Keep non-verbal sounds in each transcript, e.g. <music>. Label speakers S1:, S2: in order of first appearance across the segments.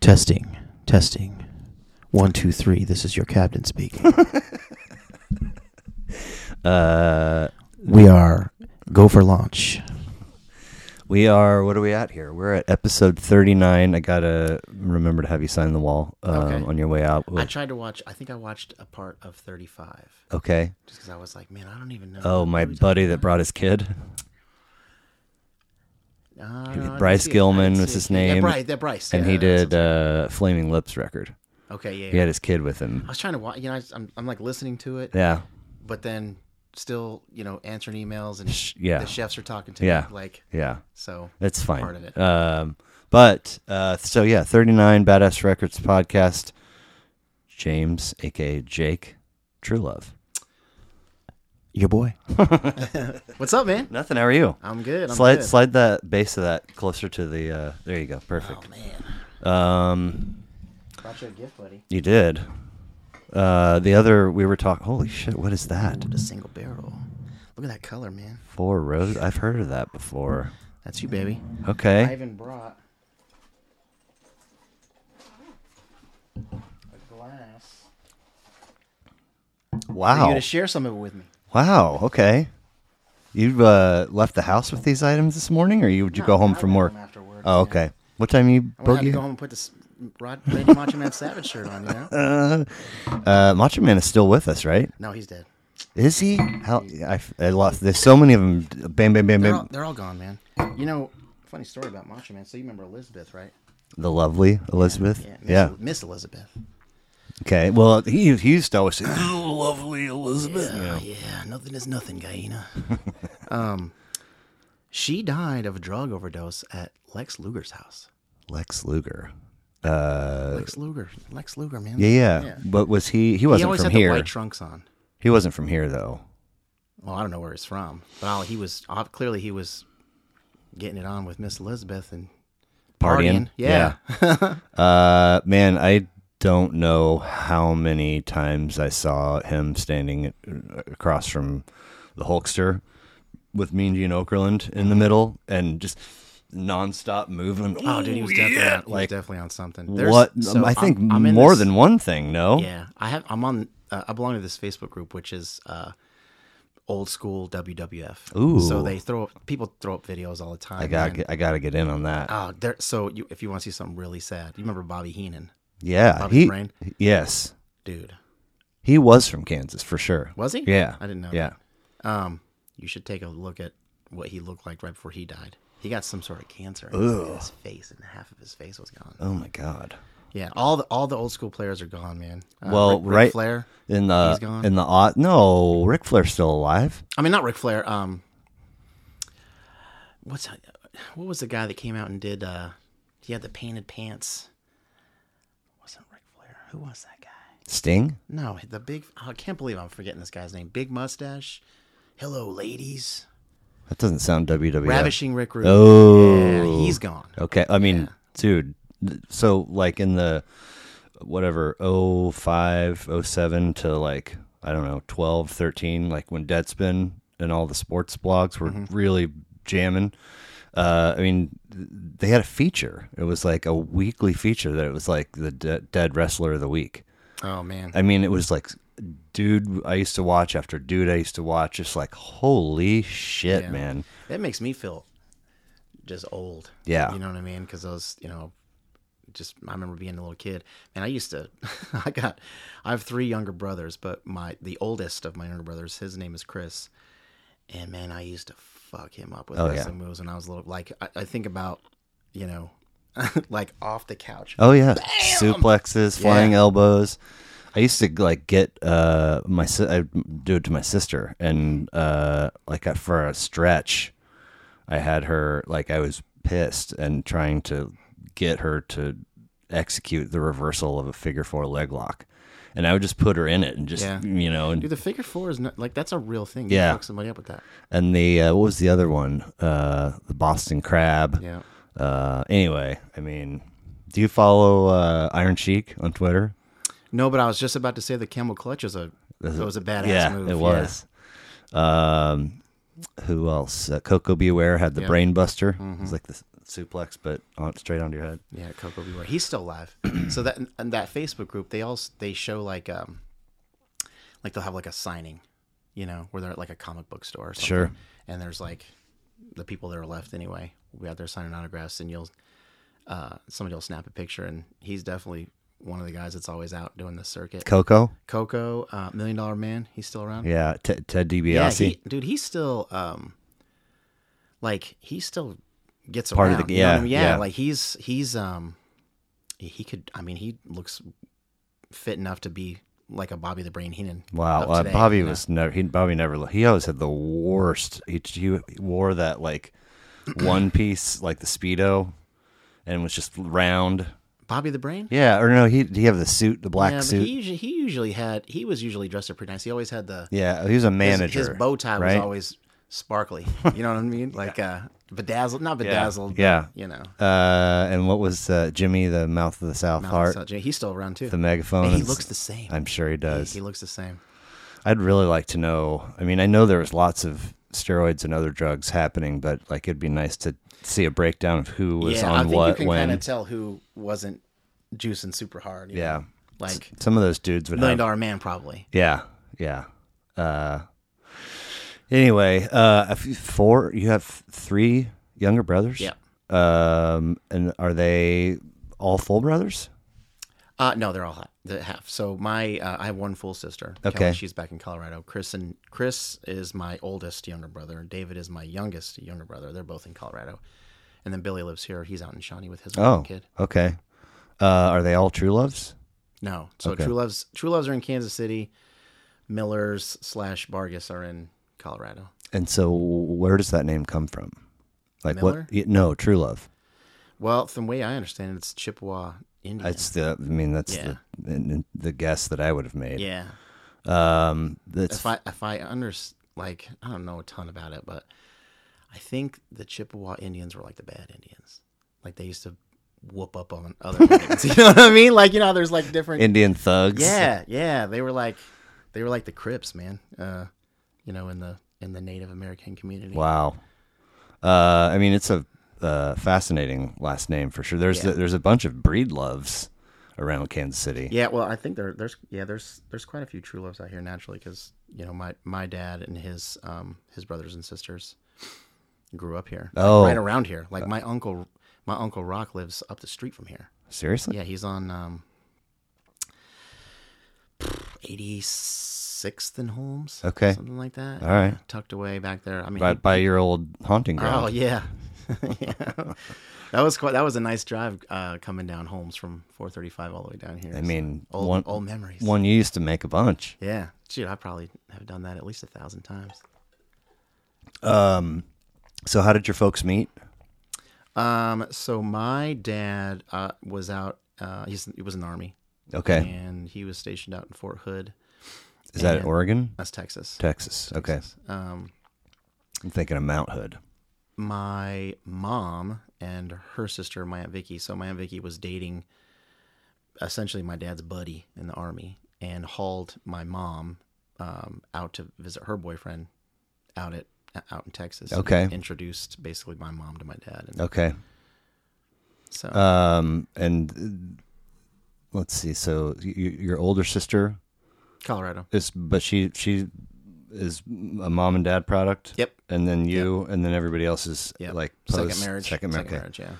S1: Testing, testing. One, two, three. This is your captain speaking.
S2: <laughs>
S3: Uh,
S1: we are go for launch.
S3: we are. What are we at here? We're at episode thirty-nine. I gotta remember to have you sign the wall um,
S2: Okay.
S3: on your way out.
S2: I tried to watch. I think I watched a part of 35
S3: okay.
S2: just because I was like, man, I don't even know.
S3: Oh, my buddy that brought his kid.
S2: Uh, I didn't
S3: Bryce
S2: see it. I
S3: Gilman
S2: didn't
S3: was
S2: see
S3: his
S2: it. Yeah,
S3: name.
S2: Bryce, that Bryce.
S3: and
S2: yeah,
S3: he
S2: that's
S3: did uh, Flaming Lips record.
S2: what- okay, yeah.
S3: He
S2: yeah. Oh,
S3: had his kid with him.
S2: I was trying to watch. You know, I, am I'm like listening to it,
S3: Yeah,
S2: but then still, you know, answering emails and
S3: yeah.
S2: the chefs are talking to
S3: Yeah.
S2: me. Like
S3: yeah,
S2: so.
S3: that's fine.
S2: Part of it.
S3: Um, but uh, so yeah, thirty nine Badass Records podcast. James, aka Jake, True Love.
S1: Your boy.
S2: What's up, man?
S3: Nothing. How are you?
S2: I'm good. I'm
S3: slide
S2: good.
S3: slide that base of that closer to the. Uh, there you go. Perfect.
S2: Oh man,
S3: Um,
S2: brought you a gift, buddy.
S3: you did. Uh, the other we were talking. Holy shit! What is that?
S2: What a single barrel. Look at that color, man.
S3: Four roses. I've heard of that before.
S2: That's you, baby. I
S3: Okay.
S2: even brought a glass. Are you
S3: Wow.
S2: gonna share some of it with me?
S3: Wow. Okay. You uh, left the house with these items this morning, or you would you go
S2: No,
S3: Oh, home
S2: I
S3: from
S2: went
S3: work?
S2: home afterward,
S3: oh,
S2: yeah.
S3: okay. What time you
S2: I'm gonna have to go
S3: boogie?
S2: home and put this Rod Randy Macho Man Savage shirt on. You
S3: <laughs>
S2: know?
S3: Uh, Macho Man is still with us, right?
S2: No, he's dead.
S3: Is he? How I, I lost. There's so many of them. Bam, bam, bam,
S2: They're
S3: bam.
S2: all, they're all gone, man. You know, funny story about Macho Man. So you remember Elizabeth, right?
S3: the lovely Elizabeth.
S2: Miss,
S3: Yeah.
S2: Miss Elizabeth.
S3: Okay. Well, he, he used to always say, "Oh, "Lovely Elizabeth."
S2: Yeah, Ah, yeah, nothing is
S3: <laughs>
S2: nothing, Gaina. um, she died of a drug overdose at Lex Luger's house.
S3: Lex Luger. Uh,
S2: Lex Luger, Lex Luger, man.
S3: yeah, yeah, But was he? He
S2: He
S3: wasn't
S2: always
S3: from
S2: had the
S3: here.
S2: white trunks on.
S3: He wasn't from here though.
S2: Well, I don't know where he's from, but all, he was ob- clearly he was getting it on with Miss Elizabeth and
S3: Partying.
S2: Yeah. <laughs>
S3: Uh, man, I don't know how many times I saw him standing uh, across from the Hulkster with Mean Gene Okerlund in
S2: Mm-hmm.
S3: the middle and just nonstop moving.
S2: Oh, dude, he was definitely on, he was
S3: like
S2: definitely on something. There's-
S3: what?
S2: so
S3: I think
S2: I'm- I'm in
S3: more
S2: this-
S3: than one thing. No,
S2: Yeah, I have. I'm on. Uh, I belong to this Facebook group, which is uh, old school WWF.
S3: Ooh.
S2: So they throw up, people throw up videos all the time.
S3: I gotta
S2: man.
S3: get, I gotta get in on that.
S2: Oh, there. So you, if you want to see something really sad, you remember Bobby Heenan,
S3: yeah,
S2: Bobby
S3: he,
S2: Brain?
S3: yes,
S2: dude?
S3: he was from Kansas for sure.
S2: Was he?
S3: Yeah,
S2: I didn't know.
S3: Yeah,
S2: that. Um, you should take a look at what he looked like right before he died. He got some sort of cancer. in His face and half of his face was gone.
S3: oh my god.
S2: Yeah, all the all the old school players are gone, man. Uh,
S3: Well,
S2: Ric- Ric
S3: right-
S2: Flair.
S3: In the
S2: He's gone.
S3: in the odd no, Ric Flair's still alive.
S2: I mean, not Ric Flair. Um, what's what was the guy that came out and did? uh He had the painted pants. Wasn't Ric Flair? Who was that guy?
S3: Sting.
S2: No, the big. I can't believe I'm forgetting this guy's name. Big mustache. Hello, ladies.
S3: That doesn't sound WWE.
S2: Ravishing Rick Rude.
S3: Oh.
S2: yeah, he's gone.
S3: Okay. I mean, dude, th- so like in the whatever 05, 07 to like I don't know, 12, 13, like when Deadspin and all the sports blogs were
S2: Mm-hmm.
S3: really jamming. Uh, I mean, th- they had a feature. It was like a weekly feature that it was like the de- dead wrestler of the week.
S2: Oh man.
S3: I mean, it was like dude I used to watch after dude I used to watch. Just like holy shit,
S2: Yeah.
S3: man.
S2: That makes me feel just old.
S3: Yeah.
S2: You know what I mean? Because I was, you know, just, I remember being a little kid. And I used to, <laughs> I got, I have three younger brothers, but my, the oldest of my younger brothers, his name is Chris. And man, I used to fuck him up with
S3: Oh, yeah.
S2: wrestling moves when I was little. Like, I, I think about, you know, <laughs> like off the couch.
S3: Oh yeah, suplexes, flying
S2: Yeah.
S3: elbows. I used to like get uh my si- I do it to my sister, and uh like I- for a stretch, I had her like I was pissed and trying to get her to execute the reversal of a figure four leg lock, and I would just put her in it and just
S2: Yeah.
S3: you know and
S2: Dude, the figure four is not, like, that's a real thing. You
S3: Yeah.
S2: Fuck somebody up with that.
S3: and the uh, what was the other one uh the Boston crab
S2: Yeah.
S3: uh anyway I mean do you follow uh, Iron Cheek on Twitter?
S2: No, but I was just about to say the camel clutch is a, that was a badass
S3: yeah,
S2: move.
S3: it was.
S2: Mm-hmm.
S3: Um, who else? Uh, Coco Beware had the Brain Buster. It was like the suplex, but on, straight onto your head.
S2: Yeah, Coco Beware. He's still alive. <clears throat> so that and that Facebook group, they all they show like um, like they'll have like a signing, you know, where they're at like a comic book store. Or something.
S3: Sure.
S2: And there's like the people that are left anyway will be out there signing autographs, and you'll uh somebody will snap a picture, and he's definitely one of the guys that's always out doing the circuit.
S3: Coco.
S2: Coco, uh, Million Dollar Man, he's still around.
S3: Yeah, T- Ted
S2: Yeah,
S3: DiBiase.
S2: he, dude, he's still um, like he still gets
S3: Part of
S2: around.
S3: the-
S2: you know what I
S3: yeah,
S2: mean? yeah,
S3: yeah.
S2: Like he's he's um, he- he could. I mean, he looks fit enough to be like a Bobby the Brain Heenan.
S3: wow,
S2: of
S3: uh,
S2: today,
S3: Bobby
S2: you know?
S3: was never. He Bobby never. looked- He always had the worst. He, he wore that like
S2: <clears throat>
S3: one piece, like the speedo, and was just round.
S2: Bobby the Brain.
S3: Yeah, or no, he he have the suit, the black
S2: yeah, but
S3: suit.
S2: he usually he usually had he was usually dressed up pretty nice. He always had the
S3: yeah, he was a
S2: his-
S3: manager.
S2: His, bow tie
S3: right?
S2: was always
S3: <laughs>
S2: sparkly. You know what I mean? Like uh, bedazzled, not bedazzled.
S3: yeah.
S2: but, you know.
S3: Uh, and what was uh, Jimmy, the mouth of the South, heart,
S2: So, he's still around too.
S3: the megaphone?
S2: And he
S3: is-
S2: looks the same.
S3: I'm sure he
S2: He-
S3: does.
S2: he looks the same.
S3: I'd really like to know. I mean, I know there was lots of steroids and other drugs happening, but like it'd be nice to see a breakdown of who was
S2: yeah,
S3: on
S2: I think
S3: what
S2: you can
S3: when.
S2: kind of tell who wasn't juicing super hard. you
S3: yeah, uh,
S2: know? like
S3: some of those dudes would
S2: million
S3: have.
S2: dollar man probably.
S3: Yeah, yeah. Uh, anyway, uh, if you- four. You have three younger brothers.
S2: Yeah.
S3: Um, and are they all full brothers?
S2: Uh, no, they're all hot. The half. So my uh, I have one full sister.
S3: Okay.
S2: Kelly, she's back in Colorado. Chris and Chris is my oldest younger brother. David is my youngest younger brother. They're both in Colorado, and then Billy lives here. He's out in Shawnee with his
S3: Oh,
S2: own kid.
S3: okay. Uh, are they all true loves?
S2: No, so
S3: Okay.
S2: True Loves True Loves are in Kansas City. Millers slash Vargas are in Colorado.
S3: And so, where does that name come from? Like
S2: Miller?
S3: what? y- No, true love.
S2: Well, from the way I understand it, it's Chippewa Indian.
S3: That's the. I mean, that's the and- and the guess that I would have made.
S2: yeah.
S3: Um, that's
S2: if I if I under like I don't know a ton about it, but I think the Chippewa Indians were like the bad Indians. Like they used to whoop up on other Indians. you know what I mean? Like you know, how there's like different.
S3: Indian thugs.
S2: yeah, yeah. They were like they were like the Crips, man. Uh, you know, in the in the Native American community.
S3: Wow. Uh, I mean, it's a uh, fascinating last name for sure. There's
S2: Yeah.
S3: there's a bunch of breed loves around Kansas City.
S2: Yeah, well, I think there, there's yeah, there's there's quite a few true loves out here naturally because you know my my dad and his um his brothers and sisters grew up here, like,
S3: Oh.
S2: right around here. Like my uncle, my uncle Rock lives up the street from here.
S3: Seriously?
S2: Yeah, he's on um eighty sixth and Holmes,
S3: Okay.
S2: something like that.
S3: All right.
S2: tucked away back there. I mean,
S3: By,
S2: he-
S3: by your old haunting
S2: oh
S3: ground.
S2: yeah. <laughs> yeah, that was quite. That was a nice drive uh, coming down Holmes from 435 all the way down here.
S3: I
S2: so.
S3: mean,
S2: Old,
S3: one
S2: old memories.
S3: one you used to make a bunch.
S2: Yeah. Shoot, I probably have done that at least a thousand times.
S3: So how did your folks meet?
S2: Um, so my dad uh, was out. Uh, he's, he was in the army,
S3: Okay,
S2: and he was stationed out in Fort Hood.
S3: is that
S2: and-
S3: Oregon,
S2: That's Texas.
S3: Texas? Okay,
S2: Um,
S3: I'm thinking of Mount Hood.
S2: my mom and her sister, my aunt Vicky. So my aunt Vicky was dating, essentially my dad's buddy in the army, and hauled my mom um, out to visit her boyfriend out at out in Texas. and
S3: Okay.
S2: introduced basically my mom to my dad, and
S3: Okay,
S2: so
S3: um, and uh, let's see. So y- y- your older sister
S2: Colorado.
S3: is, but she she is a mom and dad product.
S2: Yep.
S3: and then you, and then everybody else is
S2: Yeah.
S3: like
S2: second
S3: post-
S2: marriage.
S3: Second marriage. okay.
S2: yeah.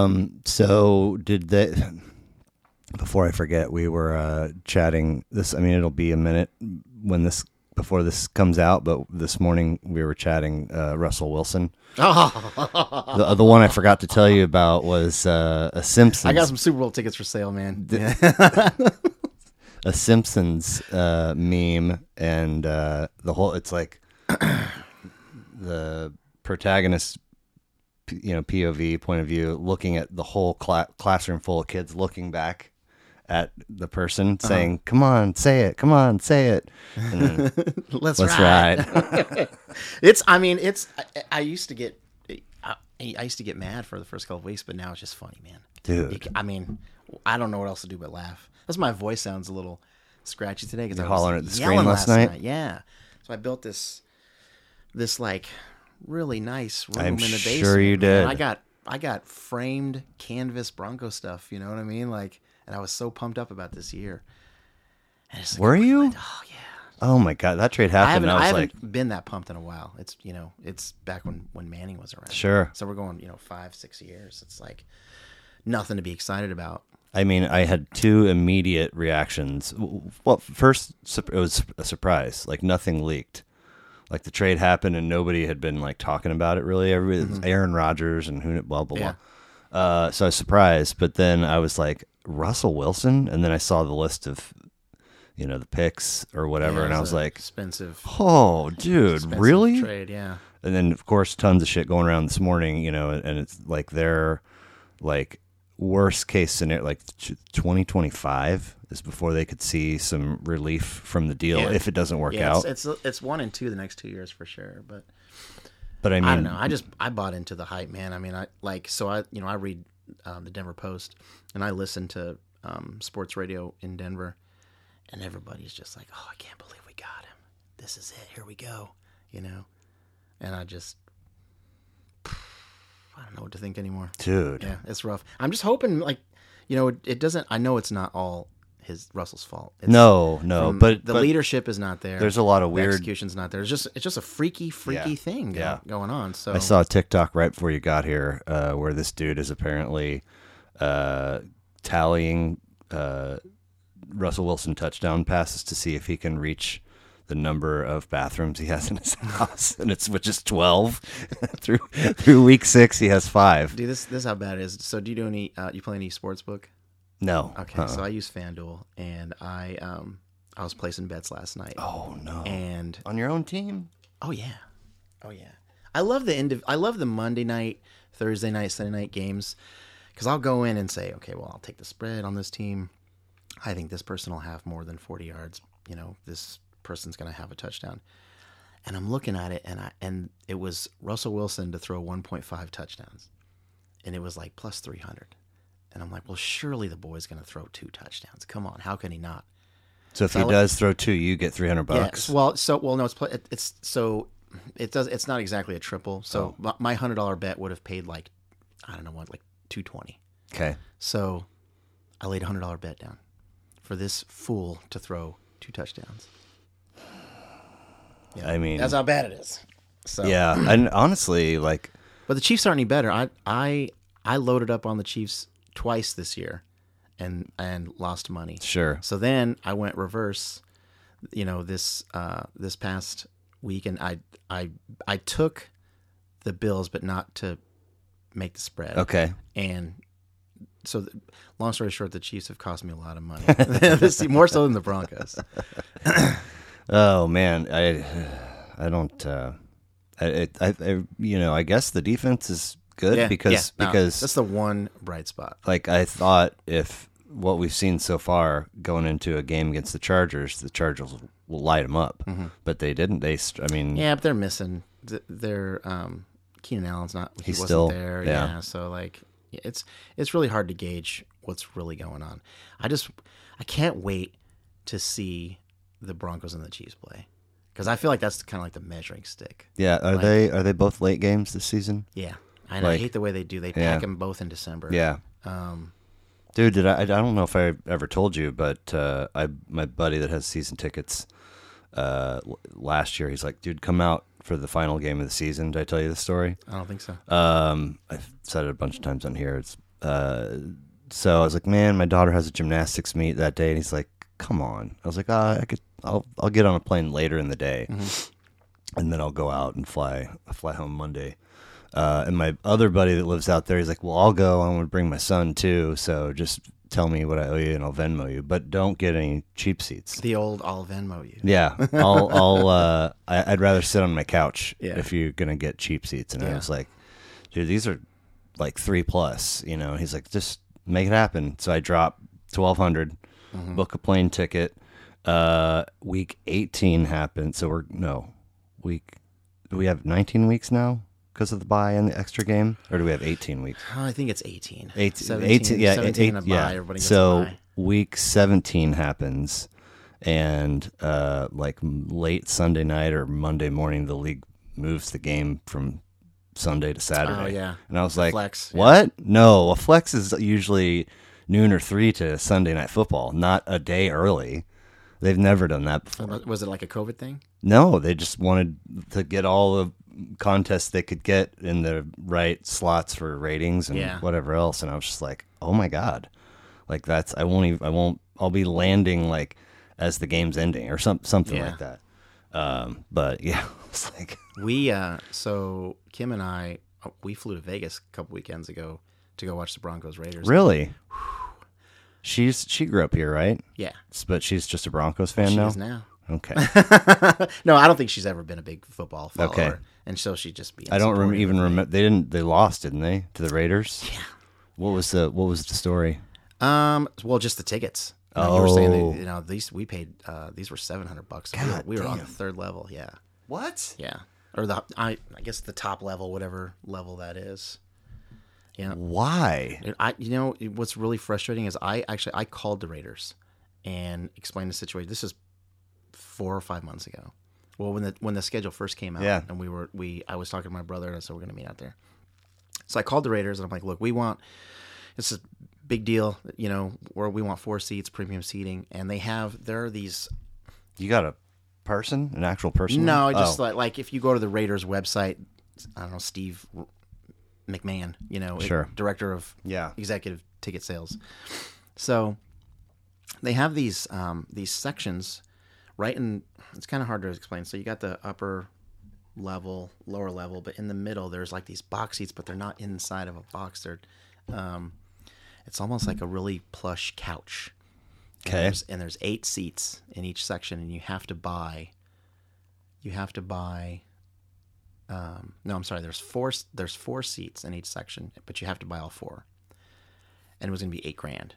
S3: Um, so did they? Before I forget, we were uh, chatting. This, I mean, it'll be a minute when this before this comes out. But this morning we were chatting uh, Russell
S2: <laughs>
S3: Wilson. the, the one I forgot to tell you about was uh, a Simpsons.
S2: I got some Super Bowl tickets for sale, man. Yeah. <laughs>
S3: a Simpsons uh, meme, and uh, the whole it's like <clears throat> the protagonist, you know, POV point of view, looking at the whole cla- classroom full of kids, looking back at the person
S2: Uh-huh.
S3: saying, "Come on, say it! Come on, say it!" And then,
S2: Let's,
S3: Let's
S2: ride.
S3: ride.
S2: It's. I mean, it's. I, I used to get. I, I used to get mad for the first couple of weeks, but now it's just funny, man. <laughs> You
S3: dude.
S2: ca- I mean, I don't know what else to do but laugh. That's my voice sounds a little scratchy today because I was
S3: hollering at the screen
S2: yelling
S3: last
S2: last,
S3: night?
S2: night. Yeah. So I built this, this like really nice room
S3: I'm
S2: in the
S3: sure
S2: basement.
S3: you
S2: man.
S3: did.
S2: I got I got framed canvas Bronco stuff. You know what I mean? Like, and I was so pumped up about this year. And it's like,
S3: Were you?
S2: oh yeah.
S3: Oh my god, that trade
S2: I
S3: happened.
S2: haven't,
S3: and I, was
S2: I
S3: like,
S2: haven't been that pumped in a while. It's you know, it's back when when Manning was around.
S3: sure.
S2: So we're going, you know, five six years. It's like nothing to be excited about.
S3: I mean, I had two immediate reactions. W- w- Well, first, sup- it was a surprise. Like nothing leaked. Like the trade happened and nobody had been like talking about it really. Everybody, it was Aaron Rodgers and who kn- blah blah
S2: Mm-hmm. Yeah.
S3: blah. Uh, so I was surprised, but then I was like Russell Wilson, and then I saw the list of, you know, the picks or whatever,
S2: Yeah,
S3: and
S2: it
S3: I was
S2: a
S3: like,
S2: expensive,
S3: oh, dude,
S2: expensive
S3: really?
S2: trade, yeah.
S3: and then of course tons of shit going around this morning you know and it's like their like worst case scenario like t- 2025 is before they could see some relief from the deal
S2: Yeah.
S3: if it doesn't work
S2: Yeah,
S3: out
S2: it's, it's it's one and two the next two years for sure. But
S3: but i mean
S2: I don't know. I just I bought into the hype, man. I mean, I like so I you know I read um, the Denver Post and I listen to um, sports radio in Denver, and everybody's just like, "Oh, I can't believe we got him. This is it. Here we go." You know, and I just <sighs> I don't know what to think anymore.
S3: dude
S2: Yeah, it's rough. I'm just hoping like you know it, it doesn't. I know it's not all his Russell's fault. It's
S3: no no
S2: from-
S3: but
S2: the
S3: but
S2: leadership is not there.
S3: there's a lot of
S2: The
S3: weird
S2: execution's not there. It's just it's just a freaky, freaky
S3: Yeah.
S2: thing go-
S3: Yeah.
S2: going on. So
S3: I saw a TikTok right before you got here uh, where this dude is apparently uh, tallying uh, Russell Wilson touchdown passes to see if he can reach the number of bathrooms he has in his <laughs> house, and it's which is twelve. <laughs> through through week six, he has five.
S2: Dude, this this is how bad it is. So, do you do any? Uh, you play any sports book?
S3: No.
S2: Okay,
S3: Uh-uh.
S2: so I use FanDuel, and I um I was placing bets last night,
S3: oh no.
S2: and
S3: On your own team?
S2: oh yeah, oh yeah, I love the end of I love the Monday night, Thursday night, Sunday night games, because I'll go in and say, okay, well, I'll take the spread on this team. I think this person will have more than forty yards. You know, this person's going to have a touchdown. And I'm looking at it, and I and it was Russell Wilson to throw 1.5 touchdowns, and it was like plus 300. And I'm like, well, surely the boy's going to throw two touchdowns. Come on, how can he not?
S3: So if he
S2: Solid.
S3: does throw two, you get three hundred bucks.
S2: Yes. Well, so well, no, it's pla- it- it's so it does. It's not exactly a triple.
S1: Oh.
S2: So my- my hundred dollar bet would have paid like I don't know what, like two twenty.
S3: okay.
S2: So I laid a hundred dollar bet down for this fool to throw two touchdowns.
S3: I mean,
S2: That's how bad it is. So
S3: yeah, and honestly, like
S2: But the Chiefs aren't any better. I I I loaded up on the Chiefs twice this year, and and lost money.
S3: sure,
S2: So then I went reverse, you know, this uh, this past week, and I I I took the Bills, but not to make the spread.
S3: okay.
S2: And so, the, long story short, the Chiefs have cost me a lot of money. <laughs> This- more so than the Broncos.
S3: Oh man, I <sighs> I don't uh, I, I, I you know I guess the defense is good <laughs> because
S2: yeah, no,
S3: because
S2: that's the one bright spot.
S3: like I thought if what we've seen so far going into a game against the Chargers, the Chargers will light them up,
S2: Mm-hmm.
S3: but they didn't. They st- I mean
S2: Yeah, but they're missing. th- They're um, Keenan Allen's not. He
S3: He's
S2: wasn't
S3: still-
S2: there.
S3: yeah.
S2: Yeah. So like, yeah, it's it's really hard to gauge what's really going on. I just I can't wait to see the Broncos and the Chiefs play because I feel like that's kind of like the measuring stick.
S3: yeah are
S2: Like-
S3: they are they both late games this season?
S2: Yeah, and I
S3: Like-
S2: hate the way they do. They pack
S3: yeah.
S2: them both in December.
S3: Yeah.
S2: Um,
S3: Dude, did I? I don't know if I ever told you, but uh, I my buddy that has season tickets uh, l- last year, he's like, "Dude, come out for the final game of the season." Did I tell you the story?
S2: I don't think so.
S3: Um, I've said it a bunch of times on here. It's uh, so I was like, man, my daughter has a gymnastics meet that day, and he's like, come on. I was like, ah, I could, I'll, I'll get on a plane later in the day, and then I'll go out and fly, fly home Monday. Uh, and my other buddy that lives out there, he's like, well, I'll go. I'm gonna bring my son too. So just tell me what I owe you, and I'll Venmo you. But don't get any cheap seats.
S2: The old I'll Venmo you.
S3: Yeah, I'll, I'll, uh, I, I'd rather sit on my couch
S2: Yeah.
S3: if you're gonna get cheap seats. And I
S2: Yeah.
S3: was like, dude, these are like three plus, you know. And he's like, just make it happen. So I drop twelve
S2: Mm-hmm.
S3: book a plane ticket. Uh, week eighteen happened, so we're no week. Do we have nineteen weeks now because of the buy and the extra game, or do we have eighteen weeks?
S2: Oh, I think it's eighteen.
S3: 18,
S2: 17,
S3: 18 yeah,
S2: 17
S3: eight-
S2: a buy.
S3: yeah.
S2: Everybody gets
S3: so
S2: a buy.
S3: week 17 happens and uh like m- late sunday night or monday morning the league moves the game from Sunday to Saturday.
S2: Oh, yeah.
S3: And I was like,
S2: flex, yeah.
S3: what? No, a flex is usually noon or three to Sunday night football, not a day early. They've never done that before.
S2: Was was it like a COVID thing?
S3: No, they just wanted to get all the contests they could get in the right slots for ratings and
S2: Yeah.
S3: whatever else. And I was just like, oh my god, like that's I won't even I won't I'll be landing like as the game's ending or some something
S2: Yeah.
S3: like that. Um, but <laughs> yeah, it's like
S2: We uh so Kim and I uh, we flew to Vegas a couple weekends ago to go watch the Broncos Raiders.
S3: really. She's she grew up here, right?
S2: Yeah.
S3: S- But she's just a Broncos fan
S2: She
S3: now.
S2: is now. <laughs>
S3: Okay,
S2: no, I don't think she's ever been a big football follower.
S3: Okay.
S2: And so she just be
S3: I don't rem- even remember. They didn't. They lost, didn't they, to the Raiders? Yeah. What was the What was the story?
S2: Um well just the tickets. You know, you were saying
S3: Oh.
S2: that, you know, these we paid uh these were seven hundred bucks. We were-
S3: God
S2: we were on the
S3: damn.
S2: third level, yeah.
S3: What?
S2: Yeah. Or the I I guess the top level, whatever level that is. Yeah.
S3: Why?
S2: Dude, I you know what's really frustrating is I actually I called the Raiders and explained the situation. This is four or five months ago. Well, when the when the schedule first came out,
S3: Yeah.
S2: and we were we I was talking to my brother and I said we're gonna meet out there. So I called the Raiders and I'm like, look, we want it's a big deal, you know, where we want four seats, premium seating, and they have there are these
S3: You got a person, an actual person?
S2: no, I just
S3: Oh.
S2: like like if you go to the Raiders website, I don't know Steve McMahon, you know, it-
S3: Sure.
S2: director of
S3: yeah.
S2: executive ticket sales. So they have these um, these sections right in it's kind of hard to explain. So you got the upper level, lower level, but in the middle there's like these box seats, but they're not inside of a box. They're um, it's almost like a really plush couch.
S3: Okay.
S2: There's- and there's eight seats in each section, and you have to buy. You have to buy. Um, no, I'm sorry. There's four. s- There's four seats in each section, but you have to buy all four. And it was gonna be eight grand.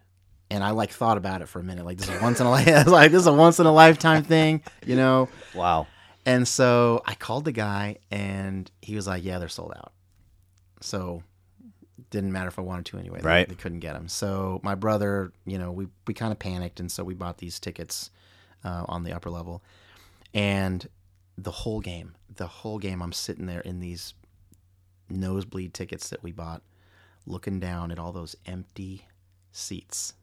S2: And I like thought about it for a minute. Like this is a once in a li- <laughs> I was like this is a once in a lifetime thing, you know.
S3: Wow.
S2: And so I called the guy, and he was like, "Yeah, they're sold out." So didn't matter if I wanted to anyway. They-
S3: Right.
S2: They, couldn't get them. So my brother, you know, we we kind of panicked, and so we bought these tickets uh, on the upper level, and the whole game, the whole game, I'm sitting there in these nosebleed tickets that we bought, looking down at all those empty seats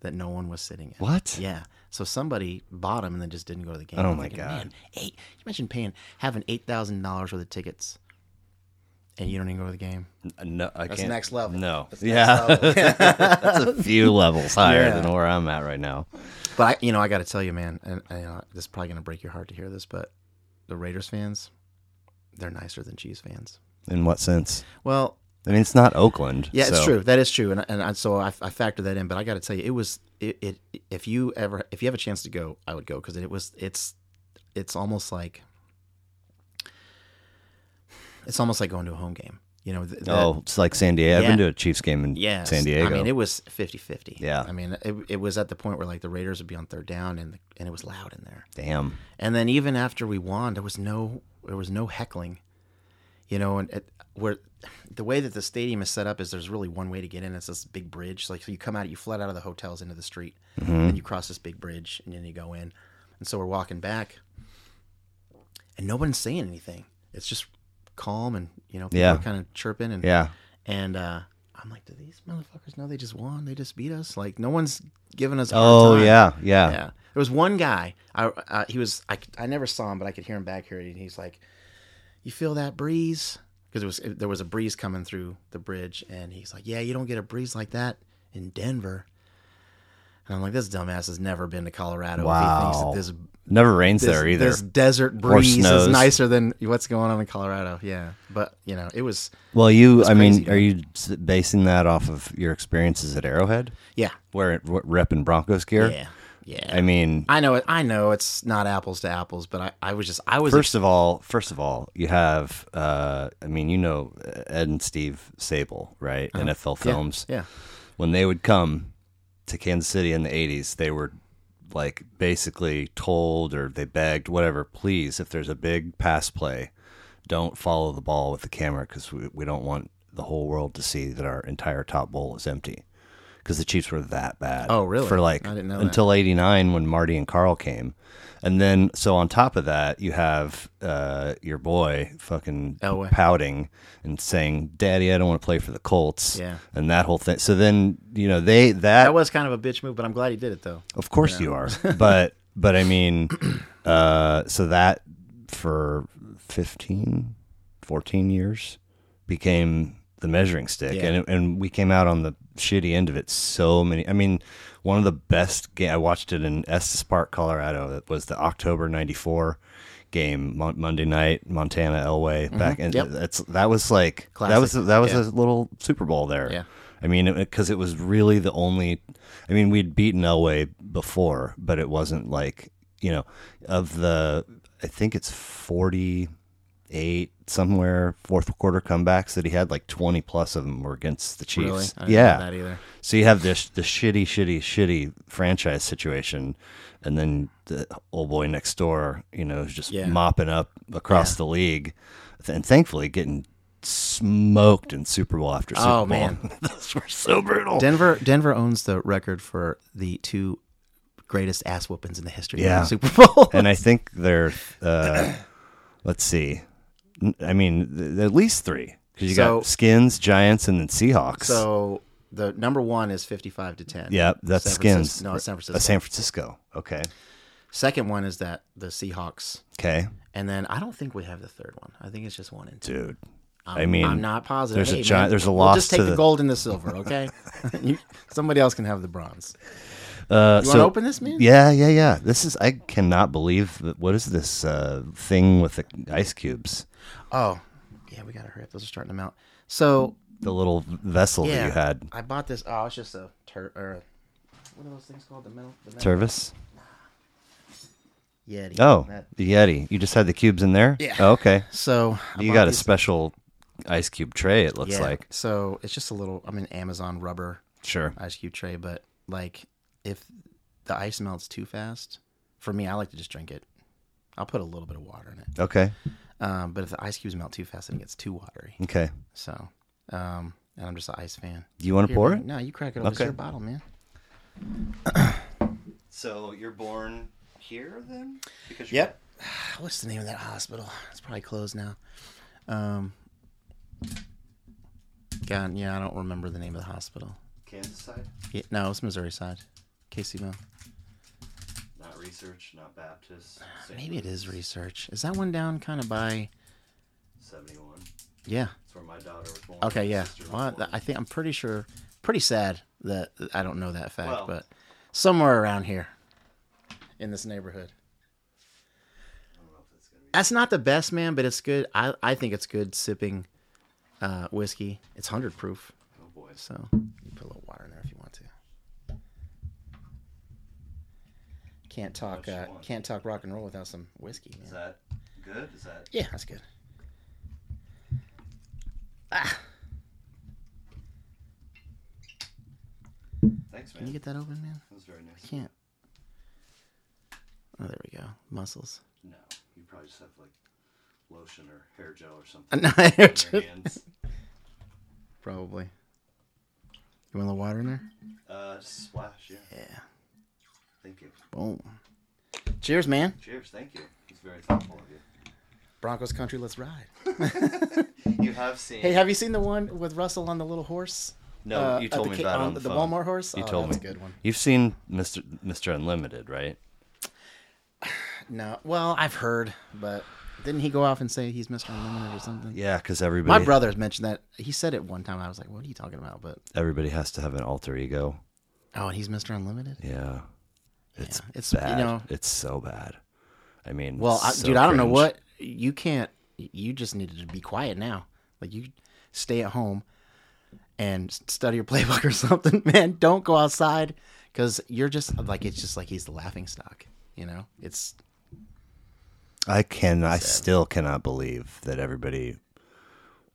S2: that no one was sitting in.
S3: What?
S2: Yeah. So somebody bought them and then just didn't go to the game.
S3: Oh
S2: I'm
S3: my
S2: thinking,
S3: God.
S2: Man, eight. You imagine paying having eight thousand dollars worth of tickets, and you don't even go to the game.
S3: Uh, No, I
S2: That's
S3: can't.
S2: next level.
S3: No.
S2: That's next
S3: yeah.
S2: level.
S3: <laughs> That's a
S2: <laughs>
S3: few levels higher
S2: Yeah.
S3: than where I'm at right now.
S2: but I, you know, I got to tell you, man, and I, know this is probably gonna break your heart to hear this, but the Raiders fans, they're nicer than Chiefs fans.
S3: In what sense?
S2: Well,
S3: I mean, it's not Oakland.
S2: Yeah, it's
S3: so-
S2: true. That is true, and and I, so I, I factor that in. But I got to tell you, it was it, it. If you ever, if you have a chance to go, I would go because it was it's it's almost like it's almost like going to a home game. You know, th- that-
S3: Oh, it's like San Diego. I've
S2: Yeah.
S3: been to a Chiefs game in
S2: Yes.
S3: San Diego.
S2: I mean, it was 50-50.
S3: Yeah.
S2: I mean, it, it was at the point where like the Raiders would be on third down, and and it was loud in there.
S3: Damn.
S2: And then even after we won, there was no there was no heckling, you know. And it, where the way that the stadium is set up is there's really one way to get in. It's this big bridge. Like so you come out, you flood out of the hotels into the street,
S3: Mm-hmm.
S2: and you cross this big bridge, and then you go in. And so we're walking back, and no one's saying anything. It's just calm, and you know, people
S3: Yeah.
S2: are kind of chirping, and
S3: Yeah.
S2: and uh, I'm like, do these motherfuckers know they just won? They just beat us. Like no one's giving us. a hard
S3: Oh
S2: time.
S3: yeah, yeah.
S2: <laughs> Yeah. There was one guy. I uh, he was I, I never saw him, but I could hear him back here, and he's like, "You feel that breeze?" Because it was it- there was a breeze coming through the bridge, and he's like, "Yeah, you don't get a breeze like that in Denver." And I'm like, "This dumbass has never been to Colorado. If he
S3: Wow.
S2: thinks that this
S3: Never rains
S2: this,
S3: there either.
S2: this desert breeze is
S3: snows.
S2: nicer than what's going on in Colorado." Yeah, but you know, it was
S3: well, you. I
S2: crazy,
S3: mean,
S2: dude.
S3: are you s- basing that off of your experiences at Arrowhead,
S2: yeah,
S3: where where repping Broncos gear?
S2: yeah, yeah.
S3: I mean,
S2: I know it. I know it's not apples to apples, but I, I was just I was
S3: First of all, first of all, you have, uh, I mean, you know, Ed and Steve Sable, right? NFL Films.
S2: Uh-huh. yeah.
S3: When they would come to Kansas City in the '80s, they were like basically told or they begged, whatever, please, if there's a big pass play, don't follow the ball with the camera because we, we don't want the whole world to see that our entire top bowl is empty. because the Chiefs were that bad.
S2: Oh, really?
S3: For like
S2: I didn't know that.
S3: until '89 when Marty and Carl came, and then so on top of that you have uh, your boy fucking
S2: Elway.
S3: pouting and saying, "Daddy, I don't want to play for the Colts."
S2: Yeah.
S3: and that whole thing. So then you know they that
S2: That was kind of a bitch move, but I'm glad he did it though.
S3: of course you
S2: <laughs>
S3: are. But but I mean uh so that for 15 14 years became the measuring stick
S2: Yeah.
S3: and it- and we came out on the shitty end of it so many I mean one of the best game I watched it in Estes Park Colorado that was the October 94 game Mon- Monday night Montana Elway back and
S2: Mm-hmm. Yep.
S3: that's that was like that was
S2: Classic.
S3: that was
S2: Yeah.
S3: a little Super Bowl there
S2: Yeah.
S3: I mean, because it, was really the only. I mean, we'd beaten Elway before, but it wasn't like you know of the. I think it's forty-eight somewhere fourth quarter comebacks that he had. Like twenty plus of them were against the
S2: Really,
S3: Chiefs.
S2: I didn't know
S3: yeah.
S2: that either.
S3: So you have this the shitty, shitty, shitty franchise situation, and then the old boy next door, you know, is just
S2: Yeah.
S3: mopping up across the league, and thankfully getting smoked in Super Bowl after Super
S2: Oh,
S3: Bowl.
S2: man.
S3: <laughs> those were so brutal.
S2: Denver Denver owns the record for the two greatest ass whoopings in the history
S3: Yeah.
S2: of the
S3: <laughs>
S2: Super Bowl.
S3: and I think they're, uh, let's see, N- I mean, th- at least three because you
S2: So-
S3: got Skins, Giants, and then Seahawks.
S2: so the number one is 55 to 10.
S3: yeah, that's
S2: San
S3: Skins.
S2: Francisco- No, it's San
S3: Uh, <laughs>
S2: Francisco.
S3: San Francisco. Okay.
S2: Second one is that the Seahawks,
S3: Okay,
S2: and then I don't think we have the third one. I think it's just one and two.
S3: dude.
S2: I'm,
S3: I mean,
S2: I'm not positive.
S3: there's a
S2: Hey,
S3: giant-
S2: man,
S3: there's a
S2: we'll
S3: loss
S2: Just take
S3: to
S2: the,
S3: the-
S2: gold and the
S3: <laughs>
S2: silver, okay? <laughs> you, somebody else can have the bronze.
S3: Uh,
S2: You want to
S3: so-
S2: open this, man?
S3: Yeah, yeah, yeah. This is I cannot believe that, what is this uh, thing with the ice cubes?
S2: Oh, yeah, we gotta hurry up. Those are starting to mount. So
S3: The little vessel that
S2: yeah,
S3: you had.
S2: I bought this. Oh, it's just a tur or a, what are those things called? The metal. The metal
S3: Tervis?
S2: Yeti.
S3: Oh,
S2: That-
S3: the Yeti. You just had the cubes in there?
S2: Yeah.
S3: Oh, okay.
S2: So <laughs> I
S3: You
S2: bought
S3: got a
S2: these-
S3: special ice cube tray, it looks
S2: yeah,
S3: like.
S2: So it's just a little. I mean, Amazon rubber
S3: Sure.
S2: ice cube tray, but like if the ice melts too fast, for me, I like to just drink it. I'll put a little bit of water in it.
S3: Okay.
S2: Um, but if the ice cubes melt too fast, then it gets too watery.
S3: Okay.
S2: So, um, and I'm just an ice fan.
S3: Do you want to
S2: Here,
S3: pour
S2: man.
S3: it?
S2: No, you crack it open. It's
S3: Okay.
S2: your bottle, man.
S3: So you're born here then? Because
S2: Yep. <sighs> What's the name of that hospital? It's probably closed now. Um, God, yeah, I don't remember the name of the hospital.
S3: Kansas side?
S2: Yeah, no, it's Missouri side. KCMO.
S3: Not research, not Baptist.
S2: Maybe it is research. Is that one down kind of by?
S3: 71. That's
S2: Yeah.
S3: where my daughter was born.
S2: Okay. Yeah. Well, th- I think I'm pretty sure. Pretty sad that I don't know that fact,
S3: Well-
S2: but somewhere around here, in this neighborhood. That's not the best, man, but it's good. I, I think it's good sipping uh, whiskey. It's hundred proof,
S3: Oh, boy.
S2: so you put a little water in there if you want to. Can't talk.
S3: you
S2: Uh,
S3: want.
S2: can't talk rock and roll without some whiskey. Man.
S3: that good? Is that
S2: Yeah, that's good.
S3: thanks,
S2: Can you get that open, man?
S3: That was very nice.
S2: Can't. Oh, there we go. Muscles. <laughs>
S3: No, you probably just have like lotion or hair gel or something.
S2: No,
S3: hands.
S2: Probably. You want a little water in there?
S3: Uh, just splash. Yeah.
S2: Yeah.
S3: Thank you.
S2: Boom. Cheers, man.
S3: Cheers. Thank you. It's very thoughtful of you.
S2: Broncos country, let's ride.
S3: You have seen.
S2: Hey, have you seen the one with Russell on the little horse?
S3: no,
S2: uh,
S3: you
S2: at
S3: told
S2: the
S3: me
S2: ca-
S3: about it
S2: on
S3: on the,
S2: the
S3: phone.
S2: Walmart horse?
S3: You
S2: Oh,
S3: told
S2: that's
S3: me.
S2: a good one.
S3: You've seen Mr. Mr. Unlimited, right?
S2: No. Well, I've heard, but didn't he go off and say he's Mr. Unlimited or something?
S3: Yeah, because everybody
S2: My brother's mentioned that. He said it one time. I was like, what are you talking about? But,
S3: everybody has to have an alter ego.
S2: oh, and he's Mr. Unlimited?
S3: Yeah, it's
S2: Yeah, it's- you
S3: bad.
S2: know-
S3: it's so bad. I mean,
S2: Well, I,
S3: so
S2: dude, I don't know
S3: cringe.
S2: what you can't. You just needed to be quiet now. Like you stay at home and study your <laughs> playbook or something, man. Don't go outside because you're just like it's just like he's the laughing stock. You know, it's
S3: I can. I still cannot believe that everybody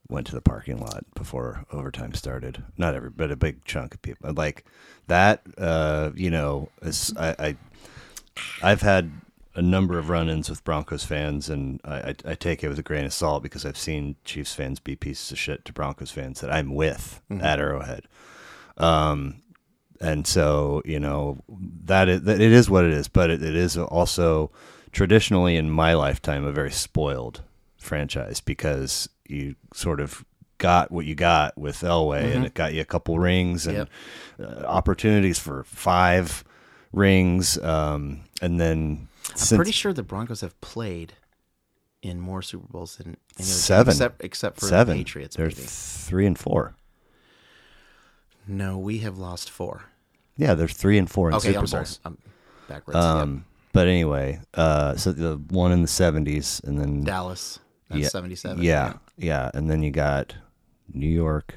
S3: went to the parking lot before overtime started. Not every, but a big chunk of people. Like that. Uh, you know, is, I, I, I've had a number of run-ins with Broncos fans, and I, I, I take it with a grain of salt because I've seen Chiefs fans be pieces of shit to Broncos fans that I'm with at Arrowhead. Um, and so you know that is, that it is what it is but it, it is also traditionally in my lifetime a very spoiled franchise because you sort of got what you got with Elway and it got you a couple rings and
S2: Mm-hmm. Yep.
S3: uh, opportunities for five rings um, and then since,
S2: Pretty sure the Broncos have played in more Super Bowls than any other team,
S3: Seven.
S2: except, except for
S3: seven
S2: the Patriots.
S3: they're
S2: maybe.
S3: three and four
S2: No, we have lost four.
S3: yeah they're three and four in
S2: Okay,
S3: Super
S2: I'm
S3: Bowls
S2: sorry. I'm backwards.
S3: Um, But anyway, uh, so the one in the seventies, and then
S2: Yep. Dallas. That's
S3: yeah,
S2: 77.
S3: yeah, yeah, and then you got New York,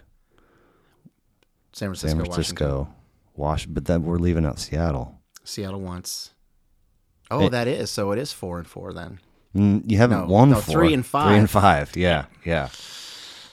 S2: San Francisco,
S3: San
S2: Washington.
S3: Francisco, Washington. But then we're leaving out Seattle.
S2: Seattle once. Oh,
S3: It-
S2: that is. So it is four and four then.
S3: Mm, you haven't
S2: No,
S3: won
S2: no,
S3: four.
S2: three and
S3: Three
S2: five.
S3: and five. Yeah, yeah.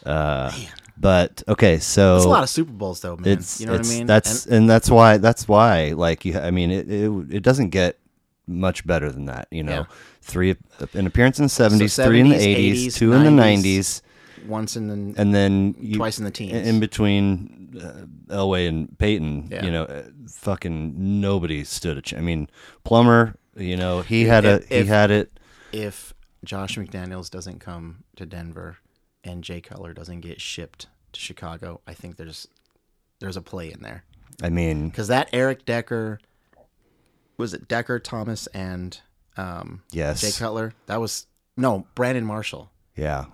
S3: Uh, but okay, so
S2: That's a lot of Super Bowls, though, man.
S3: it's
S2: you know what
S3: it's-
S2: I mean?
S3: That's and, that's why that's why like you. I mean, it it, it doesn't get much better than that. You know,
S2: Yeah.
S3: three an appearance in the seventies, three in the
S2: 70s,
S3: eighties,
S2: 80s,
S3: two in the
S2: 90s.
S3: nineties.
S2: And once in the
S3: and then you,
S2: Twice in the teens.
S3: in between uh, Elway and Peyton.
S2: Yeah.
S3: You know, uh, fucking nobody stood a chance. I mean, Plummer. You know, he had a
S2: If-
S3: he
S2: if-
S3: had it.
S2: if Josh McDaniels doesn't come to Denver and Jay Cutler doesn't get shipped to Chicago, I think there's there's a play in there
S3: I mean,
S2: because that Eric Decker was it Decker Thomas and um,
S3: yes,
S2: Jay Cutler that was no Brandon Marshall
S3: yeah,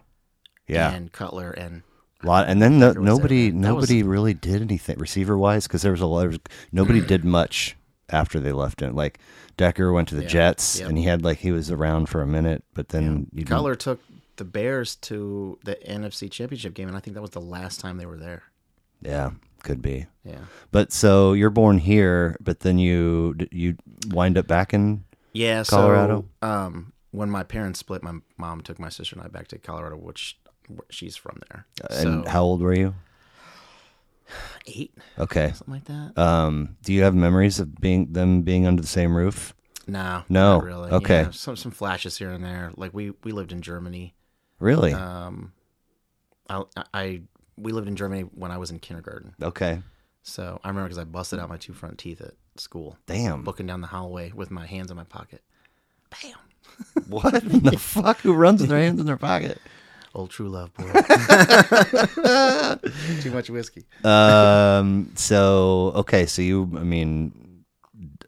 S3: yeah.
S2: and Cutler and
S3: lot and then the,
S2: was
S3: nobody
S2: that, man. That
S3: nobody really did anything receiver wise because there was a lot of
S2: <clears throat>
S3: nobody did much after they left it like decker went to the jets
S2: yeah.
S3: and he had like he was around for a minute but then you
S2: Cutler took the Bears to the NFC Championship game and I think that was the last time they were there.
S3: yeah could be
S2: Yeah.
S3: but so you're born here but then you you wind up back in
S2: Yeah,
S3: Colorado?
S2: So, um, when my parents split, my mom took my sister and I back to Colorado, which wh- she's from there. So
S3: Uh, and how old were you
S2: eight,
S3: okay
S2: something like that.
S3: um do you have memories of being them being under the same roof
S2: no,
S3: no,
S2: not really.
S3: okay.
S2: Yeah, some some flashes here and there. Like we we lived in Germany.
S3: really
S2: Um, I I we lived in Germany when I was in kindergarten.
S3: okay
S2: So I remember because I busted out my two front teeth at school,
S3: damn <laughs>
S2: looking down the hallway with my hands in my pocket. Bam.
S3: what in the fuck who runs with their hands in their pocket
S2: Old true
S3: <laughs>
S2: love, boy. Too much whiskey.
S3: Uh, um so okay so you i mean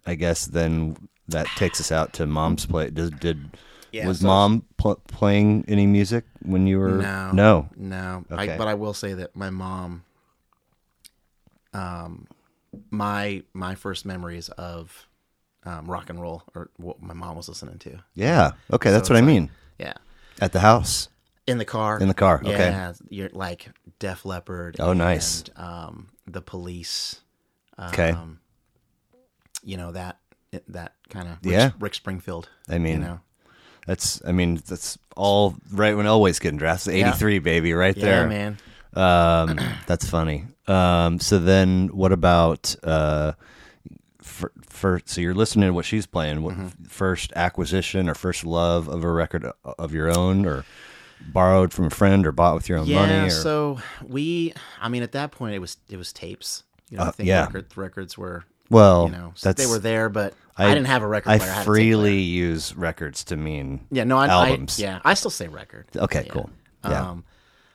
S3: i guess then that takes us out to mom's play did, did
S2: Yeah,
S3: was
S2: so-
S3: mom pl- playing any music when you were
S2: No.
S3: no
S2: No,
S3: Okay.
S2: I, but I will say that my mom, um, my my first memories of um, rock and roll or what my mom was listening to.
S3: yeah okay that's
S2: So
S3: what i
S2: it's like-
S3: mean
S2: Yeah,
S3: at the house
S2: in the car.
S3: in the car okay
S2: Yeah, you're like Def Leppard.
S3: Oh, nice.
S2: and, um, the Police.
S3: okay
S2: Um, you know that that kind of
S3: Yeah.
S2: Rick Springfield.
S3: I mean,
S2: you know,
S3: that's i mean that's all right when Elway's getting drafted 83 baby right
S2: yeah,
S3: there
S2: man.
S3: Um, <clears throat> that's funny. Um, so then what about, uh, for, for, so you're listening to what she's playing, what
S2: Mm-hmm.
S3: first acquisition or first love of a record o- of your own or borrowed from a friend or bought with your own
S2: Yeah,
S3: money or,
S2: so we, I mean, at that point it was it was tapes. You know, I
S3: Uh,
S2: think
S3: yeah.
S2: record, records were
S3: well,
S2: you know so
S3: that's,
S2: they were there but i, didn't have a record
S3: I
S2: player had a tape player.
S3: freely use records to mean
S2: yeah no I,
S3: albums.
S2: I yeah i still say record
S3: Okay,
S2: Yeah.
S3: cool. Yeah.
S2: um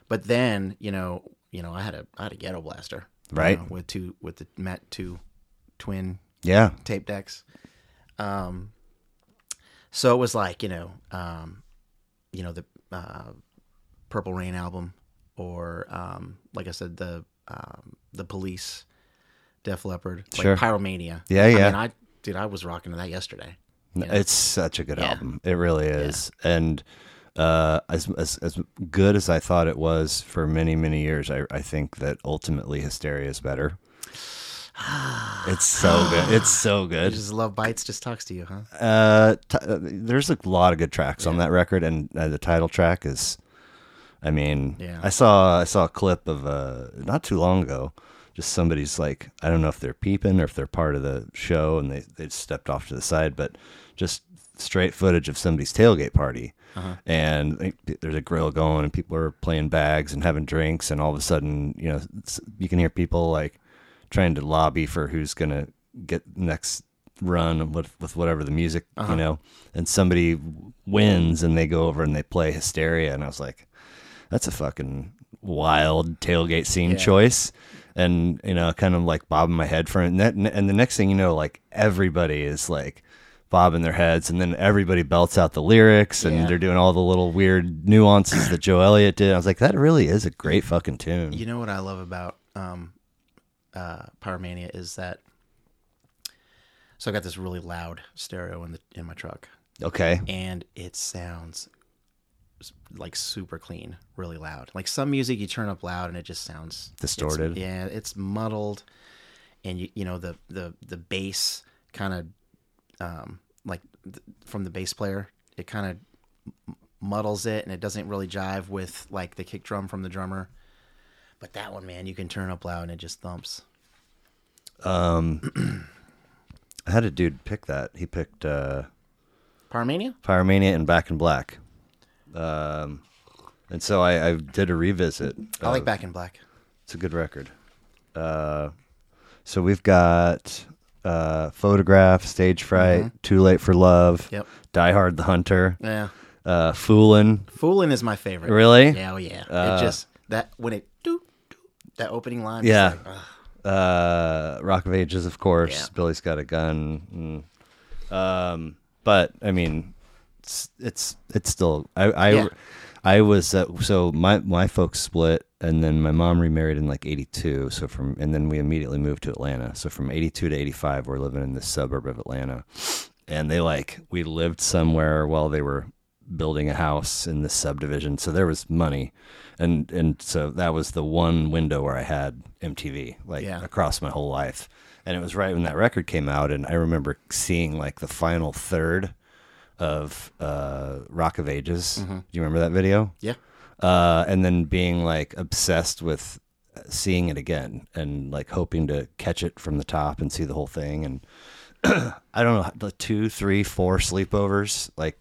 S2: but then you know you know i had a i had a ghetto blaster you
S3: Right.
S2: know, with two with the met two twin
S3: yeah.
S2: tape decks um so it was like you know um you know the uh purple rain album or um like i said the um the police def leppard like
S3: Sure.
S2: pyromania
S3: Yeah,
S2: I
S3: yeah.
S2: mean, I dude, I was rocking to that yesterday.
S3: It's such a good
S2: Yeah.
S3: album. It really is. And uh, as, as as good as I thought it was for many many years, I, I think that ultimately Hysteria is
S2: <sighs>
S3: better. It's so good. It's so good.
S2: Just love bites, just talks to you, huh?
S3: Uh, t- uh, there's a lot of good tracks on that record, and uh, the title track is. I mean,
S2: Yeah.
S3: I saw I saw a clip of uh not too long ago. Just somebody's like I don't know if they're peeping or if they're part of the show, and they they stepped off to the side, but just straight footage of somebody's tailgate party, and they- there's a grill going, and people are playing bags and having drinks, and all of a sudden, you know, s- you can hear people like trying to lobby for who's gonna get next run with with whatever the music you know, and somebody wins and they go over and they play Hysteria, and I was like, that's a fucking wild tailgate scene choice. And you know, kind of like bobbing my head for it. And, that, and the next thing you know, like everybody is like bobbing their heads, and then everybody belts out the lyrics, and
S2: Yeah.
S3: they're doing all the little weird nuances that Joe Elliott did. I was like, that really is a great fucking tune.
S2: You know what I love about um, uh, Pyromania is that. So I got this really loud stereo in the in my truck,
S3: Okay,
S2: and it sounds s- like super clean, really loud. Like some music you turn up loud and it just sounds it's-
S3: Distorted.
S2: yeah, it's muddled, and you you know the the the bass kind of um, like th- from the bass player, it kind of muddles it and it doesn't really jive with like the kick drum from the drummer. But that one, man, you can turn up loud and it just thumps.
S3: I had a dude pick that. He picked uh,
S2: Pyromania?
S3: Pyromania and Back in Black. Um, and so I, I did a revisit.
S2: I like
S3: of-
S2: Back in Black.
S3: It's a good record. Uh, so we've got uh, Photograph, Stage Fright, Too Late for Love,
S2: Mm-hmm. Yep.
S3: Die Hard the Hunter,
S2: Yeah.
S3: uh, Foolin'.
S2: Foolin' is my favorite.
S3: Really?
S2: Yeah, oh yeah. it just that when it doo, doo, that opening line.
S3: Yeah.
S2: just like, ugh.
S3: Uh, Rock of Ages, of course.
S2: Yeah.
S3: Billy's Got a Gun. Mm. Um, but, I mean, it's it's, it's still. I, I,
S2: Yeah.
S3: I was. Uh, so my, my folks split, and then my mom remarried in like 82. So from. And then we immediately moved to Atlanta. So from 82 to 85, we're living in this suburb of Atlanta. and they like we lived somewhere while they were building a house in this subdivision so there was money and and so that was the one window where i had mtv like
S2: Yeah.
S3: across my whole life and it was right when that record came out and i remember seeing like the final third of uh rock of ages do you remember that video
S2: yeah.
S3: uh, and then being like obsessed with seeing it again and like hoping to catch it from the top and see the whole thing. And <clears throat> I don't know, the two, three, four sleepovers, like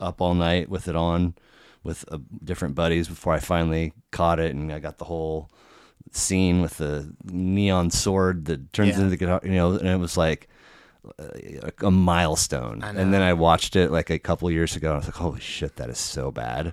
S3: up all night with it on with uh, different buddies before I finally caught it and I got the whole scene with the neon sword that turns
S2: Yeah.
S3: into the guitar, you know, and it was like a, a milestone. And then I watched it like a couple years ago and I was like, holy shit, that is so bad.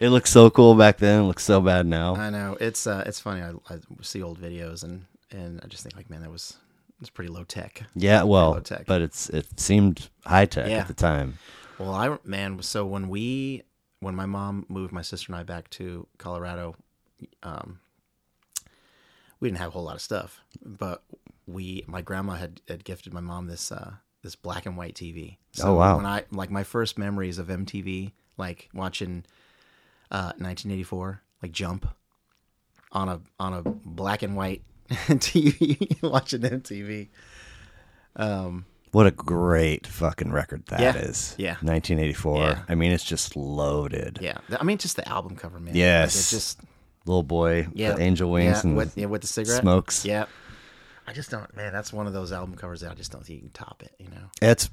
S3: It looked so cool back then. It looks so bad now.
S2: I know. It's uh, it's funny. I, I see old videos and and I just think like, man, that was it's pretty low tech.
S3: Yeah, well,
S2: low-tech.
S3: but it's it seemed high tech
S2: Yeah.
S3: at the time.
S2: Well, I man, so when we when my mom moved my sister and I back to Colorado, um, we didn't have a whole lot of stuff, but we my grandma had, had gifted my mom this uh, this black and white TV. So
S3: Oh, wow.
S2: When I like my first memories of MTV, like watching uh, 1984, like Jump on a on a black and white <laughs> TV, watching MTV. Um,
S3: What a great fucking record that
S2: Yeah.
S3: is.
S2: Yeah.
S3: 1984.
S2: Yeah.
S3: I mean, it's just loaded.
S2: yeah, I mean, just the album cover, man. Like,
S3: Yes.
S2: it just
S3: Little boy,
S2: Yeah.
S3: with angel wings
S2: Yeah,
S3: and
S2: with, yeah, with the cigarette.
S3: smokes.
S2: Yeah. I just don't, man, that's one of those album covers that I just don't think you can top it, you know?
S3: It's,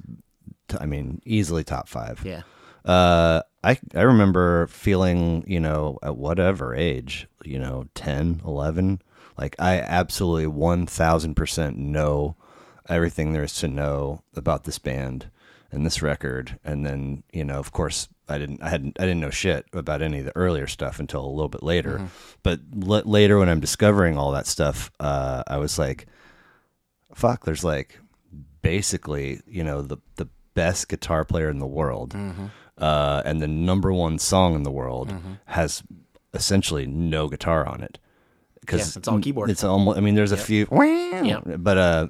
S3: t- I mean, easily top five.
S2: Yeah.
S3: Uh, I I remember feeling, you know, at whatever age, you know, 10, 11, like I absolutely 1000% know everything there is to know about this band and this record and then, you know, of course I didn't I hadn't I didn't know shit about any of the earlier stuff until a little bit later. But l- later when I'm discovering all that stuff, uh I was like fuck, there's like basically, you know, the the best guitar player in the world,
S2: Mm-hmm.
S3: uh, and the number one song in the world has essentially no guitar on it. Because
S2: Yeah, it's all keyboard.
S3: It's almost. I mean, there's a few, but uh,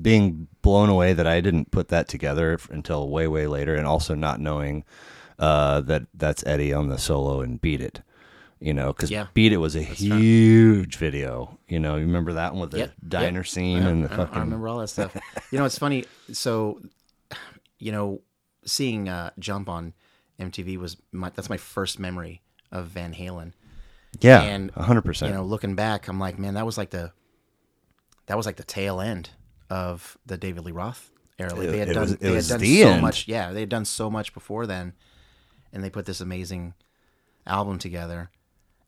S3: being blown away that I didn't put that together f- until way, way later, and also not knowing uh, that that's Eddie on the solo and "Beat It," you know, because
S2: Yeah.
S3: "Beat It" was a huge video. You know, you remember that one with the
S2: Yep, yep. Uh-huh.
S3: diner scene and the
S2: I, don't- I
S3: fucking
S2: remember all
S3: <laughs>
S2: that stuff. you know, it's funny. So, you know, seeing uh, Jump on MTV was my, that's my first memory of Van Halen.
S3: Yeah,
S2: And,
S3: a hundred
S2: You
S3: percent.
S2: know, looking back, I'm like, man, that was like the, that was like the tail end of the David Lee Roth era. Like
S3: It-
S2: they had
S3: it
S2: done,
S3: was- it
S2: they had
S3: was
S2: done
S3: the
S2: so
S3: end.
S2: much. Yeah, they had done so much before then, and they put this amazing album together.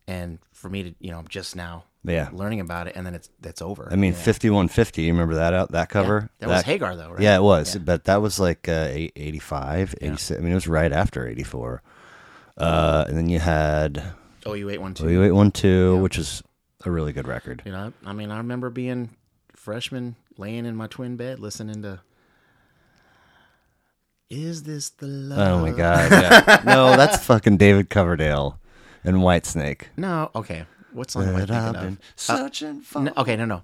S2: And for me to, you know, just now
S3: Yeah.
S2: learning about it, and then it's that's over.
S3: I mean,
S2: Yeah.
S3: 5150, you remember that out that
S2: Yeah.
S3: cover?
S2: That, was Hagar though, right?
S3: Yeah, it was.
S2: Yeah.
S3: But that was like uh, eight- 85, 86. I mean, it was right after 84. Uh, and then you had
S2: Oh,
S3: Oh,
S2: OU812.
S3: OU812, which is a really good record.
S2: You know, I mean, I remember being freshman, laying in my twin bed, listening to. Is this the love?
S3: Oh my God. Yeah. <laughs> no, that's fucking David Coverdale and Whitesnake.
S2: No, okay. What song am I
S3: That
S2: thinking
S3: I've
S2: of?
S3: been searching for.
S2: No, okay, no, no.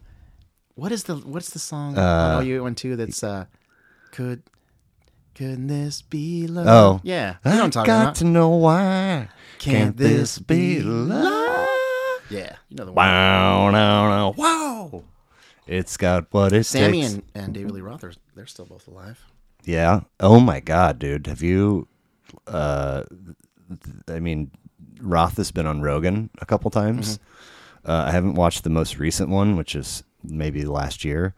S2: What is the what's the song
S3: Uh,
S2: on OU812 that's uh, could couldn't this be love?
S3: Oh.
S2: yeah, you
S3: I
S2: know what I'm
S3: got
S2: talking about.
S3: to know why.
S2: Can't this be
S3: love?
S2: Yeah, you know the one.
S3: Wow, no, no. Wow. It's got what it
S2: Sammy
S3: takes.
S2: and, and David Lee Roth are they're still both alive.
S3: Yeah. Oh my God, dude. Have you? Uh, th- I mean, Roth has been on Rogan a couple times. Uh, I haven't watched the most recent one, which is maybe last year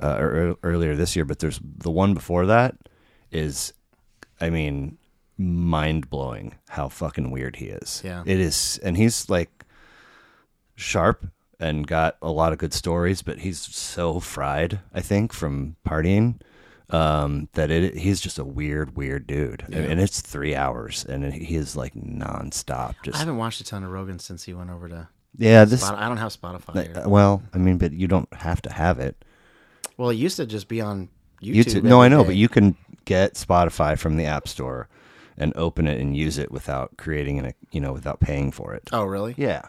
S3: uh, or ear- earlier this year. But there's the one before that is, I mean, mind blowing how fucking weird he is.
S2: Yeah.
S3: It is, and he's like sharp and got a lot of good stories, but he's so fried, I think, from partying um, that it, he's just a weird, weird dude. And, and it's three hours, and he is like nonstop.
S2: I
S3: Just
S2: haven't watched a ton of Rogan since he went over to.
S3: yeah, this. uh,
S2: Spot- I don't have Spotify. Here.
S3: Well, I mean, but you don't have to have it.
S2: Well, it used to just be on YouTube.
S3: uh, YouTube. No,
S2: every
S3: I know,
S2: day.
S3: but you can get Spotify from the App Store and open it and use it without creating an, ac- you know, without paying for it.
S2: Oh, really?
S3: Yeah.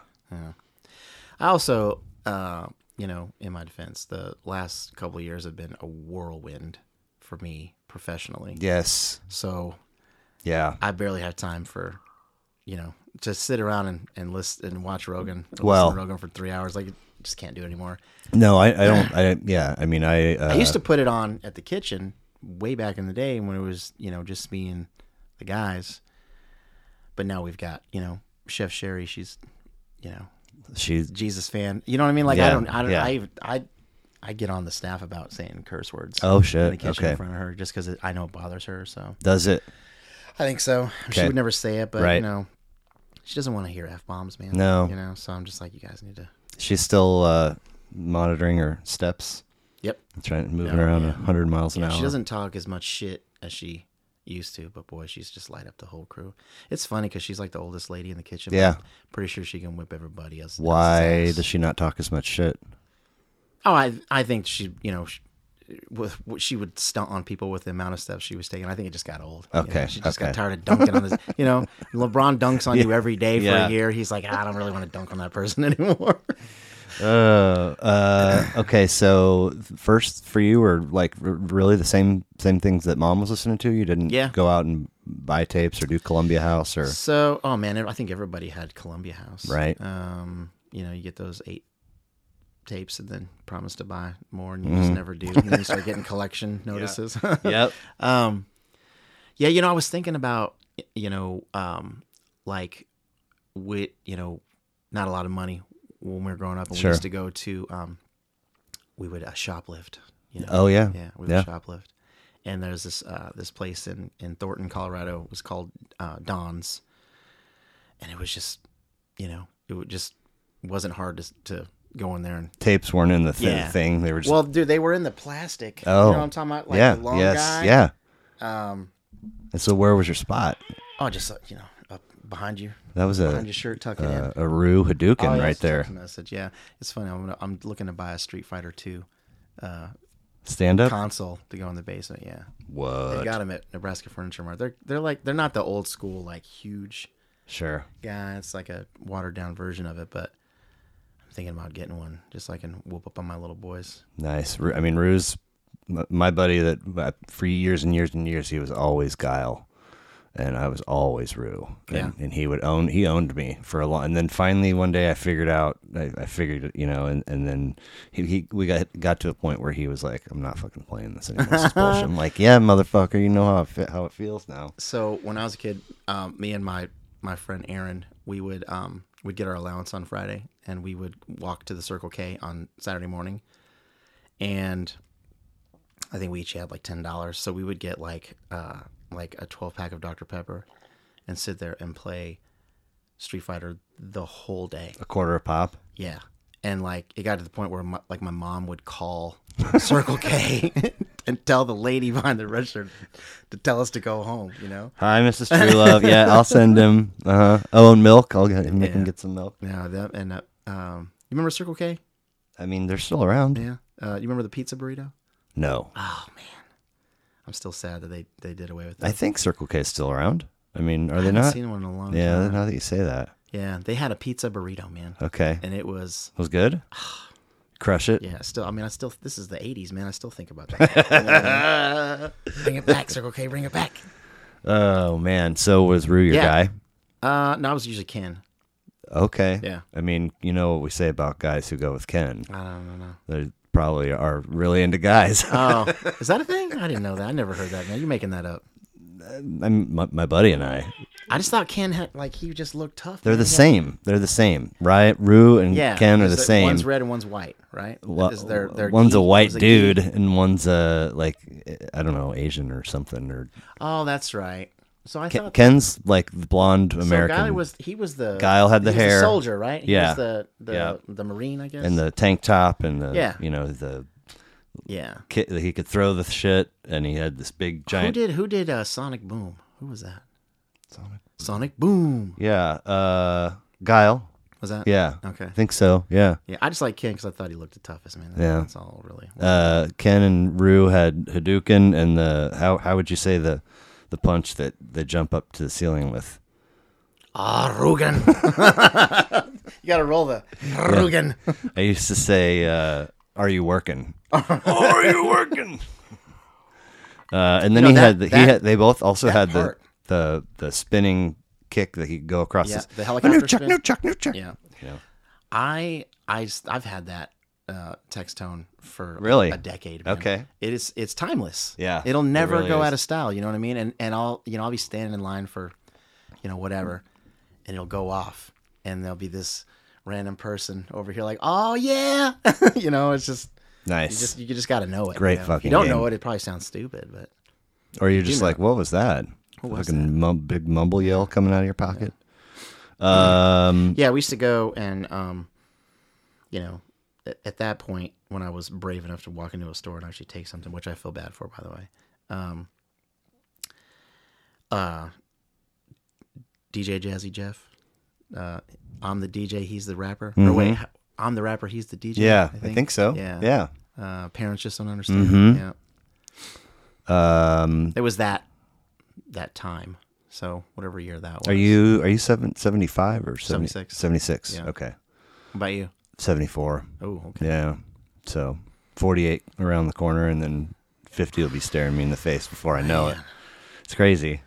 S2: I also, uh, you know, in my defense, the last couple of years have been a whirlwind for me professionally.
S3: Yes.
S2: So
S3: Yeah.
S2: I barely have time for, you know, to sit around and, and list and watch Rogan. or
S3: Well-
S2: listen to Rogan for three hours. Like, just can't do it anymore.
S3: No, I, I don't. I yeah. I mean, I. Uh,
S2: I used to put it on at the kitchen way back in the day when it was, you know, just me and the guys. But now we've got, you know, Chef Sherry. She's, you know,
S3: She's
S2: Jesus fan. You know what I mean? Like I
S3: Yeah,
S2: don't, I don't,
S3: yeah.
S2: I, even- I, I get on the staff about saying curse words.
S3: Oh,
S2: In the
S3: shit,
S2: kitchen
S3: okay.
S2: in front of her, just because I know it bothers her. So
S3: does it.
S2: I think so. She
S3: Okay.
S2: would never say it, but you
S3: Right.
S2: know, she doesn't want to hear f bombs, man.
S3: No.
S2: you know. So I'm just like, you guys need to.
S3: She's still uh, monitoring her steps.
S2: Yep.
S3: trying moving
S2: No,
S3: around
S2: yeah.
S3: a 100 miles an
S2: Yeah,
S3: hour.
S2: she doesn't talk as much shit as she used to, but boy, she's just light up the whole crew. It's funny because she's like the oldest lady in the kitchen. but
S3: Yeah.
S2: I'm pretty sure she can whip everybody else.
S3: Why
S2: else's ass.
S3: does she not talk as much shit?
S2: Oh, I I think she, you know, she, with she would stunt on people with the amount of steps she was taking. I think it just got old. you know?
S3: Okay,
S2: she just got
S3: okay.
S2: tired of
S3: <laughs>
S2: dunking on this. You know, LeBron dunks on you every day for
S3: yeah.
S2: a year. He's like, I don't really want to dunk on that person <laughs> anymore.
S3: Uh, uh, <coughs> okay, so first for you were like r- really the same same things that mom was listening to. You didn't
S2: Yeah.
S3: go out and buy tapes or do Columbia House
S2: <laughs>
S3: or
S2: so, oh man, I think everybody had Columbia House,
S3: Right.
S2: Um, you know, you get those eight tapes and then promise to buy more, and you
S3: Mm-hmm.
S2: just
S3: <laughs>
S2: never do. And then you start getting collection notices. <laughs>
S3: yep.
S2: Um, yeah, you know, I was thinking about, y- you know, um, like with, you know, not a lot of money when we were growing up.
S3: <laughs>
S2: And
S3: Sure.
S2: We used to go to, um, we would uh, shoplift. You know?
S3: Oh yeah,
S2: yeah, we would
S3: yeah.
S2: shoplift. And there's this uh, this place in in Thornton, Colorado. It was called uh, Don's, and it was just, you know, it would just wasn't hard to to go in there and
S3: Tapes weren't in the thi-
S2: Yeah.
S3: thing. They were just
S2: well, dude, they were in the plastic.
S3: Oh.
S2: you know what I'm talking about? Like
S3: yeah,
S2: the long
S3: yes,
S2: guy.
S3: yeah.
S2: Um,
S3: And so where was your spot?
S2: Oh, just uh, you know, up behind you,
S3: That was
S2: behind
S3: a
S2: your shirt, tucking in.
S3: uh, a Rue Hadouken
S2: Oh, yeah,
S3: right
S2: it's a
S3: there.
S2: text Message, yeah. It's funny. I'm gonna, I'm looking to buy a Street Fighter Two
S3: Stand up.
S2: console to go in the basement. Yeah, they
S3: What?
S2: got them at Nebraska Furniture Mart. They're they're like they're not the old school like huge
S3: Sure.
S2: guy. It's like a watered down version of it, but. I'm Thinking about getting one, just so I can whoop up on my little boys.
S3: Nice. Ru- I mean, Rue's m- my buddy that uh, for years and years and years he was always Guile, and I was always Rue. And, and he would own he owned me for a long. And then finally one day I figured out I, I figured you know, and, and then he, he we got got to a point where he was like, I'm not fucking playing this anymore. This is bullshit. I'm like, yeah, motherfucker, you know how it, fe- how it feels now.
S2: So when I was a kid, um, me and my my friend Aaron, we would um, we'd get our allowance on Friday, and we would walk to the Circle K on Saturday morning, and I think we each had like ten dollars, so we would get like uh, like a twelve pack of Dr Pepper, and sit there and play Street Fighter the whole day.
S3: A quarter of pop.
S2: Yeah, and like it got to the point where my, like my mom would call Circle K <laughs> and tell the lady behind the register to tell us to go home. You know.
S3: Hi, Mrs. True Love. Yeah, I'll send him. Uh huh. Oh, and milk. I'll get, make him
S2: Yeah.
S3: get some milk.
S2: Yeah. That and uh, um, you remember Circle K?
S3: I mean, they're still around.
S2: Yeah. Uh, you remember the pizza burrito?
S3: No,
S2: Oh man, I'm still sad that they they did away with that.
S3: I think Circle K is still around. I mean, are they
S2: haven't
S3: not?
S2: seen one in a long
S3: Yeah,
S2: time.
S3: now that you say that.
S2: Yeah, they had a pizza burrito, man,
S3: Okay.
S2: and it was
S3: Was
S2: <sighs>
S3: good? Crush it.
S2: yeah. Still, I mean, I still this is the '80s, man. I still think about that. <laughs> bring it back, Circle K. Bring it back.
S3: Oh, man. So was Rue your
S2: Yeah.
S3: guy?
S2: Uh, no, I was usually Ken.
S3: Okay.
S2: Yeah.
S3: I mean, you know what we say about guys who go with Ken.
S2: I don't know.
S3: They probably are really into
S2: <laughs>
S3: guys.
S2: Oh, is that a thing? I didn't know that. I never heard that. Man, you're making that up.
S3: I'm, my, my buddy and I,
S2: I just thought Ken had like he just looked tough.
S3: they're
S2: man.
S3: the
S2: Yeah.
S3: same. They're the same, right? Rue and
S2: Yeah,
S3: Ken are the
S2: 'cause
S3: same.
S2: One's red and one's white, right?
S3: Wha-
S2: Is their- their
S3: one's
S2: gi-
S3: a white
S2: is gi?
S3: dude and one's a like I don't know Asian or something or
S2: Oh, that's right. So I
S3: Ken,
S2: thought
S3: Ken's like the blonde American
S2: Oh, So guy was he was the
S3: Guile had the
S2: he was
S3: hair.
S2: soldier, right? He
S3: Yeah.
S2: was the the,
S3: Yeah.
S2: the marine, I guess.
S3: and the tank top and the
S2: Yeah.
S3: you know the
S2: yeah.
S3: ki- he could throw the shit and he had this big
S2: Who
S3: giant
S2: did who did uh, Sonic Boom? Who was that? Sonic. Sonic Boom
S3: yeah uh Guile
S2: was that?
S3: yeah
S2: Okay.
S3: I think so yeah
S2: Yeah, I just like Ken because I thought he looked the toughest man. That-
S3: Yeah.
S2: That's all really.
S3: uh Ken and Rue had Hadouken and the how how would you say the the punch that they jump up to the ceiling with
S2: Ah,
S3: <laughs>
S2: Rugen. <laughs> you gotta roll the
S3: <laughs>
S2: Rugen.
S3: I used to say, uh, "Are you
S2: <laughs>
S3: working? Are you working?" Uh, and then
S2: You know,
S3: he
S2: that-
S3: had the, he
S2: that-
S3: had they both also had the,
S2: part-
S3: the the spinning kick that he could go across.
S2: Yeah,
S3: his-
S2: the helicopter
S3: Nuchuk,
S2: spin.
S3: Nuchuk, Nuchuk.
S2: Yeah.
S3: You know,
S2: I I s- I've had that uh, text tone for
S3: Really?
S2: a decade. man.
S3: Okay.
S2: it is it's timeless.
S3: Yeah,
S2: it'll
S3: it
S2: never
S3: really
S2: go
S3: is.
S2: out of style. You know what I mean? And and I'll you know I'll be standing in line for, you know whatever, and it'll go off, and there'll be this random person over here like, oh yeah, <laughs> you know it's just you
S3: nice.
S2: just you just got to know it.
S3: Great
S2: you know? If
S3: fucking
S2: you don't
S3: game.
S2: know it, it probably sounds stupid, but
S3: or you're just like, "What was that?"
S2: was
S3: Fucking mum- big mumble yell coming out of your pocket. Um,
S2: yeah, we used to go and um, you know. at- At that point, when I was brave enough to walk into a store and actually take something, which I feel bad for, by the way, um, uh, DJ Jazzy Jeff. Uh, I'm the DJ, he's the rapper. Or wait, h- I'm the rapper, he's the DJ.
S3: Mm-hmm. yeah, I think, Mm-hmm. so.
S2: Yeah.
S3: yeah.
S2: Uh, parents just don't understand. Yeah,
S3: Um,
S2: it was that that time. So whatever year that was.
S3: are you are you seven, 75 or 70,
S2: 76.
S3: 76.
S2: Yeah.
S3: Okay,
S2: How about you?
S3: seventy four.
S2: Oh, okay.
S3: Yeah. So 48 around the corner, and then 50 will be staring me in the face before I know it. It's crazy.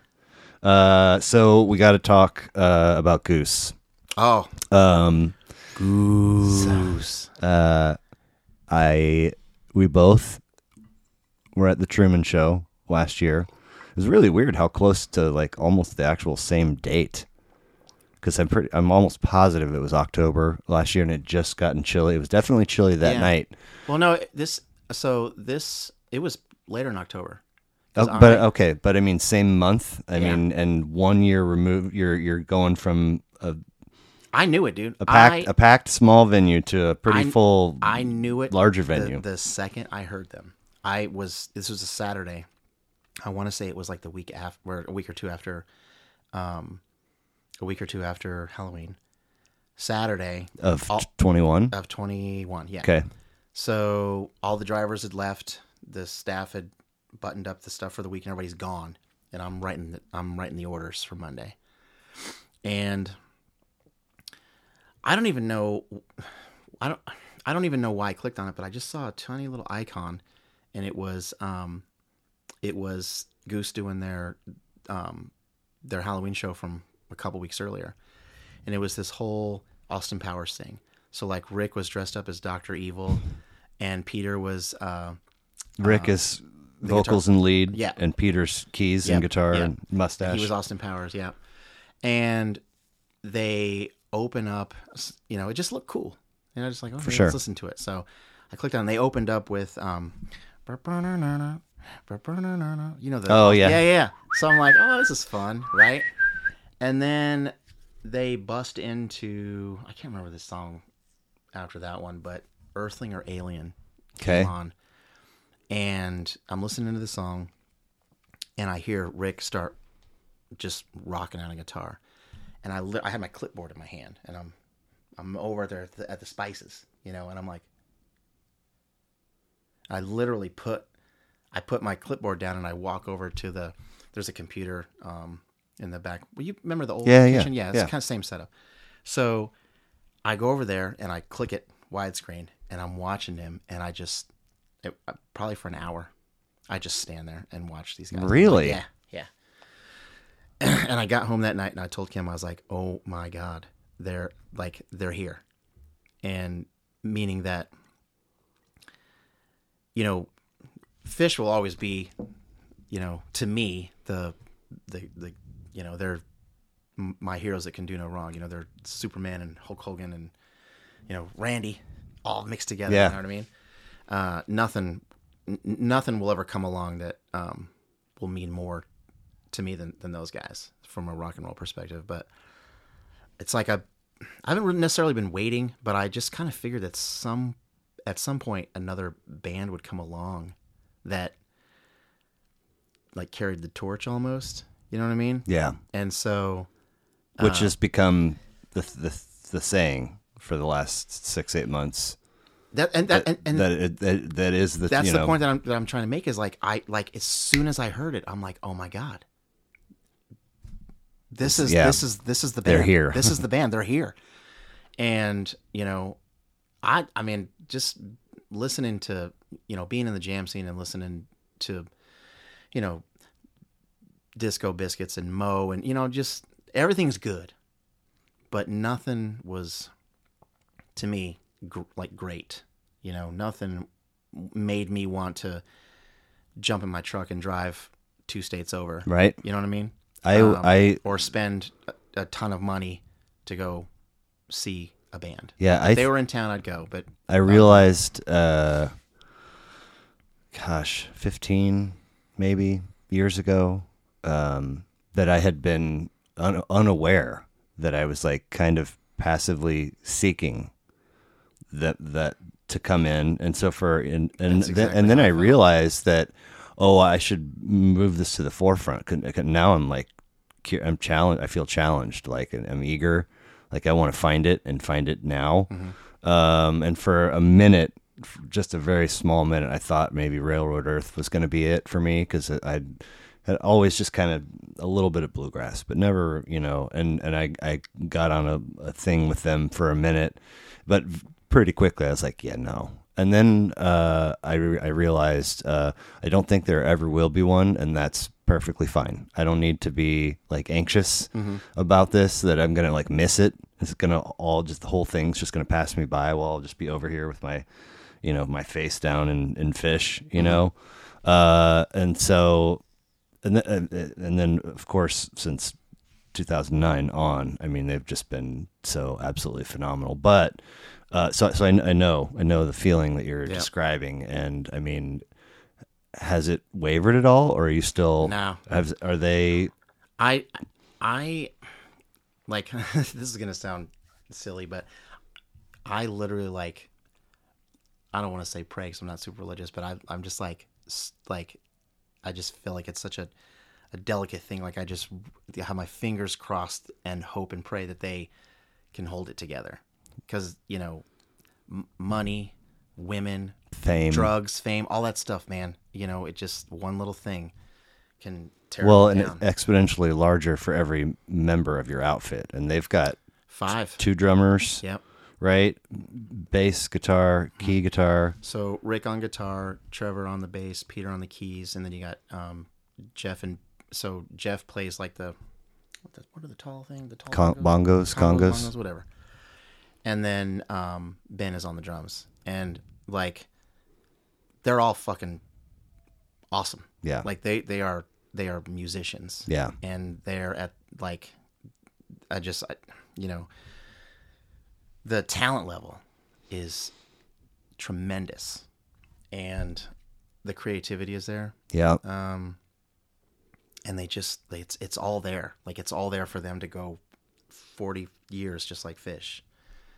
S3: Uh, so we got to talk uh, about Goose.
S2: Oh,
S3: Um,
S2: Zeus.
S3: uh, I we both were at the Truman Show last year. It was really weird how close to like almost the actual same date. Because I'm pretty, I'm almost positive it was October last year, and it just gotten chilly. It was definitely chilly that
S2: Yeah.
S3: night.
S2: Well, no, this so this it was later in October.
S3: Oh,
S2: 'Cause I-
S3: but okay, but I mean, same month. I
S2: Yeah.
S3: mean, and one year removed. You're you're going from a,
S2: I knew it, dude.
S3: a packed
S2: I,
S3: a packed small venue to a pretty
S2: I-
S3: full.
S2: I knew it.
S3: larger
S2: the-
S3: venue.
S2: The, second I heard them, I was. This was a Saturday. I want to say it was like the week after, or a week or two after, um, a week or two after Halloween, Saturday
S3: of
S2: all-
S3: twenty one.
S2: of twenty one. Yeah.
S3: Okay,
S2: So all the drivers had left. The staff had buttoned up the stuff for the week, and everybody's gone. And I'm writing, the, I'm writing the orders for Monday. And I don't even know, I don't, I don't even know why I clicked on it, but I just saw a tiny little icon, and it was, um, it was Goose doing their, um, their Halloween show from a couple weeks earlier and it was this whole Austin Powers thing. So like Rick was dressed up as Doctor Evil, and Peter was uh,
S3: Rick is vocals and lead.
S2: Yeah.
S3: and Peter's keys and
S2: Yep,
S3: guitar
S2: yeah.
S3: and mustache.
S2: he was Austin Powers, yeah. And they open up, you know, it just looked cool, and I was just like, okay,
S3: For sure.
S2: let's listen to it. So I clicked on. They opened up with, um, "Ba-ba-na-na-na, ba-ba-na-na-na," you know the
S3: Oh, yeah.
S2: yeah yeah. So I'm like, oh, this is fun, right? And then they bust into I can't remember this song after that one, but Earthling or Alien
S3: Okay.
S2: came on, and I'm listening to the song, and I hear Rick start just rocking on a guitar, and I li- I had my clipboard in my hand, and I'm I'm over there at the, at the spices, you know, and I'm like, I literally put I put my clipboard down and I walk over to the there's a computer um in the back. Well, you remember the old
S3: Yeah, yeah,
S2: kitchen? Yeah, it's
S3: yeah.
S2: kind of same setup. So I go over there and I click it widescreen and I'm watching him and I just it, uh, probably for an hour I just stand there and watch these guys.
S3: Really?
S2: Yeah, yeah. <laughs> and I got home that night and I told Kim I was like, "Oh my god, they're like they're here," and meaning that you know, fish will always be, you know, to me the the the you know they're m- my heroes that can do no wrong. You know, they're Superman and Hulk Hogan and you know Randy all mixed together.
S3: Yeah.
S2: You know what I mean? Uh, nothing, n- nothing will ever come along that um, will mean more to me than than those guys from a rock and roll perspective. But it's like I, I haven't really necessarily been waiting, but I just kind of figured that some, at some point, another band would come along that like carried the torch almost. You know what I mean?
S3: Yeah.
S2: And so
S3: Which
S2: Uh,
S3: has become the, the the saying for the last six eight months
S2: that and that, and, and
S3: that, it, that that is the
S2: that's
S3: you
S2: the
S3: know,
S2: point that I'm that I'm trying to make is like I like as soon as I heard it, I'm like, oh my god, this is
S3: yeah.
S2: this is this is the band.
S3: They're here. <laughs>
S2: this is the band. They're here. And you know, I I mean, just listening to you know being in the jam scene and listening to you know disco biscuits and Mo and you know just everything's good, but nothing was to me gr- like great. You know, nothing made me want to jump in my truck and drive two states over.
S3: right.
S2: You know what I mean?
S3: I
S2: Um,
S3: I
S2: or spend a, a ton of money to go see a band.
S3: yeah I
S2: If they were in town, I'd go. But
S3: I realized, uh, gosh, 15 maybe years ago, um, that I had been un- unaware that I was like kind of passively seeking that that to come in, and so for and and,
S2: That's
S3: then
S2: exactly
S3: and then I realized that oh, I should move this to the forefront. 'Cause- 'cause Now I'm like cu- I'm challenged. I feel challenged. Like and I'm eager. Like I want to find it and find it now.
S2: Mm-hmm.
S3: Um, and for a minute, f- just a very small minute, I thought maybe Railroad Earth was going to be it for me because I had always just kind of a little bit of bluegrass, but never, you know. And and I I got on a, a thing with them for a minute, but v- pretty quickly I was like, yeah, no. And then uh, I re- I realized uh, I don't think there ever will be one, and that's perfectly fine. I don't need to be like anxious about this that I'm gonna like miss it. It's gonna all just the whole thing's just gonna pass me by while I'll just be over here with my, you know, my face down in, in fish,
S2: Mm-hmm.
S3: you know, uh, and so, and th- and and then of course since 2009 on, I mean they've just been so absolutely phenomenal. But uh, so so I, I know I know the feeling that you're describing, and I mean. Has it wavered at all, or are you still?
S2: No.
S3: Have, are they
S2: I, I, like <laughs> this is gonna sound silly, but I literally like. I don't want to say pray because I'm not super religious, but I, I'm just like, s- like, I just feel like it's such a, a delicate thing. Like I just have my fingers crossed and hope and pray that they can hold it together, because you know, m- money, women,
S3: fame?
S2: drugs, fame, all that stuff, man. You know, it just one little thing can tear
S3: Well,
S2: it
S3: and
S2: down.
S3: it's exponentially larger for every member of your outfit, and they've got
S2: Five.
S3: two drummers,
S2: Yep.
S3: right? Bass guitar,
S2: Mm-hmm.
S3: key guitar.
S2: So Rick on guitar, Trevor on the bass, Peter on the keys, and then you got um, Jeff and so Jeff plays like the what, the, what are the tall thing? The tall
S3: Con- bongos,
S2: Congos,
S3: congos.
S2: bongos, whatever. And then um, Ben is on the drums, and like they're all fucking awesome.
S3: Yeah,
S2: Like they they are they are musicians.
S3: yeah,
S2: and they're at like i just I, you know the talent level is tremendous and the creativity is there
S3: yeah.
S2: um and they just they, it's it's all there like it's all there for them to go 40 years just like fish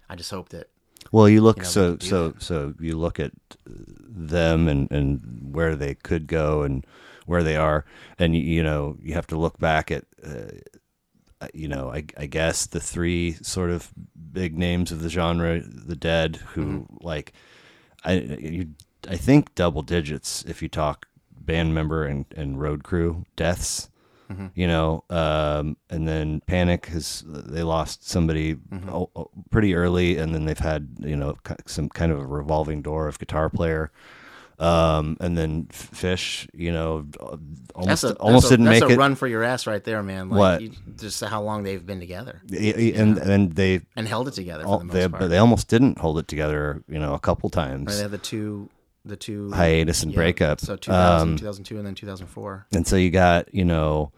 S2: i just hope that
S3: Well, you look
S2: You know, we
S3: so
S2: could do
S3: so so you look at them and and where they could go and where they are, and you, you know you have to look back at. Uh, you know, I, I guess the three sort of big names of the genre, the Dead, who
S2: Mm-hmm.
S3: like, I you, I think double digits if you talk band member and, and road crew deaths,
S2: Mm-hmm.
S3: you know, um, and then Panic has they lost somebody
S2: Mm-hmm.
S3: o- o- pretty early, and then they've had you know ki- some kind of a revolving door of guitar player. Um, and then F- Fish, you know, almost
S2: That's a
S3: almost
S2: that's a,
S3: didn't
S2: that's
S3: make
S2: a
S3: it.
S2: run for your ass right there, man. Like,
S3: What?
S2: You, just how long they've been together
S3: Y- y- and and they
S2: and held it together for
S3: all,
S2: the most
S3: they
S2: part.
S3: but they almost didn't hold it together, you know, a couple times.
S2: Right, they had the two, the two
S3: Hiatus and
S2: yeah,
S3: breakup.
S2: So
S3: um,
S2: 2000, 2002, and then 2004.
S3: And so you got, you know,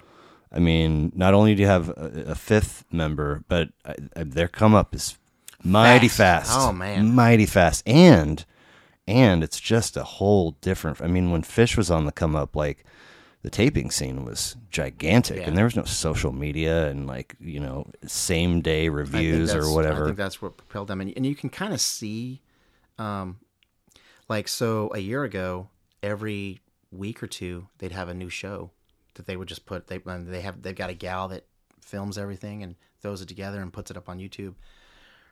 S3: I mean, not only do you have a, a fifth member, but I, I, their come up is mighty
S2: Fast.
S3: fast.
S2: Oh, man.
S3: mighty fast. And and it's just a whole different. I mean, when Fish was on the come up, like the taping scene was gigantic,
S2: Yeah.
S3: and there was no social media and like you know same day
S2: I think
S3: reviews
S2: that's-
S3: or
S2: I
S3: whatever.
S2: think that's what propelled them, and, and you can kind of see, um, like so a year ago, every week or two they'd have a new show that they would just put. They and they have they've got a gal that films everything and throws it together and puts it up on YouTube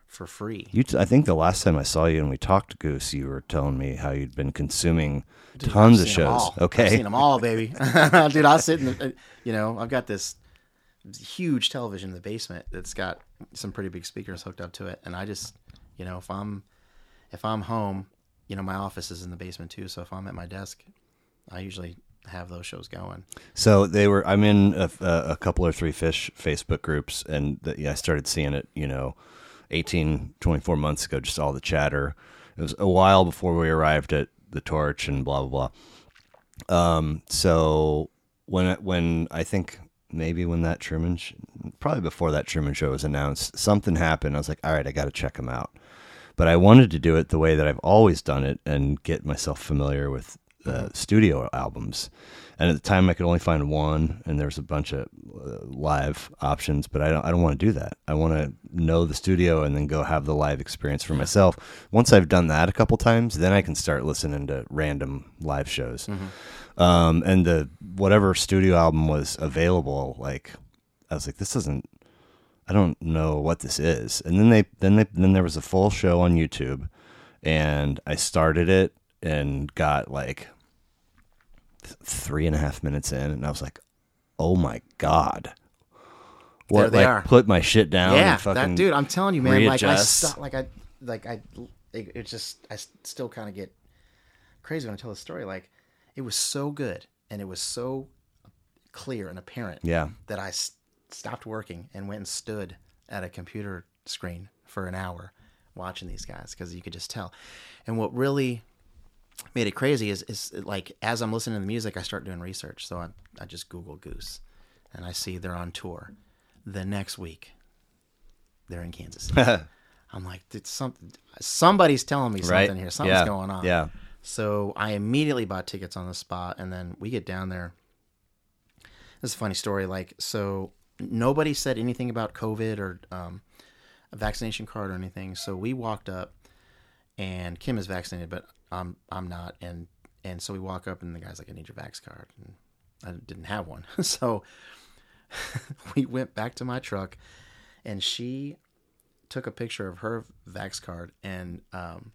S2: for free.
S3: You, t- I think the last time I saw you and we talked, Goose, you were telling me how you'd been consuming tons of
S2: Seen 'em
S3: shows.
S2: all. I've
S3: Okay,
S2: seen them all, baby. <laughs> Dude, I sit in the, uh, you know, I've got this huge television in the basement that's got some pretty big speakers hooked up to it, and I just, you know, if I'm if I'm home, you know, my office is in the basement too, so if I'm at my desk, I usually have those shows going.
S3: So they were. I'm in a, a, a couple or three fish Facebook groups, and the, yeah, I started seeing it. You know, 18, 24 months ago, just all the chatter. It was a while before we arrived at the torch and blah blah blah. Um. So when I- when I think maybe when that Truman, sh- probably before that Truman show was announced, something happened. I was like, all right, I got to check them out. But I wanted to do it the way that I've always done it and get myself familiar with uh, studio albums. And at the time, I could only find one, and there's a bunch of uh, live options. But I don't, I don't want to do that. I want to know the studio and then go have the live experience for myself. Once I've done that a couple times, then I can start listening to random live shows. Um, and the whatever studio album was available, like I was like, this doesn't. I don't know what this is. And then they then they then there was a full show on YouTube, and I started it and got like th- three and a half minutes in, and I was like, "Oh my god!" What
S2: There they
S3: like
S2: are.
S3: put my shit down?
S2: yeah,
S3: and fucking
S2: that dude, I'm telling you, man, like I
S3: readjust.
S2: stop, like I, like I, it, it's just I s- still kind of get crazy when I tell the story. Like it was so good and it was so clear and apparent.
S3: Yeah,
S2: that I s- stopped working and went and stood at a computer screen for an hour watching these guys because you could just tell. And what really made it crazy is, is like as I'm listening to the music, I start doing research. So I, I just Google Goose and I see they're on tour the next week. They're in
S3: <laughs>
S2: Kansas. City. I'm like, did something, somebody's telling me something
S3: right
S2: here. Something's
S3: Yeah.
S2: going on.
S3: Yeah,
S2: So I immediately bought tickets on the spot, and then we get down there. This is a funny story. Like, so nobody said anything about COVID or um, a vaccination card or anything. So we walked up, and Kim is vaccinated, but I'm I'm not, and and so we walk up, and the guy's like, "I need your vax card," and I didn't have one, <laughs> so we went back to my truck, and she took a picture of her vax card and um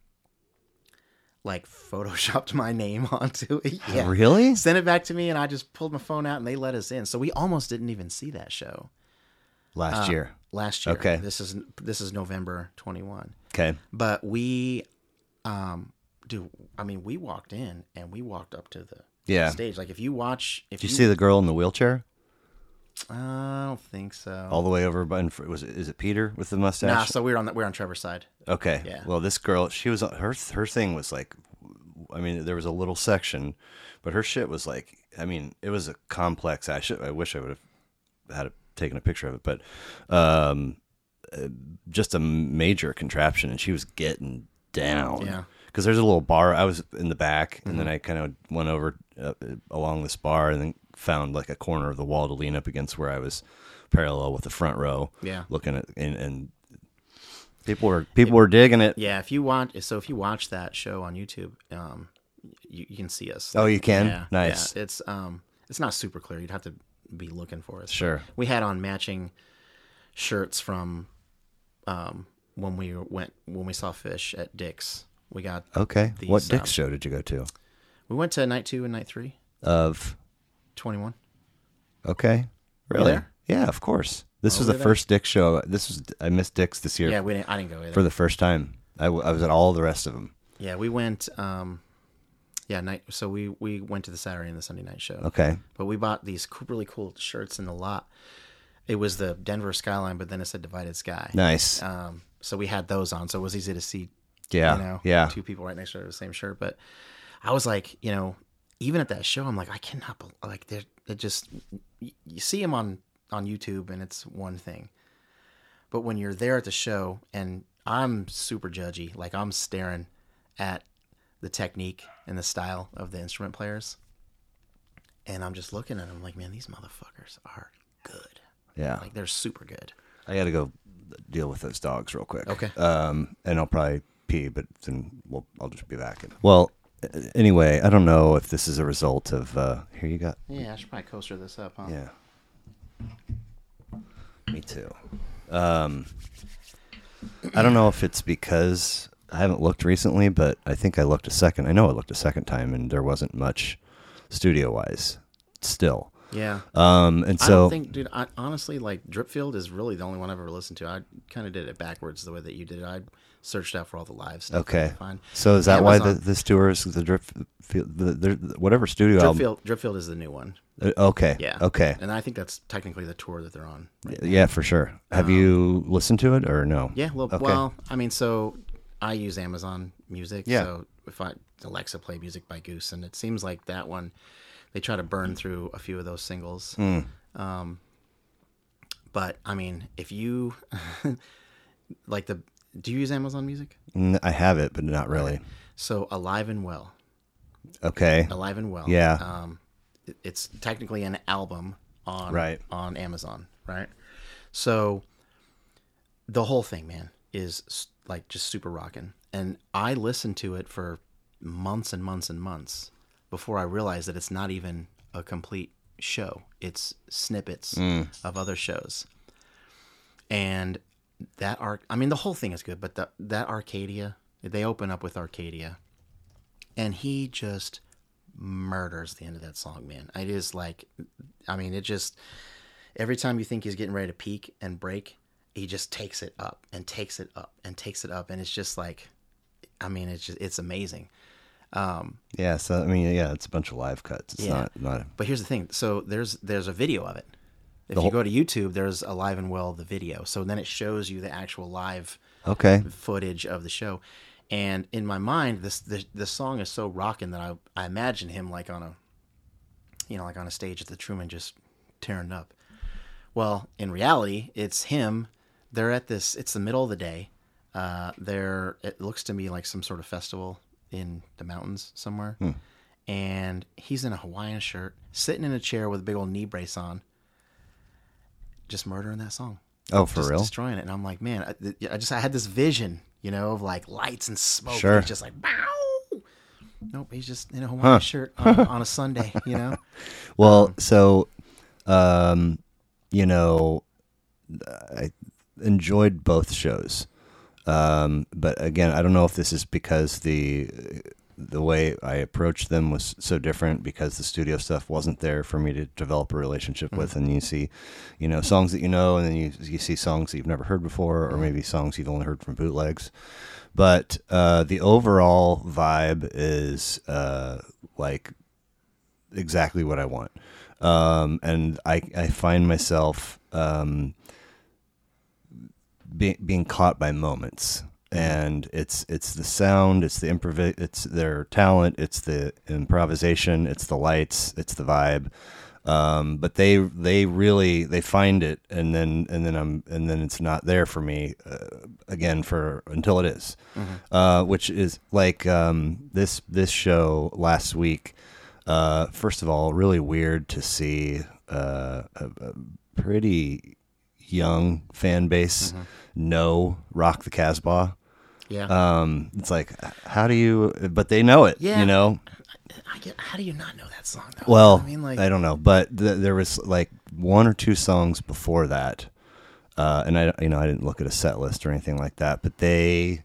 S2: like photoshopped my name <laughs> onto it. Yeah.
S3: really?
S2: Sent it back to me and I just pulled my phone out and they let us in. So we almost didn't even see that show uh,
S3: Last year,
S2: last year.
S3: Okay.
S2: This is this is November 21.
S3: okay.
S2: But we um do I mean we walked in and we walked up to the
S3: Yeah.
S2: stage like if you watch if
S3: Did you see the girl in the wheelchair
S2: I don't think so.
S3: all the way over? By, in fr- was it, is it Peter with the mustache?
S2: Nah, so we're on that we're on Trevor's side.
S3: Okay.
S2: Yeah.
S3: Well, this girl, she was her her thing was like, I mean, there was a little section, but her shit was like, I mean, it was a complex. I should, I wish I would have had a, taken a picture of it, but um, uh, just a major contraption, and she was getting down.
S2: Yeah. Mm-hmm.
S3: Because there's a little bar. I was in the back, and then I kind of went over uh, along this bar, and then found like a corner of the wall to lean up against where I was parallel with the front row.
S2: Yeah.
S3: Looking at and and People were people were digging it.
S2: Yeah, if you want, so if you watch that show on YouTube, um, you, you can see us.
S3: Oh, you can.
S2: yeah,
S3: nice.
S2: yeah. It's um, it's not super clear. You'd have to be looking for us.
S3: Sure.
S2: We had on matching shirts from um when we went when we saw fish at Dick's. We got
S3: Okay.
S2: These,
S3: what Dick's
S2: um,
S3: show did you go to?
S2: we went to night two and night three,
S3: Of
S2: 21.
S3: okay, really?
S2: there?
S3: Yeah, of course. This was
S2: were
S3: the
S2: you there?
S3: first Dick's show. This was I missed Dick's this year
S2: Yeah, we didn't. I didn't go either.
S3: for the first time. I, w- I was at all the rest of them.
S2: yeah, we went. Um, yeah, night. So we we went to the Saturday and the Sunday night show.
S3: Okay.
S2: But we bought these coo- really cool shirts in the lot. It was the Denver skyline, but then it said divided sky.
S3: Nice.
S2: Um, so we had those on, so it was easy to see.
S3: Yeah.
S2: You know,
S3: yeah.
S2: Two people right next to the same shirt, but I was like, you know, even at that show, I'm like, I cannot bel like they're, they just you, you see them on on YouTube and it's one thing, but when you're there at the show and I'm super judgy, like I'm staring at the technique and the style of the instrument players, and I'm just looking at them like, man, these motherfuckers are good.
S3: Yeah.
S2: Like they're super good.
S3: I got to go deal with those dogs real quick.
S2: Okay.
S3: Um, and I'll probably pee, but then we'll, I'll just be back. Well, uh, anyway, I don't know if this is a result of uh, here you got.
S2: Yeah, I should probably coaster this up, huh?
S3: Yeah. Me too. Um, I don't know if it's because I haven't looked recently, but I think I looked a second. I know I looked a second time, and there wasn't much studio wise still.
S2: Yeah.
S3: Um, and
S2: I
S3: so
S2: don't think, dude. I, honestly, like Dripfield is really the only one I've ever listened to. I kind of did it backwards the way that you did it. I searched out for all the live stuff.
S3: Okay.
S2: Fine.
S3: So is that why the,
S2: Amazon.
S3: this tour is the drip field, the, the, the- whatever studio album?
S2: Dripfield, Dripfield is the new one.
S3: Uh, Okay.
S2: Yeah.
S3: Um, Okay.
S2: And I think that's technically the tour that they're on.
S3: Yeah, for sure. Have you listened to it or no?
S2: Yeah. Well,
S3: Okay.
S2: well, I mean, so I use Amazon Music.
S3: Yeah.
S2: So if I Alexa play music by Goose, and it seems like that one, they try to burn through a few of those singles.
S3: Hmm.
S2: Um, but I mean, if you <laughs> like the, do you use Amazon Music?
S3: N- I have it, but not really.
S2: So alive and well,
S3: Okay.
S2: alive and well.
S3: Yeah.
S2: Um, it- it's technically an album on
S3: Right.
S2: on Amazon, right? So the whole thing, man, is s- like just super rocking. And I listened to it for months and months and months before I realized that it's not even a complete show. It's snippets
S3: Mm.
S2: of other shows. And that arc, I mean, the whole thing is good, but the, that Arcadia, they open up with Arcadia, and he just murders the end of that song, man. It is like, I mean, it just every time you think he's getting ready to peak and break, he just takes it up and takes it up and takes it up, and it's just like, I mean, it's just it's amazing.
S3: Yeah. So I mean, yeah, it's a bunch of live cuts. It's
S2: Yeah.
S3: not not.
S2: But here's the thing: so there's there's a video of it. If
S3: whole-
S2: you go to YouTube, there's a live and well the video. So then it shows you the actual live
S3: Okay.
S2: footage of the show. And in my mind, this the, the song is so rocking that I I imagine him like on a, you know, like on a stage at the Truman just tearing it up. Well, in reality, it's him. They're at this. It's the middle of the day. Uh, they're. It looks to me like some sort of festival in the mountains somewhere. And he's in a Hawaiian shirt, sitting in a chair with a big old knee brace on, just murdering that song
S3: Oh, for
S2: just
S3: real?
S2: destroying it. And I'm like, man, I, th- I just I had this vision, you know, of like lights and smoke.
S3: Sure.
S2: And he's just like, bow. Nope, he's just in a Hawaiian shirt
S3: <laughs>
S2: on, on a Sunday, you know.
S3: Well, so, um, you know, I enjoyed both shows, um, but again, I don't know if this is because the the way I approached them was so different because the studio stuff wasn't there for me to develop a relationship with, and you see, you know, songs that you know, and then you you see songs that you've never heard before, or maybe songs you've only heard from bootlegs, but uh, the overall vibe is uh, like exactly what I want. Um, and I, I find myself um, be, being caught by moments. And it's it's the sound, it's the improv, it's their talent, it's the improvisation, it's the lights, it's the vibe. Um, but they they really they find it, and then and then I'm and then it's not there for me uh, again for until it is. uh, which is like um, this this show last week. Uh, first of all, really weird to see uh, a, a pretty young fan base
S2: Mm-hmm.
S3: know Rock the Casbah.
S2: Yeah.
S3: Um, it's like, how do you? But they know it,
S2: Yeah.
S3: you know.
S2: I get, how do you not know that song? Though?
S3: Well,
S2: I mean, like,
S3: I don't know, but th- there was like one or two songs before that, uh, and I, you know, I didn't look at a set list or anything like that, but they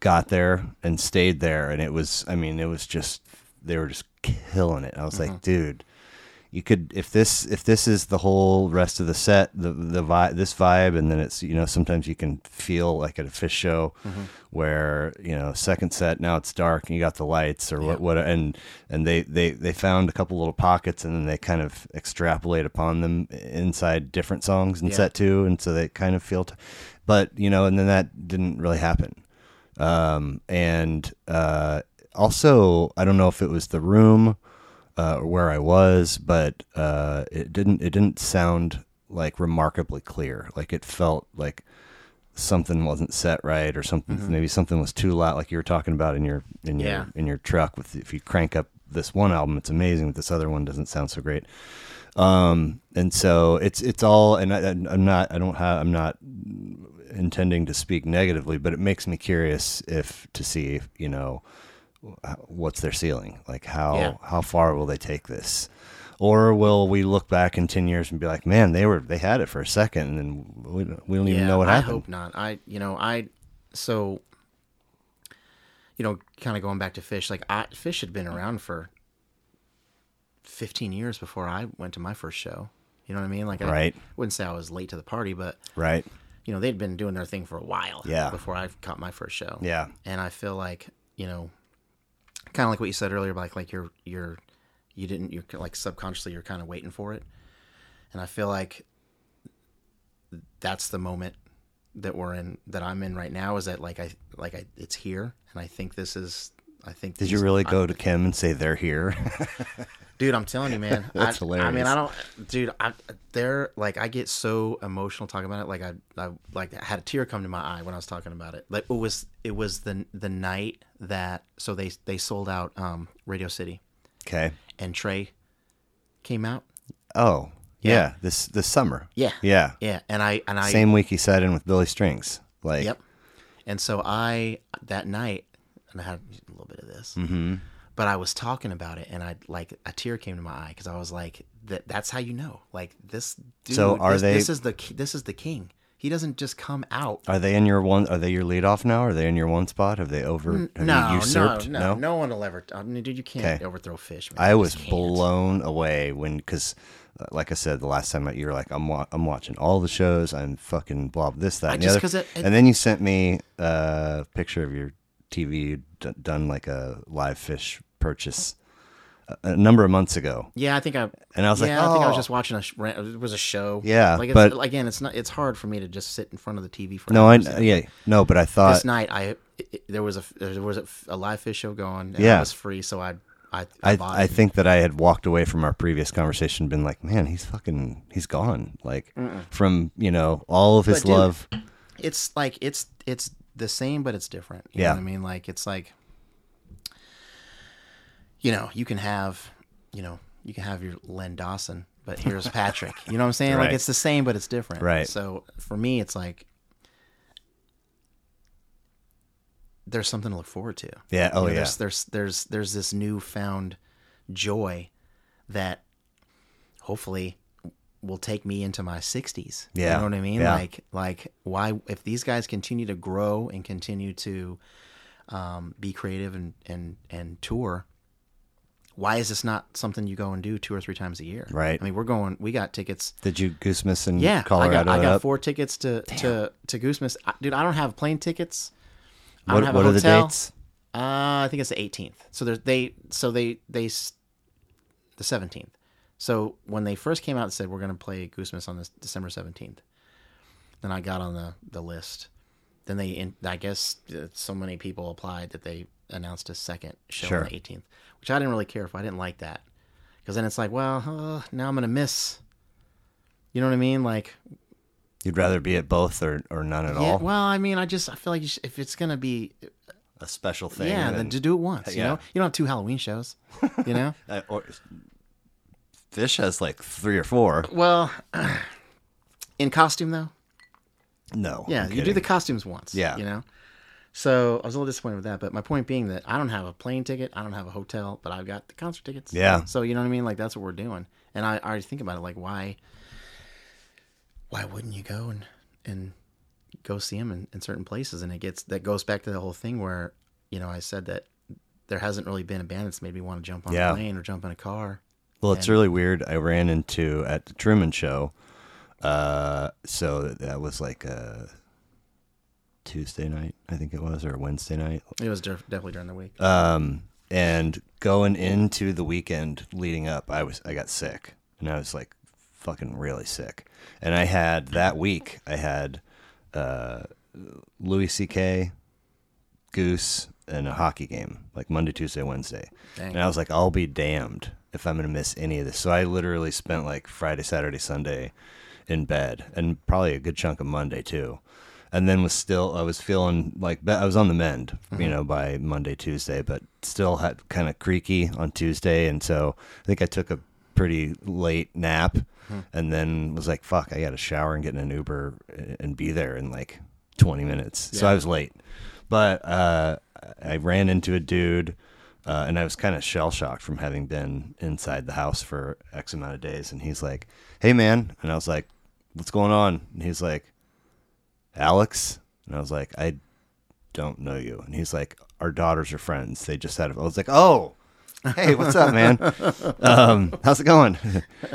S3: got there and stayed there, and it was, I mean, it was just they were just killing it. I was
S2: Mm-hmm.
S3: like, dude, you could if this if this is the whole rest of the set, the the vibe, this vibe, and then it's you know sometimes you can feel like at a fish show where you know second set now it's dark and you got the lights or what what and and they they they found a couple little pockets and then they kind of extrapolate upon them inside different songs in
S2: Yeah.
S3: set two and so they kind of feel, t- but you know and then that didn't really happen um, and uh, also I don't know if it was the room uh, or where I was, but uh, it didn't it didn't sound like remarkably clear. Like it felt like something wasn't set right or something maybe something was too loud like you were talking about in your in your
S2: Yeah.
S3: in your truck with if you crank up this one album it's amazing but this other one doesn't sound so great um and so it's it's all and I, i'm not i don't have i'm not intending to speak negatively, but it makes me curious if to see, if, you know, wh- what's their ceiling? Like how
S2: Yeah.
S3: how far will they take this? Or will we look back in 10 years and be like, "Man, they were they had it for a second and then we don't, we don't even know what
S2: I
S3: happened."
S2: hope not. I, you know, I, so, you know, kind of going back to Fish, like, I, Fish had been around for 15 years before I went to my first show. You know what I mean? Like, I
S3: Right.
S2: wouldn't say I was late to the party, but,
S3: Right?
S2: you know, they'd been doing their thing for a while
S3: Yeah.
S2: before I caught my first show.
S3: Yeah.
S2: and I feel like you know, kind of like what you said earlier, like like you're you're you didn't you're like subconsciously you're kind of waiting for it, and I feel like that's the moment that we're in that I'm in right now is that like I like I it's here and I think this is I think
S3: Did you
S2: these-
S3: really go to Kim and say they're here? <laughs>
S2: dude I'm telling you man
S3: That's
S2: I, I mean
S3: hilarious.
S2: I don't dude I they're like I get so emotional talking about it like I I like had a tear come to my eye when I was talking about it like it was it was the the night that so they they sold out um Radio City
S3: okay.
S2: and Trey came out
S3: Oh, yeah. This this summer.
S2: Yeah.
S3: Yeah.
S2: yeah and I and I
S3: Same week he sat in with Billy Strings. Like
S2: Yep. And so I that night, and I had a little bit of this, mm-hmm. but I was talking about it, and I like a tear came to my eye because I was like, "That that's how you know, like this dude.
S3: So are
S2: this,
S3: they- Uh,
S2: This is the ki- this is the king. He doesn't just come out.
S3: Are they in your one? Are they your leadoff now? Are they in your one spot? Have they over? Have you
S2: No, no,
S3: usurped?
S2: no, no, one will ever. I mean, dude, you can't
S3: 'Kay.
S2: overthrow fish. Man.
S3: I
S2: You
S3: was
S2: just can't.
S3: blown away when because. Like I said, the last time you were like, I'm wa- I'm watching all the shows. I'm fucking blah this that. And, the
S2: just-
S3: other.
S2: 'cause it- it-
S3: and then you sent me uh, a picture of your TV. You'd d- done like a live fish purchase a, a number of months ago,
S2: Yeah, I think I.
S3: and I was like,
S2: yeah, I think I was
S3: "Oh."
S2: just watching a. Sh- ran- it was a show.
S3: Yeah,
S2: like it's,
S3: but-
S2: again, it's not. It's hard for me to just sit in front of the TV for.
S3: No, I
S2: hours.
S3: yeah no, but I thought
S2: this night I it- it- there was a there was a, a live fish show going. And yeah,
S3: Yeah.
S2: it was free, so I I I,
S3: I,
S2: bought
S3: I
S2: it.
S3: think that I had walked away from our previous conversation, been like, man, he's fucking, he's gone. Like from you know all of his
S2: But dude-
S3: love.
S2: it's like it's it's the same, but it's different. You
S3: Yeah.
S2: know what I mean, like it's like you know you can have you know you can have your Len Dawson,
S3: <laughs>
S2: but here's Patrick. you know what I'm saying? Like
S3: Right.
S2: it's the same, but it's different.
S3: Right.
S2: So for me, it's like there's something to look forward to.
S3: Yeah. Oh
S2: You know,
S3: yeah.
S2: There's, there's there's there's this newfound joy that hopefully will take me into my 60s. You
S3: Yeah.
S2: know what I mean?
S3: Yeah.
S2: Like like why if these guys continue to grow and continue to um, be creative and and and tour why is this not something you go and do two or three times a year?
S3: Right.
S2: I mean, we're going. We got tickets.
S3: Did you goose miss in
S2: Yeah,
S3: Colorado?
S2: I got I got
S3: up?
S2: four tickets to to to Goosemas. I- Dude, I don't have plane tickets. I
S3: What,
S2: don't have
S3: what
S2: a
S3: are the
S2: hotel.
S3: dates?
S2: Uh, I think it's the 18th. So there's they so they they s- the 17th. So when they first came out and said we're going to play Goosemas on this December 17th. Then I got on the the list. Then they in, I guess uh, so many people applied that they announced a second show
S3: Sure.
S2: on the 18th, which I didn't really care for. I didn't like that. Cuz then it's like, well, uh, now I'm going to miss you know what I mean? Like,
S3: You'd rather be at both or, or none at
S2: yeah,
S3: all.
S2: well, I mean, I just I feel like you sh if it's gonna be,
S3: a special thing.
S2: yeah, then
S3: and-
S2: to do it once. You
S3: yeah.
S2: know, you don't have two Halloween shows. You
S3: <laughs>
S2: know,
S3: uh, or, Fish has like three or four.
S2: Well, <sighs> in costume though.
S3: No.
S2: Yeah,
S3: Oh, I'm
S2: you do the
S3: kidding.
S2: costumes once.
S3: Yeah.
S2: you know. So I was a little disappointed with that, but my point being that I don't have a plane ticket, I don't have a hotel, but I've got the concert tickets.
S3: Yeah.
S2: So you know what I mean? Like that's what we're doing, and I, I already think about it. Like why, why wouldn't you go and and go see them in, in certain places? And it gets that goes back to the whole thing where you know I said that there hasn't really been a band that's made me want to jump on
S3: Yeah.
S2: a plane or jump in a car.
S3: Well, it's really weird. I ran into at the Truman Show. Uh, so that was like a Tuesday night, I think it was, or Wednesday night.
S2: It was def- definitely during the week.
S3: Um, and going into the weekend leading up, I was I got sick, and I was like fucking really sick. And I had that week, I had uh, Louis C.K., Goose, and a hockey game like Monday, Tuesday, Wednesday.
S2: Dang.
S3: And I was like, I'll be damned if I'm gonna miss any of this. So I literally spent like Friday, Saturday, Sunday in bed, and probably a good chunk of Monday too. And then was still I was feeling like I was on the mend, you know, by Monday, Tuesday, but still had kind of creaky on Tuesday, and so I think I took a pretty late nap, and then was like, "Fuck, I got to shower and get in an Uber and be there in like 20 minutes." So I was late, but uh, I ran into a dude uh, and I was kind of shell shocked from having been inside the house for X amount of days. And he's like, "Hey, man," and I was like, "What's going on?" And he's like, "Alex," and I was like, "I don't know you." And he's like, "Our daughters are friends. They just had." A-. I was like, "Oh." Hey, what's up, man? Um, how's it going? <laughs>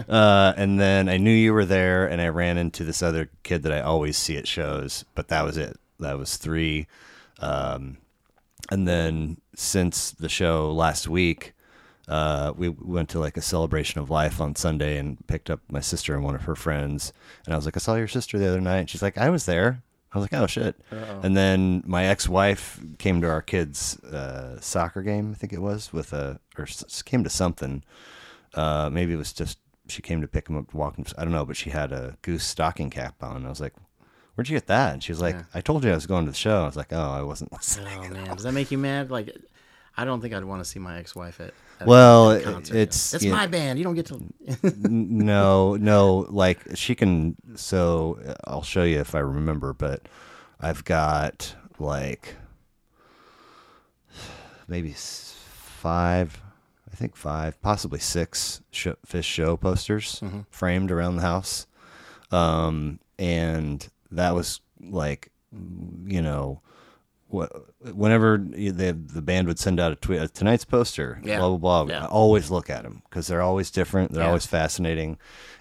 S3: Uh, and then I knew you were there, and I ran into this other kid that I always see at shows, but that was it. That was three. Um, and then since the show last week, uh, we went to like a celebration of life on Sunday and picked up my sister and one of her friends. And I was like, I saw your sister the other night. And she's like, I was there. I was like, oh shit. And then my ex wife came to our kids' uh, soccer game, I think it was, with a, or s- came to something. Uh, maybe it was just she came to pick him up, to walk him. I don't know, but she had a goose stocking cap on. And I was like, where'd you get that? And she was like, I told you I was going to the show. I was like, oh, I wasn't <laughs> listening.
S2: Oh man, does that make you mad? Like, I don't think I'd want to see my ex-wife at. at a-
S3: Well,
S2: at a concert.
S3: it's-
S2: it's
S3: yeah.
S2: my band. You don't get to.
S3: N- no, no. Like she can. So uh, I'll show you if I remember. But I've got like maybe s- five, I think five, possibly six sh- fish show posters
S2: Mm-hmm.
S3: framed around the house, um, and that was like you know. wh- Whenever the the band would send out a tweet, tonight's poster,
S2: Yeah.
S3: blah blah blah.
S2: Yeah.
S3: I always look at them because they're always different. They're
S2: Yeah.
S3: always fascinating,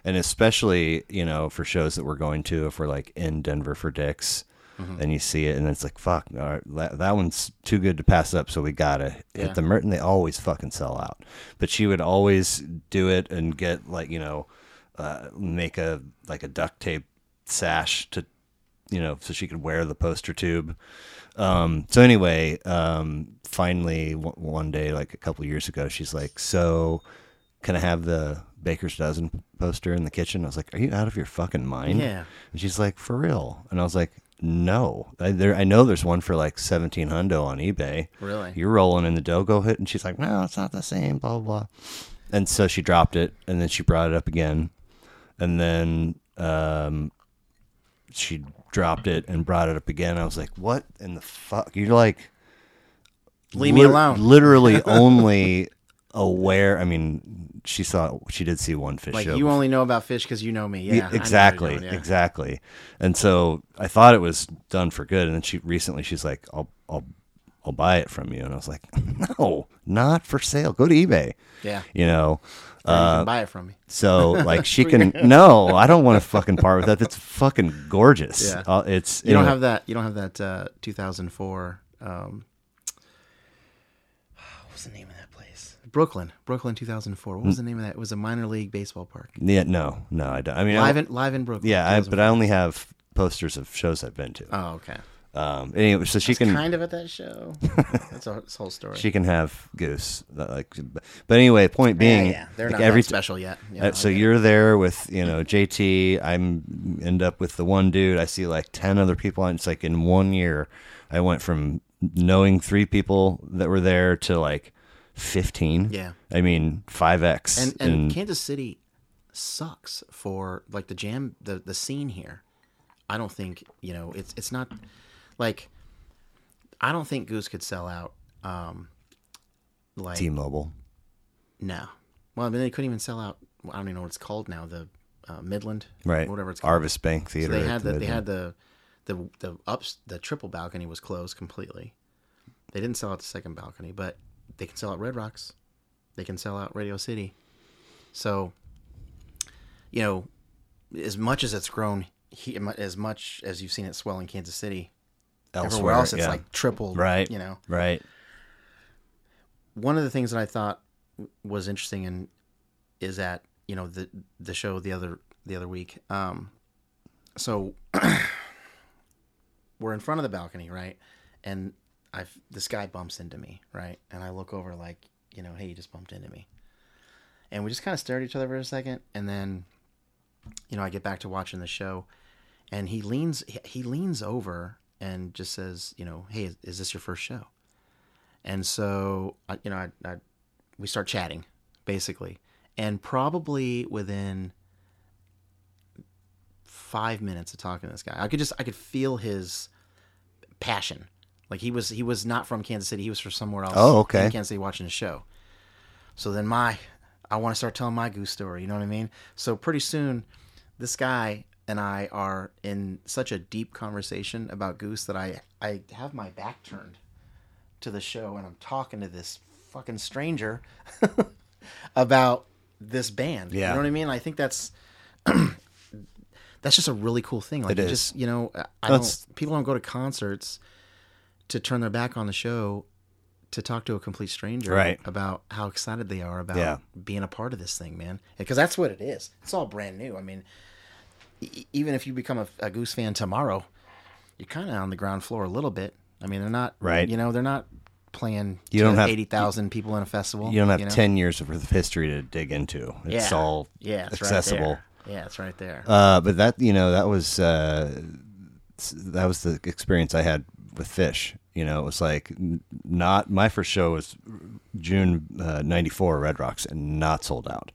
S3: and especially you know for shows that we're going to, if we're like in Denver for Dicks,
S2: Mm-hmm.
S3: and you see it, and it's like fuck, all right, that, that one's too good to pass up, so we gotta
S2: Yeah.
S3: hit the Merton. They always fucking sell out, but she would always do it and get like you know, uh, make a like a duct tape sash to you know, so she could wear the poster tube. Um, so anyway, um, finally w- one day, like a couple years ago, she's like, "So, can I have the Baker's Dozen poster in the kitchen?" I was like, "Are you out of your fucking mind?"
S2: Yeah.
S3: And she's like, "For real?" And I was like, "No, I, there. I know there's one for like seventeen hundo on eBay.
S2: Really?
S3: You're rolling in the Dogo hit." And she's like, "No, it's not the same." Blah blah. blah. And so she dropped it, and then she brought it up again, and then um, she dropped it and brought it up again. I was like, "What in the fuck?" You're like,
S2: Leave me
S3: lit-
S2: alone. <laughs>
S3: Literally only aware. I mean, she saw she did see one fish.
S2: Like
S3: show
S2: you only know about fish because you know me. Yeah, I know
S3: yeah,
S2: what you're
S3: exactly,
S2: doing, yeah.
S3: exactly. And so I thought it was done for good. And then she recently she's like, "I'll, I'll, I'll buy it from you." And I was like, <laughs> "No, not for sale. Go to eBay."
S2: Yeah.
S3: You know,
S2: Or you
S3: uh,
S2: can buy it from me.
S3: so like she
S2: <laughs>
S3: can. no, I don't want to fucking part with that. That's fucking gorgeous.
S2: Yeah.
S3: Uh, it's
S2: You don't
S3: anyway.
S2: have that. You don't have that uh, 2004. Um, <sighs> what's the name of that place? Brooklyn, Brooklyn, 2004. What was the name of that? It was a minor league baseball park.
S3: Yeah, no, no, I don't. I mean, I-
S2: Live in live in Brooklyn.
S3: yeah, I, but I only have posters of shows I've been to.
S2: oh, okay.
S3: Um, anyway, so she can
S2: Kind of at
S3: <laughs>
S2: that show. That's a whole story.
S3: she can have goose. That, Like, but anyway, point
S2: yeah,
S3: being,
S2: yeah, they're
S3: like
S2: not
S3: every
S2: that
S3: t-
S2: special yet. Yeah,
S3: Uh, so you're there with you know JT. I'm end up with the one dude. I see like ten other people, and it's like in one year, I went from knowing three people that were there to like fifteen.
S2: Yeah.
S3: I mean five x.
S2: and, and Kansas City sucks for like the jam the the scene here. I don't think you know it's it's not like I don't think Goose could sell out. Um, like
S3: T-Mobile.
S2: no, well I mean they couldn't even sell out. I don't even know what it's called now. The uh, Midland,
S3: Right.
S2: Whatever it's called.
S3: Arvis Bank Theater.
S2: So they
S3: at
S2: had the, they
S3: Midland.
S2: had the the the ups the triple balcony was closed completely. They didn't sell out the second balcony, but they can sell out Red Rocks. They can sell out Radio City. So, you know, as much as it's grown, he, as much as you've seen it swell in Kansas City,
S3: Elsewhere,
S2: everywhere else it's
S3: yeah.
S2: like triple.
S3: Right.
S2: You know,
S3: Right.
S2: one of the things that I thought w- was interesting and is that you know the the show the other the other week. Um, so <clears throat> we're in front of the balcony, right? And I've this guy bumps into me, right? And I look over like you know, hey, you just bumped into me. And we just kind of stare at each other for a second, and then you know I get back to watching the show, and he leans he, he leans over and just says, you know, hey, is, is this your first show? And so, I- you know, I, I, we start chatting basically. And probably within five minutes of talking to this guy, I could just, I could feel his passion. Like he was, he was not from Kansas City. He was from somewhere else.
S3: Oh, okay.
S2: In Kansas City watching the show. So then my, I want to start telling my goose story. You know what I mean? So pretty soon, this guy and I are in such a deep conversation about goose that I, I have my back turned to the show and I'm talking to this fucking stranger <laughs> about this band.
S3: Yeah.
S2: You know what I mean? I think that's <clears throat> that's just a really cool thing. Like
S3: It
S2: you
S3: is.
S2: just you know, I- I
S3: That's-
S2: don't people don't go to concerts to turn their back on the show to talk to a complete stranger
S3: Right.
S2: about how excited they are about
S3: Yeah.
S2: being a part of this thing, man. Because that's what it is. It's all brand new. I mean, e- even if you become a, a Goose fan tomorrow, you're kind of on the ground floor a little bit. I mean, they're not
S3: Right.
S2: You know, they're not playing.
S3: You don't
S2: to
S3: have-
S2: eighty thousand people in a festival.
S3: You don't have
S2: know?
S3: ten years of history to dig into. It's
S2: Yeah.
S3: all
S2: Yeah, it's
S3: accessible.
S2: Right there. Yeah, it's right there.
S3: Uh, but that you know that was uh, s- that was the experience I had with fish. You know, it was like n- not my first show was June uh, '94 Red Rocks and not sold out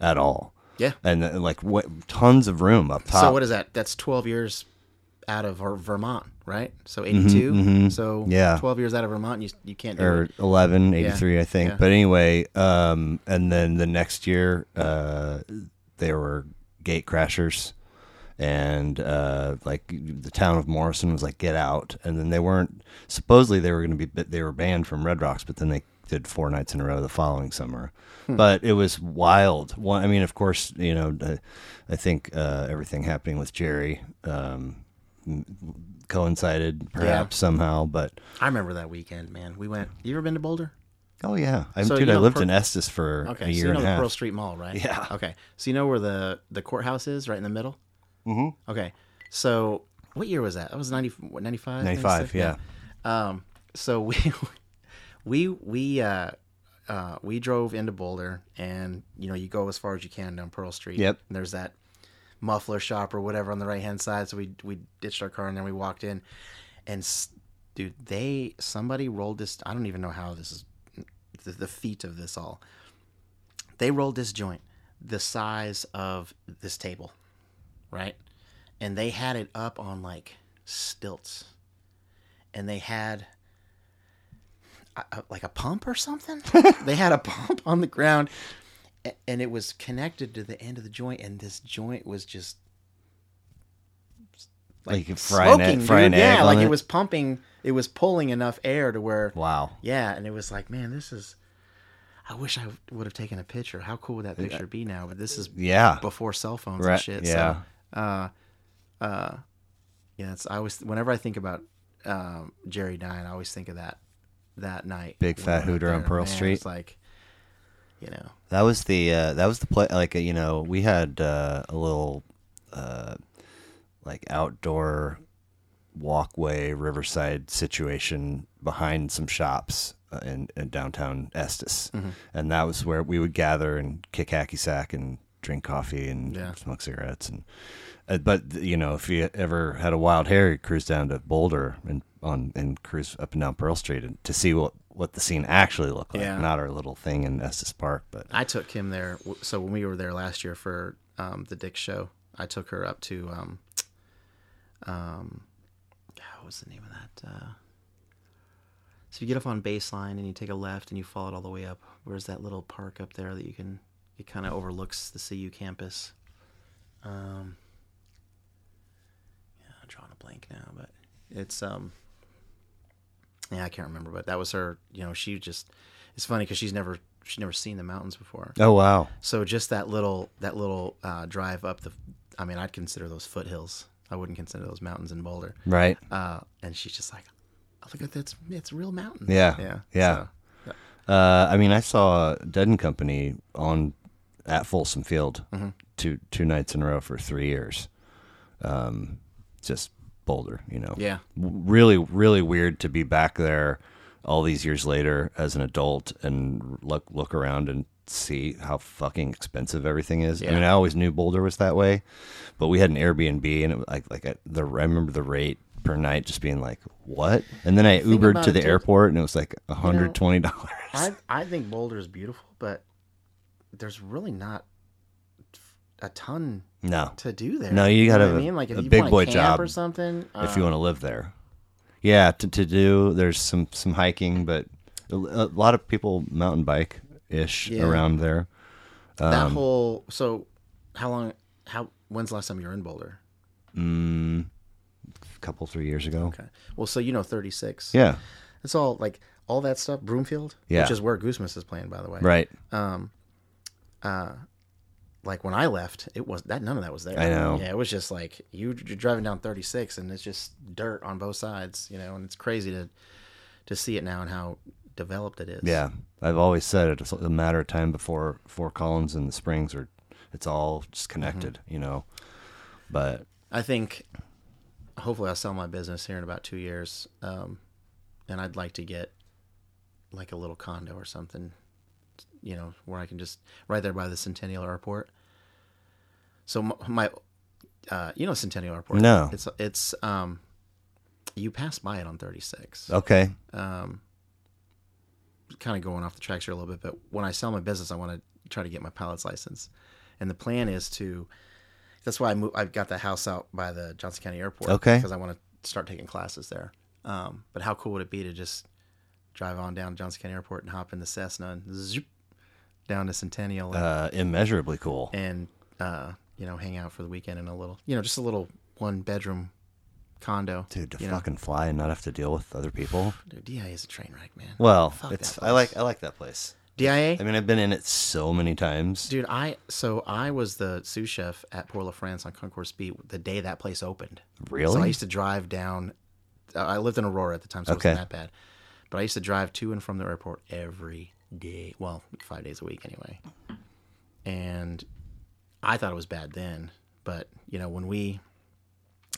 S3: at all.
S2: Yeah.
S3: and uh, like what tons of room up top.
S2: So what is that? That's twelve years out of Ver- Vermont, right? So 82 So
S3: Mm-hmm, Yeah.
S2: twelve years out of Vermont, you you can't do
S3: or
S2: it.
S3: 11 83
S2: Yeah,
S3: i think
S2: yeah.
S3: but anyway um and then the next year uh there were gate crashers and uh like the town of morrison was like get out and then they weren't supposedly they were going to be they were banned from red rocks but then they did four nights in a row the following summer
S2: Hmm.
S3: but it was wild one i mean of course you know uh, i think uh everything happening with jerry um coincided perhaps somehow but
S2: I remember that weekend, man. We went. You ever been to Boulder?
S3: Oh yeah, I,
S2: So
S3: dude,
S2: you
S3: I
S2: know
S3: lived
S2: Pearl-
S3: in Estes for
S2: Okay,
S3: a
S2: so
S3: year
S2: you know
S3: and a
S2: the
S3: half.
S2: Pearl Street Mall, right?
S3: <laughs> Yeah.
S2: Okay, so you know where the the courthouse is, right in the middle. Mm-hmm. Okay, so what year was that? That was 90, what, 95?
S3: 95,
S2: 96? Um, so we we we uh, uh, we drove into Boulder, and you know you go as far as you can down Pearl Street.
S3: Yep.
S2: And there's that muffler shop or whatever on the right hand side. So we we ditched our car and then we walked in, and s- dude, they somebody rolled this. I don't even know how this is the, the feat of this all. They rolled this joint the size of this table, right? And they had it up on like stilts, and they had a- a- like a pump or something. <laughs> they had a pump on the ground, a- and it was connected to the end of the joint, and this joint was just
S3: Like you fry an egg-
S2: smoking,
S3: fry an
S2: dude. Yeah,
S3: egg
S2: like
S3: on
S2: it
S3: it?
S2: was pumping. It was pulling enough air to where
S3: Wow.
S2: yeah, and it was like, man, this is. I wish I would have taken a picture. How cool would that picture be now? But this is
S3: Yeah.
S2: before cell phones
S3: Right,
S2: and shit.
S3: yeah.
S2: So, uh, uh, yeah. It's I always whenever I think about um, Jerry dying, I always think of that that night.
S3: Big
S2: when
S3: fat
S2: I went
S3: hooter on
S2: there.
S3: Pearl
S2: Man,
S3: Street.
S2: It's like, you know,
S3: That was the uh, that was the play. Like uh, you know, we had uh, a little uh, like outdoor walkway riverside situation behind some shops uh,
S2: Mm-hmm.
S3: in, in downtown Estes, and that was where we would gather and kick hacky sack and drink coffee and
S2: Yeah.
S3: smoke cigarettes. And uh, but you know, if you ever had a wild hair, you cruise down to Boulder and on and cruise up and down Pearl Street and, to see what what the scene actually looked like,
S2: Yeah.
S3: not our little thing in Estes Park. But
S2: I took Kim there. w- So when we were there last year for um, the Dick show, I took her up to um, um, what was the name of that? Uh, so you get up on baseline and you take a left and you follow it all the way up. Where's that little park up there that you can? It kind of overlooks the CU campus. Um, yeah, I'm drawing a blank now, but it's um. Yeah, I can't remember, but that was her. You know, she just. It's funny because she's never she's never seen the mountains before.
S3: oh wow,
S2: So just that little that little uh, drive up the, I mean, I'd consider those foothills. I wouldn't consider those mountains in Boulder.
S3: right?
S2: Uh, and she's just like, oh, look at that! It's, it's a real mountain.
S3: Yeah.
S2: yeah,
S3: Yeah.
S2: So,
S3: Uh, I mean, I saw Dead and Company on at Folsom Field
S2: Mm-hmm.
S3: two two nights in a row for three years. Um, just Boulder, you know.
S2: yeah,
S3: W- Really, really weird to be back there all these years later as an adult and look look around and see how fucking expensive everything is. I
S2: Yeah.
S3: mean, I always knew Boulder was that way, but we had an Airbnb and it was like like at the I remember the rate per night just being like what? And then I Ubered
S2: about
S3: to
S2: it,
S3: the
S2: dude.
S3: airport and it was like hundred twenty dollars.
S2: I I think Boulder is beautiful, but there's really not a ton
S3: <laughs> No,
S2: to do there.
S3: No, you gotta
S2: know what
S3: have
S2: I
S3: a-
S2: mean, like if
S3: a
S2: you
S3: big
S2: wanna
S3: boy
S2: camp
S3: job
S2: or something. uh,
S3: if you want to live there. Yeah, to, to do there's some some hiking, but a, a lot of people mountain bike ish
S2: Yeah.
S3: around there. um,
S2: that whole so, how long? How when's the last time you were in Boulder?
S3: A couple three years ago.
S2: Okay. Well, so you know 36.
S3: Yeah,
S2: It's all like all that stuff. Broomfield,
S3: Yeah.
S2: which is where Goosemas is playing, by the way.
S3: right.
S2: Like when I left, it was that none of that was there.
S3: I know.
S2: Yeah, it was just like you, you're driving down 36, and it's just dirt on both sides, you know. And it's crazy to to see it now and how developed it is.
S3: Yeah, I've always said it, it's a matter of time before Fort Collins and the Springs are. It's all just connected,
S2: Mm-hmm.
S3: you know. But
S2: I think hopefully I'll sell my business here in about two years, um, and I'd like to get like a little condo or something, you know, where I can just right there by the Centennial Airport. So my, my uh, you know, Centennial Airport.
S3: No.
S2: it's it's um, you pass by it on thirty six
S3: okay,
S2: um, kind of going off the tracks here a little bit, but when I sell my business, I want to try to get my pilot's license, and the plan is to. That's why I moved. I've got the house out by the Johnson County Airport.
S3: Okay.
S2: Because I want to start taking classes there. Um, but how cool would it be to just drive on down to Johnson County Airport and hop in the Cessna and zoop down to Centennial and,
S3: uh, immeasurably cool.
S2: and uh, you know hang out for the weekend in a little, you know, just a little one bedroom condo.
S3: Dude, to
S2: you know?
S3: fucking fly and not have to deal with other people.
S2: Dude, DIA is a train wreck, man.
S3: Well,
S2: Fuck that
S3: it's I
S2: place.
S3: like I like that place.
S2: DIA.
S3: I mean, I've been in it so many times.
S2: Dude, I so I was the sous chef at Port La France on Concourse B the day that place opened.
S3: Really?
S2: So I used to drive down. Uh, I lived in Aurora at the time, so it
S3: Okay.
S2: wasn't that bad. But I used to drive to and from the airport every day. Well, five days a week anyway. And I thought it was bad then, but you know when we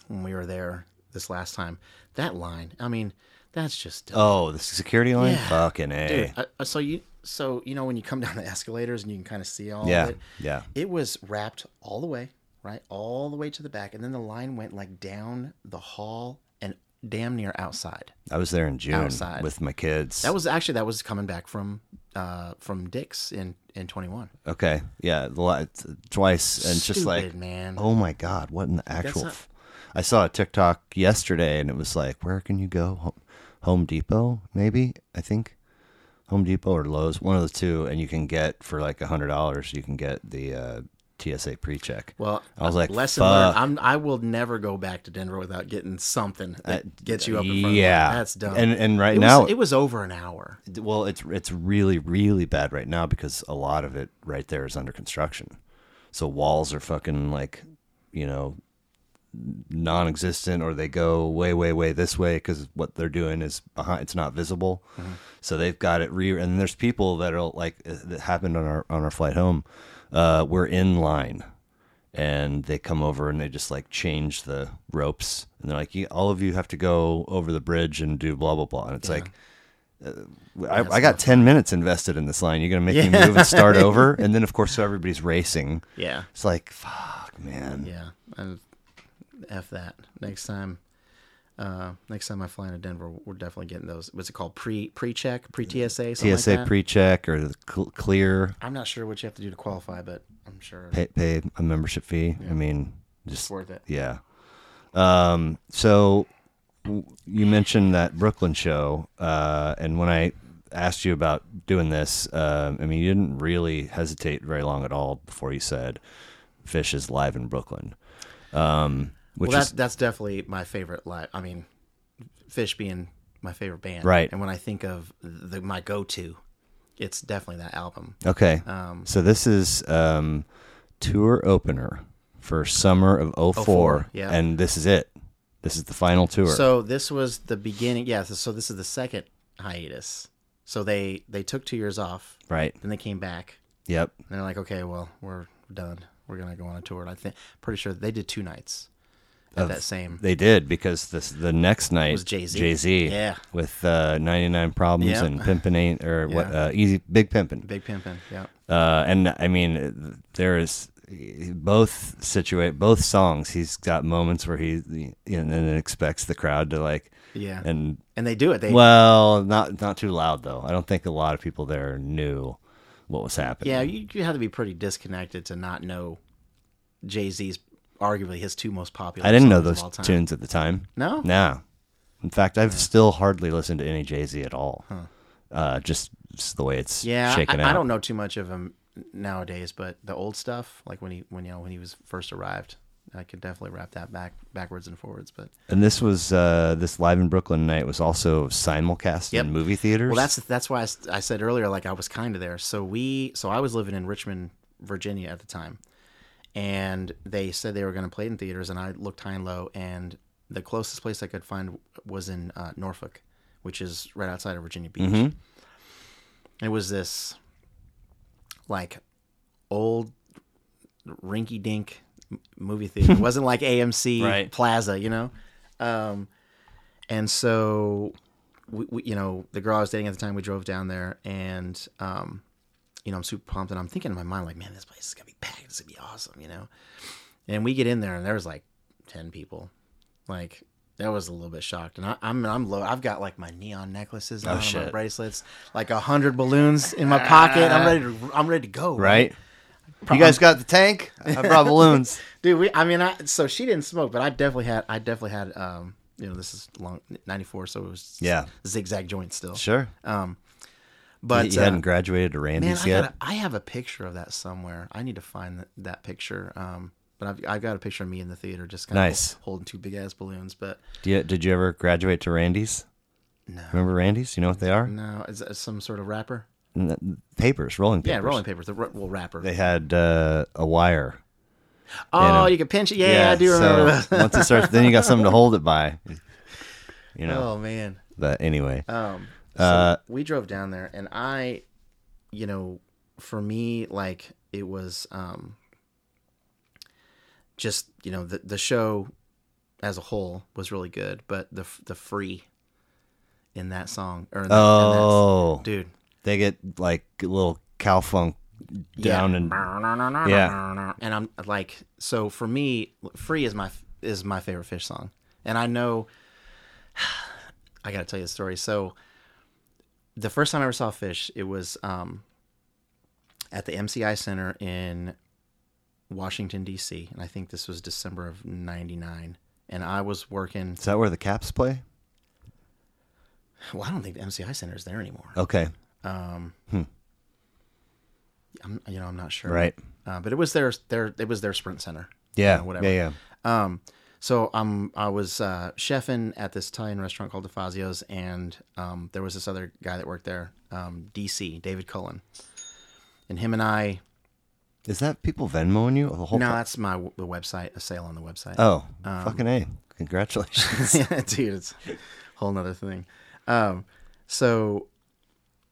S2: when we were there this last time, that line. I mean, that's just
S3: Oh, the security line?
S2: Yeah.
S3: Fucking A.
S2: dude. I- I- so you so you know when you come down the escalators and you can kind of see all
S3: yeah.
S2: of it
S3: Yeah.
S2: it was wrapped all the way right all the way to the back and then the line went like down the hall and damn near outside
S3: I was there in June
S2: Outside.
S3: with my kids.
S2: that was actually that was coming back from uh from dick's in in 21
S3: okay. Yeah. The li- t- twice. And
S2: Stupid,
S3: just like,
S2: man
S3: oh my God, what in the actual.
S2: not-
S3: f- I saw a TikTok yesterday and it was like, where can you go? Home, Home Depot, maybe? I think. Home Depot or Lowe's, one of the two. And you can get for like a $100, you can get the uh, TSA pre check.
S2: well
S3: I was like,
S2: lesson
S3: fuck.
S2: learned I'm, i will never go back to denver without getting something that gets you up in front
S3: Uh, yeah.
S2: of me. that's dumb
S3: And, and right
S2: it
S3: now,
S2: was, it was over an hour
S3: Well, it's it's really really bad right now because a lot of it right there is under construction. So walls are fucking like, you know, non-existent or they go way way way this way cuz what they're doing is behind it's not visible. So they've got it re and there's people that are like uh, that happened on our on our flight home. Uh we're in line and they come over and they just like change the ropes and they're like "You- all of you have to go over the bridge and do blah blah blah and it's like I, I got 10 minutes invested in this line. You're going to make me move and
S2: <laughs>
S3: start over. And then, of course, so everybody's racing.
S2: Yeah.
S3: It's like, fuck, man.
S2: Yeah, and f that next time. Uh, next time I fly into Denver, we're definitely getting those. What's it called? Pre pre check, pre TSA,
S3: TSA pre check or the cl- clear,
S2: I'm not sure what you have to do to qualify, but I'm sure
S3: pay, pay a membership fee. I mean, just
S2: it's worth it.
S3: Yeah. Um, so w- you mentioned that Brooklyn show, uh, and when I asked you about doing this, um, I mean, you didn't really hesitate very long at all before you said Fish is live in Brooklyn, um, which
S2: Well, that's
S3: is
S2: that's definitely my favorite live. I mean, Fish being my favorite band,
S3: Right.
S2: And when I think of the my go to, it's definitely that album.
S3: okay.
S2: Um,
S3: so this is um, tour opener for summer of 04,
S2: 04, yeah.
S3: and this is it. This is the final tour.
S2: So this was the beginning. Yeah. So, so this is the second hiatus. So they they took two years off,
S3: right.
S2: then they came back.
S3: Yep.
S2: And they're like, okay, well, we're done. We're gonna go on a tour. And I think pretty sure they did two nights at that same.
S3: They did because this the next night
S2: Was Jay-Z.
S3: Jay Z,
S2: Yeah.
S3: with uh, ninety nine problems
S2: Yeah.
S3: and pimpin' ain't or what
S2: Yeah.
S3: uh, easy big pimpin'.
S2: Big pimpin', yeah.
S3: Uh, and I mean, there is both situate both songs. He's got moments where he you know, and then expects the crowd to like
S2: Yeah. And,
S3: and
S2: they do it. They
S3: well, not not too loud though. I don't think a lot of people there knew what was happening.
S2: Yeah, you, you have to be pretty disconnected to not know Jay Z's arguably his two most popular
S3: I didn't know
S2: songs of
S3: those
S2: all time.
S3: tunes at the time.
S2: No?
S3: No. In fact, I've still hardly listened to any Jay Z at all. Uh, just, just the way it's
S2: Yeah,
S3: shaken
S2: I,
S3: out.
S2: I don't know too much of him nowadays, but the old stuff, like when he when you know when he was first arrived, I could definitely wrap that back backwards and forwards. But
S3: And this was uh, this live in Brooklyn night was also simulcast
S2: Yep.
S3: in movie theaters.
S2: Well, that's that's why I, s- I said earlier, like I was kind of there. So we, so I was living in Richmond, Virginia at the time, and they said they were going to play it in theaters, and I looked high and low, and the closest place I could find was in uh, Norfolk, which is right outside of Virginia Beach. It was this, like, old, rinky-dink m- movie theater. it wasn't like
S3: <laughs>
S2: AMC
S3: Right.
S2: Plaza, you know. Um, and so we, we, you know, the girl I was dating at the time, we drove down there, and um, you know, I'm super pumped, and I'm thinking in my mind, like, man, this place is gonna be packed, it's gonna be awesome, you know. And we get in there, and there was like ten people, like that was a little bit shocked, and I, I'm I'm low, I've got like my neon necklaces, on, my
S3: Oh, shit.
S2: bracelets, like a hundred balloons in my pocket, I'm ready to I'm ready to go,
S3: right. you guys got the tank? I brought
S2: <laughs>
S3: balloons.
S2: dude we i mean i so she didn't smoke but i definitely had i definitely had um you know this is long 94 so it was
S3: Yeah.
S2: zigzag joint still
S3: Sure.
S2: but
S3: you
S2: uh,
S3: hadn't graduated to
S2: man
S3: Randy's
S2: I,
S3: yet.
S2: gotta, I have a picture of that somewhere i need to find that, that picture um but I've, I've got a picture of me in the theater just kind
S3: Nice.
S2: of holding two big ass balloons but
S3: Do you- did you ever graduate to Randy's?
S2: No.
S3: Remember Randy's? You know what they are?
S2: no is that some sort of wrapper
S3: N- Papers, rolling papers.
S2: yeah rolling paper the ro- well wrapper
S3: They had uh, a wire.
S2: oh
S3: know.
S2: you can pinch it yeah, i do remember
S3: so <laughs>
S2: that.
S3: once it starts, then you got something to hold it by. You know.
S2: oh man
S3: But anyway,
S2: Um, so
S3: Uh,
S2: we drove down there, and I, you know, for me, like it was um, just you know the the show as a whole was really good, but the the free in that song or in that,
S3: oh,
S2: in that, dude,
S3: they get like a little cow funk down and yeah,
S2: and I'm like, so for me, "Free" is my is my favorite Fish song, and I know <sighs> I got to tell you the story. So the first time I ever saw Fish, it was um, at the MCI Center in Washington D.C., and I think this was December of '99, and I was working. <sighs>
S3: Is that where the Caps play?
S2: Well, I don't think the MCI Center is there anymore.
S3: Okay,
S2: I'm, you know, I'm not sure.
S3: right.
S2: Uh, but it was their their it was their Sprint Center.
S3: Yeah,
S2: You know, whatever.
S3: Yeah, yeah.
S2: Um, so um, I was uh, chefing at this Italian restaurant called DeFazio's, and um, there was this other guy that worked there, um, DC, David Cullen. And him and I,
S3: Is that people Venmoing you the whole?
S2: no, Um,
S3: time?
S2: that's my the website, a sale on the website.
S3: Oh, fucking a!
S2: <laughs>
S3: Congratulations.
S2: Yeah, <laughs> dude, it's a whole nother thing. Um, so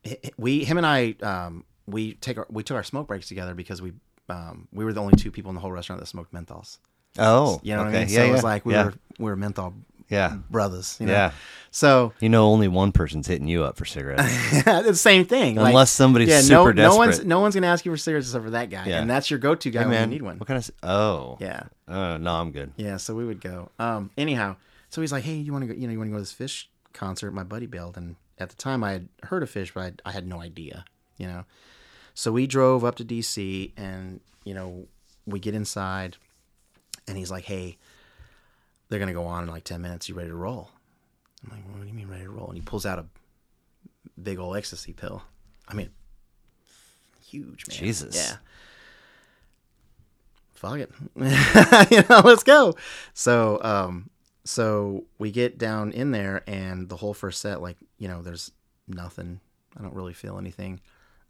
S2: h- h- we, him and I, um, we take our, we took our smoke breaks together because we, um, we were the only two people in the whole restaurant that smoked menthols.
S3: Oh,
S2: You know
S3: okay.
S2: what I mean?
S3: Yeah,
S2: so
S3: yeah.
S2: it was like we
S3: yeah.
S2: were we were menthol
S3: Yeah.
S2: brothers. You know?
S3: Yeah.
S2: So
S3: You know, only one person's hitting you up for
S2: <laughs>
S3: cigarettes.
S2: it's the same thing. like-
S3: Unless somebody's
S2: yeah, no,
S3: super
S2: no one's
S3: desperate.
S2: no one's gonna ask you for cigarettes except for that guy,
S3: Yeah.
S2: and that's your go-to guy when you need one.
S3: What kind of? c- Oh.
S2: Yeah,
S3: Uh, no, I'm good.
S2: yeah. So we would go. Um. Anyhow, so he's like, "Hey, you want to go? You know, you want to go to this fish concert?" My buddy bailed, and at the time I had heard of fish, but I, I had no idea. You know, so we drove up to DC, and you know, we get inside, and he's like, "Hey, they're gonna go on in like ten minutes. You ready to roll?" I'm like, "What do you mean ready to roll?" And he pulls out a big old ecstasy pill. I mean, huge man.
S3: Jesus.
S2: Yeah. Fuck it. <laughs> you know, let's go. So, um, so we get down in there, and the whole first set, like, you know, there's nothing. I don't really feel anything.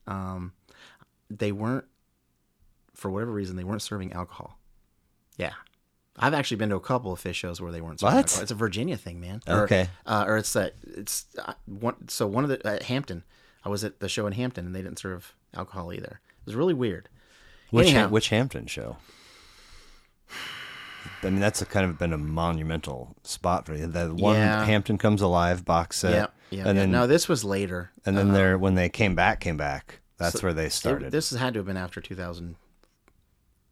S2: Um, they weren't, for whatever reason, they weren't serving alcohol. Yeah. I've actually been to a couple of fish shows where they weren't serving
S3: What?
S2: alcohol. It's a Virginia thing, man. Or-
S3: Okay.
S2: uh, or it's that it's uh, one. So one of the at Hampton, I was at the show in Hampton, and they didn't serve alcohol either. It was really weird.
S3: Which
S2: Anyhow.
S3: Ha- which Hampton show? I mean, that's a kind of been a monumental spot for you. The one
S2: Yeah.
S3: Hampton comes alive box set.
S2: yeah, yeah.
S3: And
S2: yeah.
S3: then
S2: no, this was later.
S3: and then there when they came back, came back. That's
S2: So
S3: where they started.
S2: This had to have been after 2000.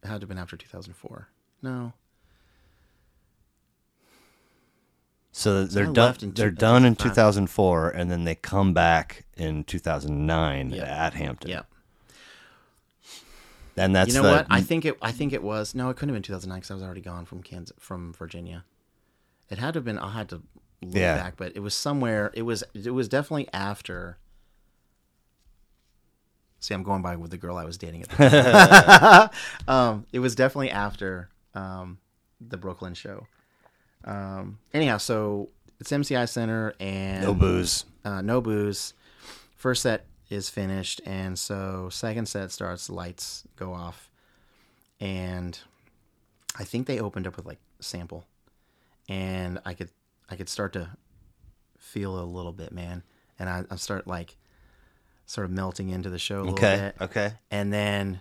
S2: It had to have been after 2004. No,
S3: so they're
S2: I
S3: done.
S2: left in two-
S3: they're done in
S2: 2005.
S3: 2004, and then they come back in 2009
S2: Yep.
S3: at Hampton.
S2: yeah.
S3: And that's
S2: you know
S3: the-
S2: what? I think it. I think it was. No, it couldn't have been 2009 because I was already gone from Kansas, from Virginia. It had to have been. I had to look
S3: Yeah.
S2: back, but it was somewhere. It was. It was definitely after. See, I'm going by with the girl I was dating at the
S3: <laughs>
S2: time. um, it was definitely after um, the Brooklyn show. Um, anyhow, so it's MCI Center and
S3: no booze.
S2: uh, no booze. First set is finished, and so second set starts. Lights go off, and I think they opened up with like sample, and I could I could start to feel a little bit, man, and I, I start like sort of melting into the show a little
S3: Okay.
S2: bit,
S3: Okay.
S2: and then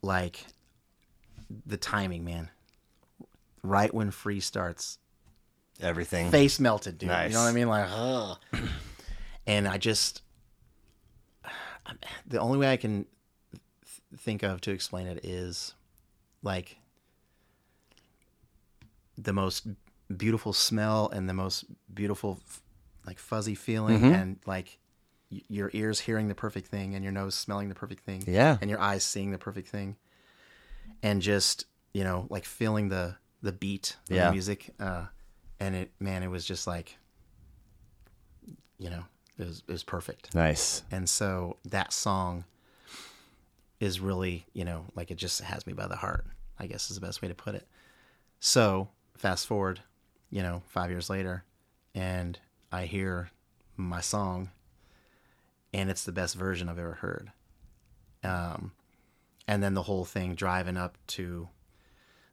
S2: like the timing, man. Right when free starts,
S3: Everything.
S2: face melted, dude.
S3: Mm. Nice.
S2: You know what I mean? Like, ugh. <clears throat> and I just <sighs> the only way I can th- think of to explain it is like the most beautiful smell and the most beautiful f- like fuzzy feeling
S3: Mm-hmm.
S2: and like y- your ears hearing the perfect thing and your nose smelling the perfect thing
S3: Yeah.
S2: and your eyes seeing the perfect thing and just you know like feeling the the beat of
S3: Yeah.
S2: the music uh and it man it was just like you know it was it was perfect
S3: Nice.
S2: and so that song is really you know like it just has me by the heart i guess is the best way to put it so fast forward you know five years later and i hear my song and it's the best version i've ever heard um, and then the whole thing driving up to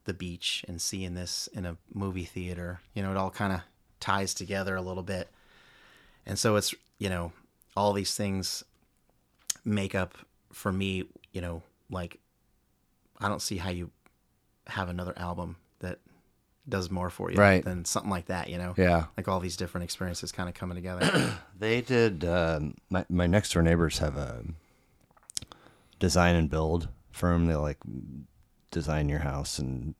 S2: the beach and seeing this in a movie theater you know it all kind of ties together a little bit and so it's you know all these things make up for me you know like i don't see how you have another album that does more for you
S3: Right.
S2: than something like that you know
S3: Yeah.
S2: like all these different experiences kind of coming together
S3: They did. Um, my my next door neighbors have a design and build firm. They like design your house and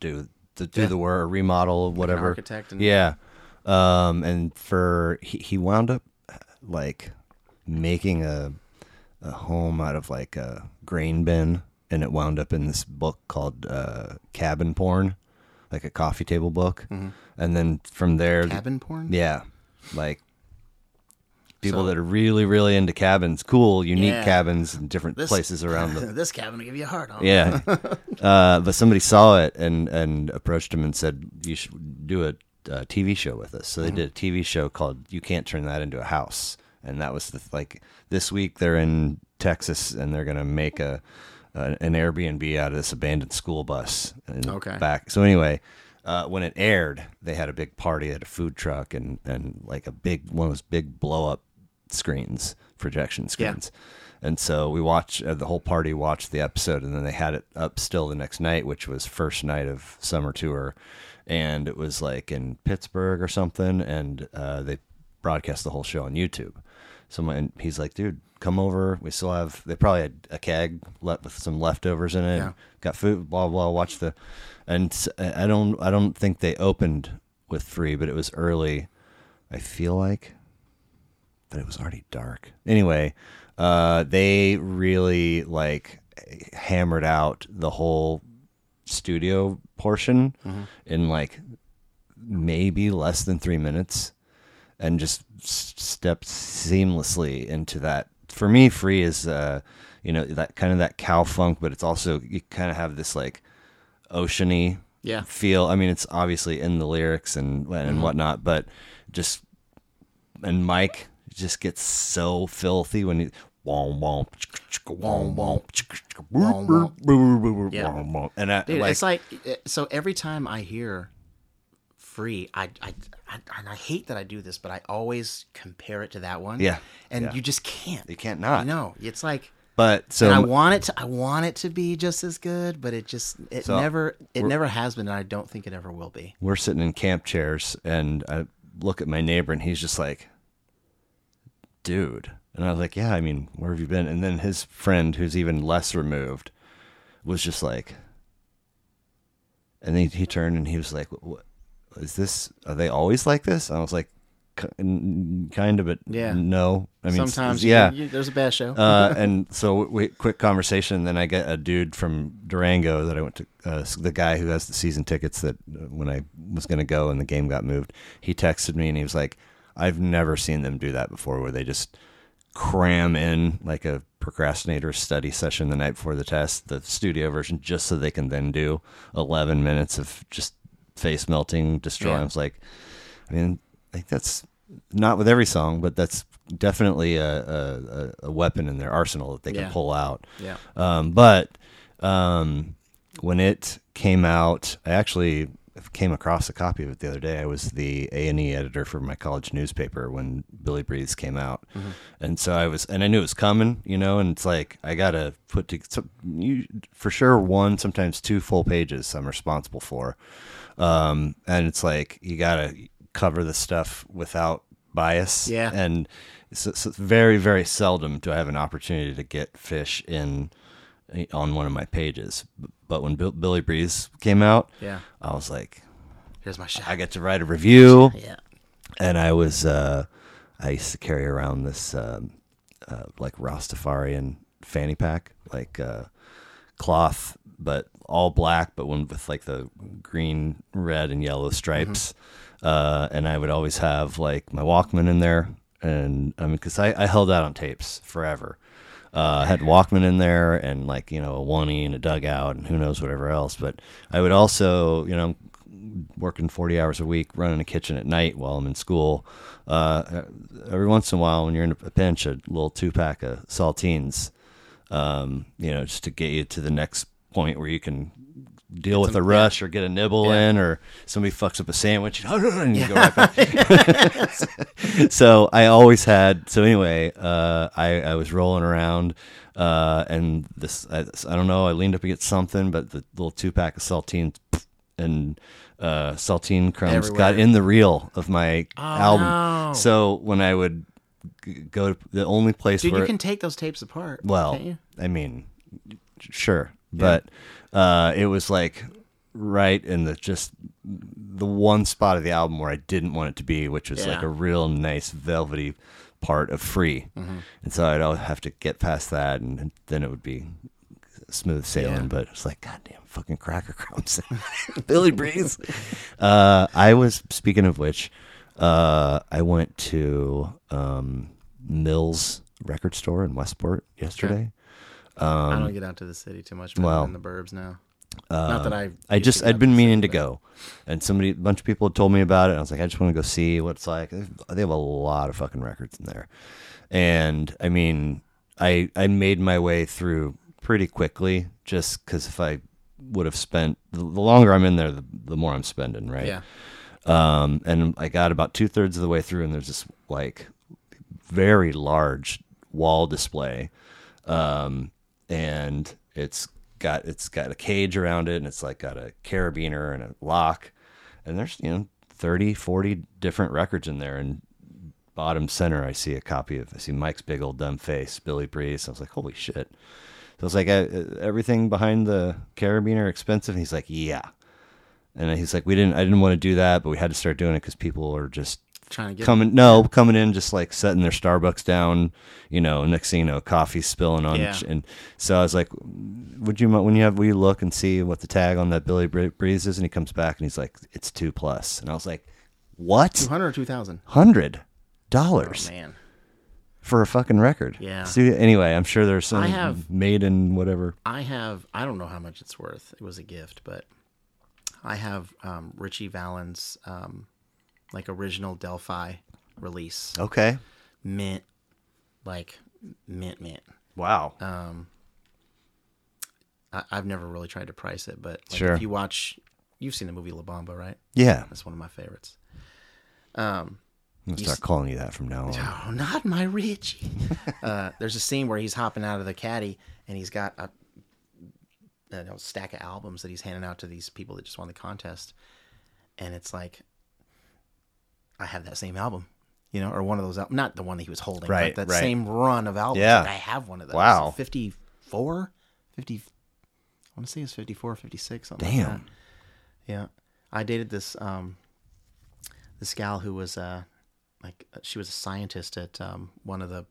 S3: do the do the work, remodel, whatever.
S2: architect and-
S3: yeah. Um, and for he he wound up like making a a home out of like a grain bin, and it wound up in this book called uh, Cabin Porn, like a coffee table book. And then from there,
S2: Mm-hmm. cabin porn
S3: yeah. Like people that are really, really into cabins, cool, unique
S2: Yeah.
S3: cabins in different
S2: This-
S3: places
S2: <laughs>
S3: around the
S2: this cabin will give you a heart on
S3: Yeah. uh, but somebody saw it and, and approached him and said, You should do a, uh TV show with us. So
S2: Mm-hmm.
S3: they did a TV show called You Can't Turn That Into a House. And that was the, like this week they're in Texas and they're going to make a, a an Airbnb out of this abandoned school bus. And
S2: Okay.
S3: back. So anyway, uh, when it aired, they had a big party at a food truck and and like a big one of those big blow up screens, projection screens, And so we watched uh, the whole party watched the episode, and then they had it up still the next night, which was first night of summer tour, and it was like in Pittsburgh or something, and uh, they broadcast the whole show on YouTube. So my, and he's like, dude, come over. We still have. They probably had a keg left with some leftovers in it.
S2: Yeah.
S3: Got food. Blah blah. Watch the, and s- I don't. I don't think they opened with three, but it was early. I feel like but it was already dark. Anyway, uh, they really like hammered out the whole studio portion in like maybe less than three minutes, and just s- stepped seamlessly into that. For me, free is uh, you know that kind of that cow funk, but it's also you kind of have this like oceany
S2: Yeah.
S3: feel. I mean, it's obviously in the lyrics and and whatnot, but just and Mike just gets so filthy when he wom wom wom wom
S2: Womp, womp. Yeah.
S3: wom and I,
S2: Dude,
S3: like,
S2: it's like eh, so every time I hear free, I, I I and I hate that I do this, but I always compare it to that one.
S3: Yeah.
S2: and
S3: Yeah.
S2: you just can't.
S3: you can't not.
S2: No, it's like
S3: But so
S2: and I want it. To, I want it to be just as good, but it just it
S3: So,
S2: never it never has been, and I don't think it ever will be.
S3: we're sitting in camp chairs and I look at my neighbor and he's just like, dude. And I was like, yeah, I mean, where have you been? And then his friend, who's even less removed, was just like, and then he turned and he was like, what is this? Are they always like this? And I was like, "Ki- n- kind of, but
S2: Yeah.
S3: no. I mean, s-
S2: Sometimes,
S3: yeah.
S2: yeah, there's a bad show.
S3: <laughs> Uh, and so we quick conversation. Then I get a dude from Durango that I went to, uh, the guy who has the season tickets that uh, when I was going to go and the game got moved, he texted me and he was like, I've never seen them do that before where they just cram in like a procrastinator study session the night before the test, the studio version, just so they can then do 11 minutes of just face melting, destroying.
S2: Yeah.
S3: I was like, I mean, like that's not with every song, but that's definitely a, a, a- a weapon in their arsenal that they can
S2: Yeah.
S3: pull out.
S2: yeah,
S3: Um, but um, when it came out, I actually came across a copy of it the other day. I was the A and E editor for my college newspaper when Billy Breathes came out, and so I was, and I knew it was coming, you know. And it's like I gotta put to, so you, for sure one, sometimes two full pages I'm responsible for, um, and it's like you gotta cover the stuff without bias,
S2: Yeah.
S3: and. So, so it's very, very seldom do I have an opportunity to get fish in on one of my pages. But when Bill, Billy Breeze came out,
S2: yeah.
S3: I was like,
S2: Here's my shot.
S3: I get to write a review,
S2: yeah,
S3: and I was uh, I used to carry around this um uh, like Rastafarian fanny pack, like uh, cloth, but all black, but one with like the green, red, and yellow stripes. Uh, and I would always have like my Walkman in there, and I mean, because I, I held out on tapes forever. Uh, I had Walkman in there and like you know a one e and a dugout and who knows whatever else. But I would also you know working 40 hours a week, running a kitchen at night while I'm in school. Uh, every once in a while, when you're in a pinch, a little two pack of saltines, um, you know, just to get you to the next point where you can deal with a rush or get a nibble
S2: Yeah.
S3: in, or somebody fucks up a sandwich and <laughs> you go right back.
S2: <laughs>
S3: so I always had. So anyway, uh, I, I was rolling around, uh, and this I, I don't know. I leaned up against something, but the little two pack of saltines and uh, saltine crumbs got
S2: Everywhere. Oh,
S3: in the reel of my album.
S2: no.
S3: So when I would g- go to the only place
S2: dude,
S3: where
S2: you can take those tapes apart.
S3: well,
S2: can't you?
S3: I mean, sure, but uh, it was like right in the just the one spot of the album where I didn't want it to be, which was like
S2: Yeah.
S3: a real nice velvety part of free,
S2: Mm-hmm.
S3: and so I'd always have to get past that, and, and then it would be smooth sailing.
S2: Yeah.
S3: But it's like goddamn fucking cracker crumbs, <laughs> Billy
S2: <laughs>
S3: Breeze. uh, I was speaking of which, uh, I went to um, Mills Record Store in Westport yesterday.
S2: I don't get out to the city too much. But
S3: Um, well, uh,
S2: I'm in the burbs now. Not that I.
S3: I
S2: used
S3: just
S2: to get out
S3: I'd been
S2: the
S3: meaning to
S2: city,
S3: go, and somebody a bunch of people had told me about it. And I was like, I just want to go see what it's like. They've- They have a lot of fucking records in there, and I mean, I I made my way through pretty quickly just because if I would have spent the the longer I'm in there, the, the more I'm spending,
S2: but-
S3: right?
S2: Yeah,
S3: Um, and I got about two thirds of the way through, and there's this like very large wall display um, and it's got it's got a cage around it, and it's like got a carabiner and a lock, and there's you know 30, 40 different records in there, and bottom center I see a copy of I see Mike's big old dumb face, Billy Breeze. I was like, holy shit. So it's like I, everything behind the carabiner expensive. And he's like, yeah. And he's like, we didn't. I didn't want to do that, but we had to start doing it because people are just
S2: Trying to get
S3: coming no coming in just like setting their starbucks down you know next thing you know coffee's spilling on
S2: Yeah.
S3: and so i was like would you mi- when you have will you look and see what the tag on that billy Bre- breeze is and he comes back and he's like it's two plus and i was like what
S2: 200 or 2000.
S3: hundred dollars
S2: Oh, Man.
S3: for a fucking record
S2: Yeah.
S3: so anyway i'm sure there's some
S2: I have-
S3: made in whatever
S2: I have I don't know how much it's worth. It was a gift, but I have um, Richie Valens um, like original Delphi release
S3: okay
S2: mint like mint mint.
S3: wow
S2: Uh, I, I've never really tried to price it, but like,
S3: Sure.
S2: if you watch, you've seen the movie La Bamba, right?
S3: yeah
S2: That's one of my favorites.
S3: i'm gonna start calling you that from now on
S2: Oh, not my Richie. <laughs> uh, there's a scene where he's hopping out of the caddy and he's got a, I don't know, stack of albums that he's handing out to these people that just won the contest. And it's like, I have that same album, you know, or one of those, al- not the one that he was holding,
S3: Right,
S2: but that
S3: right.
S2: same run of albums.
S3: Yeah.
S2: Like, I have one of those.
S3: Wow.
S2: 54, 50, I want to say it's 54, 56, something like that.
S3: damn
S2: Yeah, I dated this um, this gal who was uh, like she was a scientist at um, one of the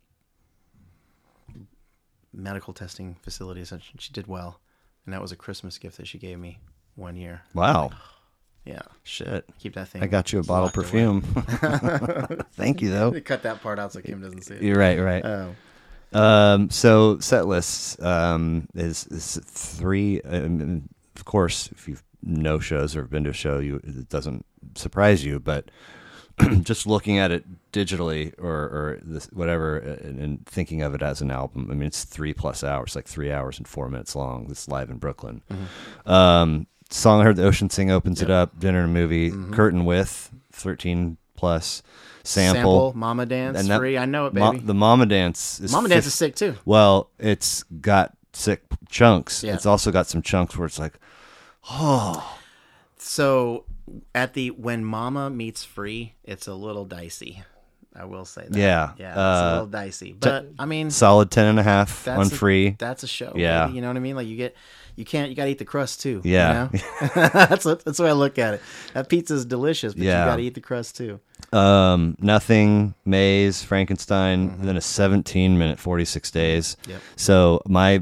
S2: medical testing facilities, and she- she did well. And that was a Christmas gift that she gave me one year.
S3: wow
S2: Yeah,
S3: shit
S2: keep that thing.
S3: I got you a bottle of
S2: locked away.
S3: perfume. <laughs> Thank you
S2: <laughs>
S3: though.
S2: Cut that part out so Kim doesn't see it.
S3: You're right, right.
S2: Oh,
S3: Um, so set lists um, is, is three. Um, of course, if you know shows or have been to a show, you it doesn't surprise you. But <clears throat> just looking at it digitally or, or this, whatever, and, and thinking of it as an album. I mean, it's three plus hours, like three hours and four minutes long. It's live in Brooklyn. Um, song I heard the ocean sing opens it up. Dinner and movie. Curtain with thirteen plus sample.
S2: Mama Dance,
S3: that-
S2: free. I know it,
S3: Ma-
S2: baby.
S3: the Mama Dance is
S2: Mama Dance
S3: fif-
S2: is sick too.
S3: well, it's got sick chunks.
S2: Yeah.
S3: It's also got some chunks where it's
S2: <laughs>
S3: like,
S2: So at the when Mama meets Free, it's a little dicey. I will say that.
S3: Yeah,
S2: yeah, it's a
S3: uh,
S2: little dicey. But I mean,
S3: solid 10 and a half
S2: that's
S3: on
S2: a-
S3: free.
S2: That's a show.
S3: Yeah.
S2: baby, you know what I mean. Like you get, you can't. You gotta eat the crust too. you
S3: Yeah. <laughs>
S2: know? <laughs> that's what, that's the way I look at it. That pizza's delicious, but
S3: Yeah.
S2: you gotta eat the crust too.
S3: um, nothing, Maze, Frankenstein, then a 17 minute 46 days.
S2: Yep.
S3: So my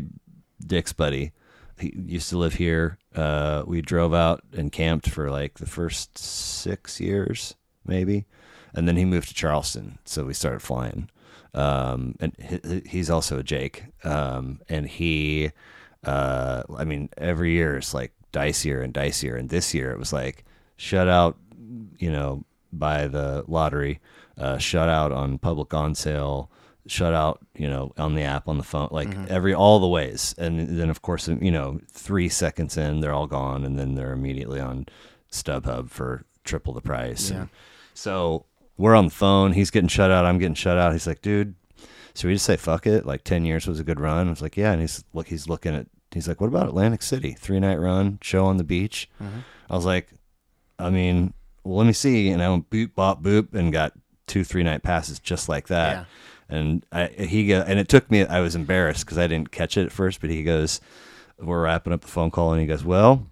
S3: Dick's buddy, he used to live here. Uh, we drove out and camped for like the first six years, maybe. And then he moved to Charleston. So we started flying. Um, and he, he's also a Jake. Um, and he, uh, I mean, every year it's like dicier and dicier. And this year it was like shut out, you know, by the lottery, uh, shut out on public on sale, shut out, you know, on the app, on the phone, like every, all the ways. And then, of course, you know, three seconds in, they're all gone. And then they're immediately on StubHub for triple the price. And so we're on the phone. He's getting shut out. I'm getting shut out. He's like, dude, should we just say fuck it? Like ten years was a good run. I was like, yeah. And he's look, he's looking at. He's like, what about Atlantic City? Three night run, show on the beach. I was like, I mean, well, let me see. And I went boop, bop, boop, and got two three night passes just like that.
S2: Yeah.
S3: And I he go, and it took me. I was embarrassed because I didn't catch it at first. But he goes, we're wrapping up the phone call, and he goes, well.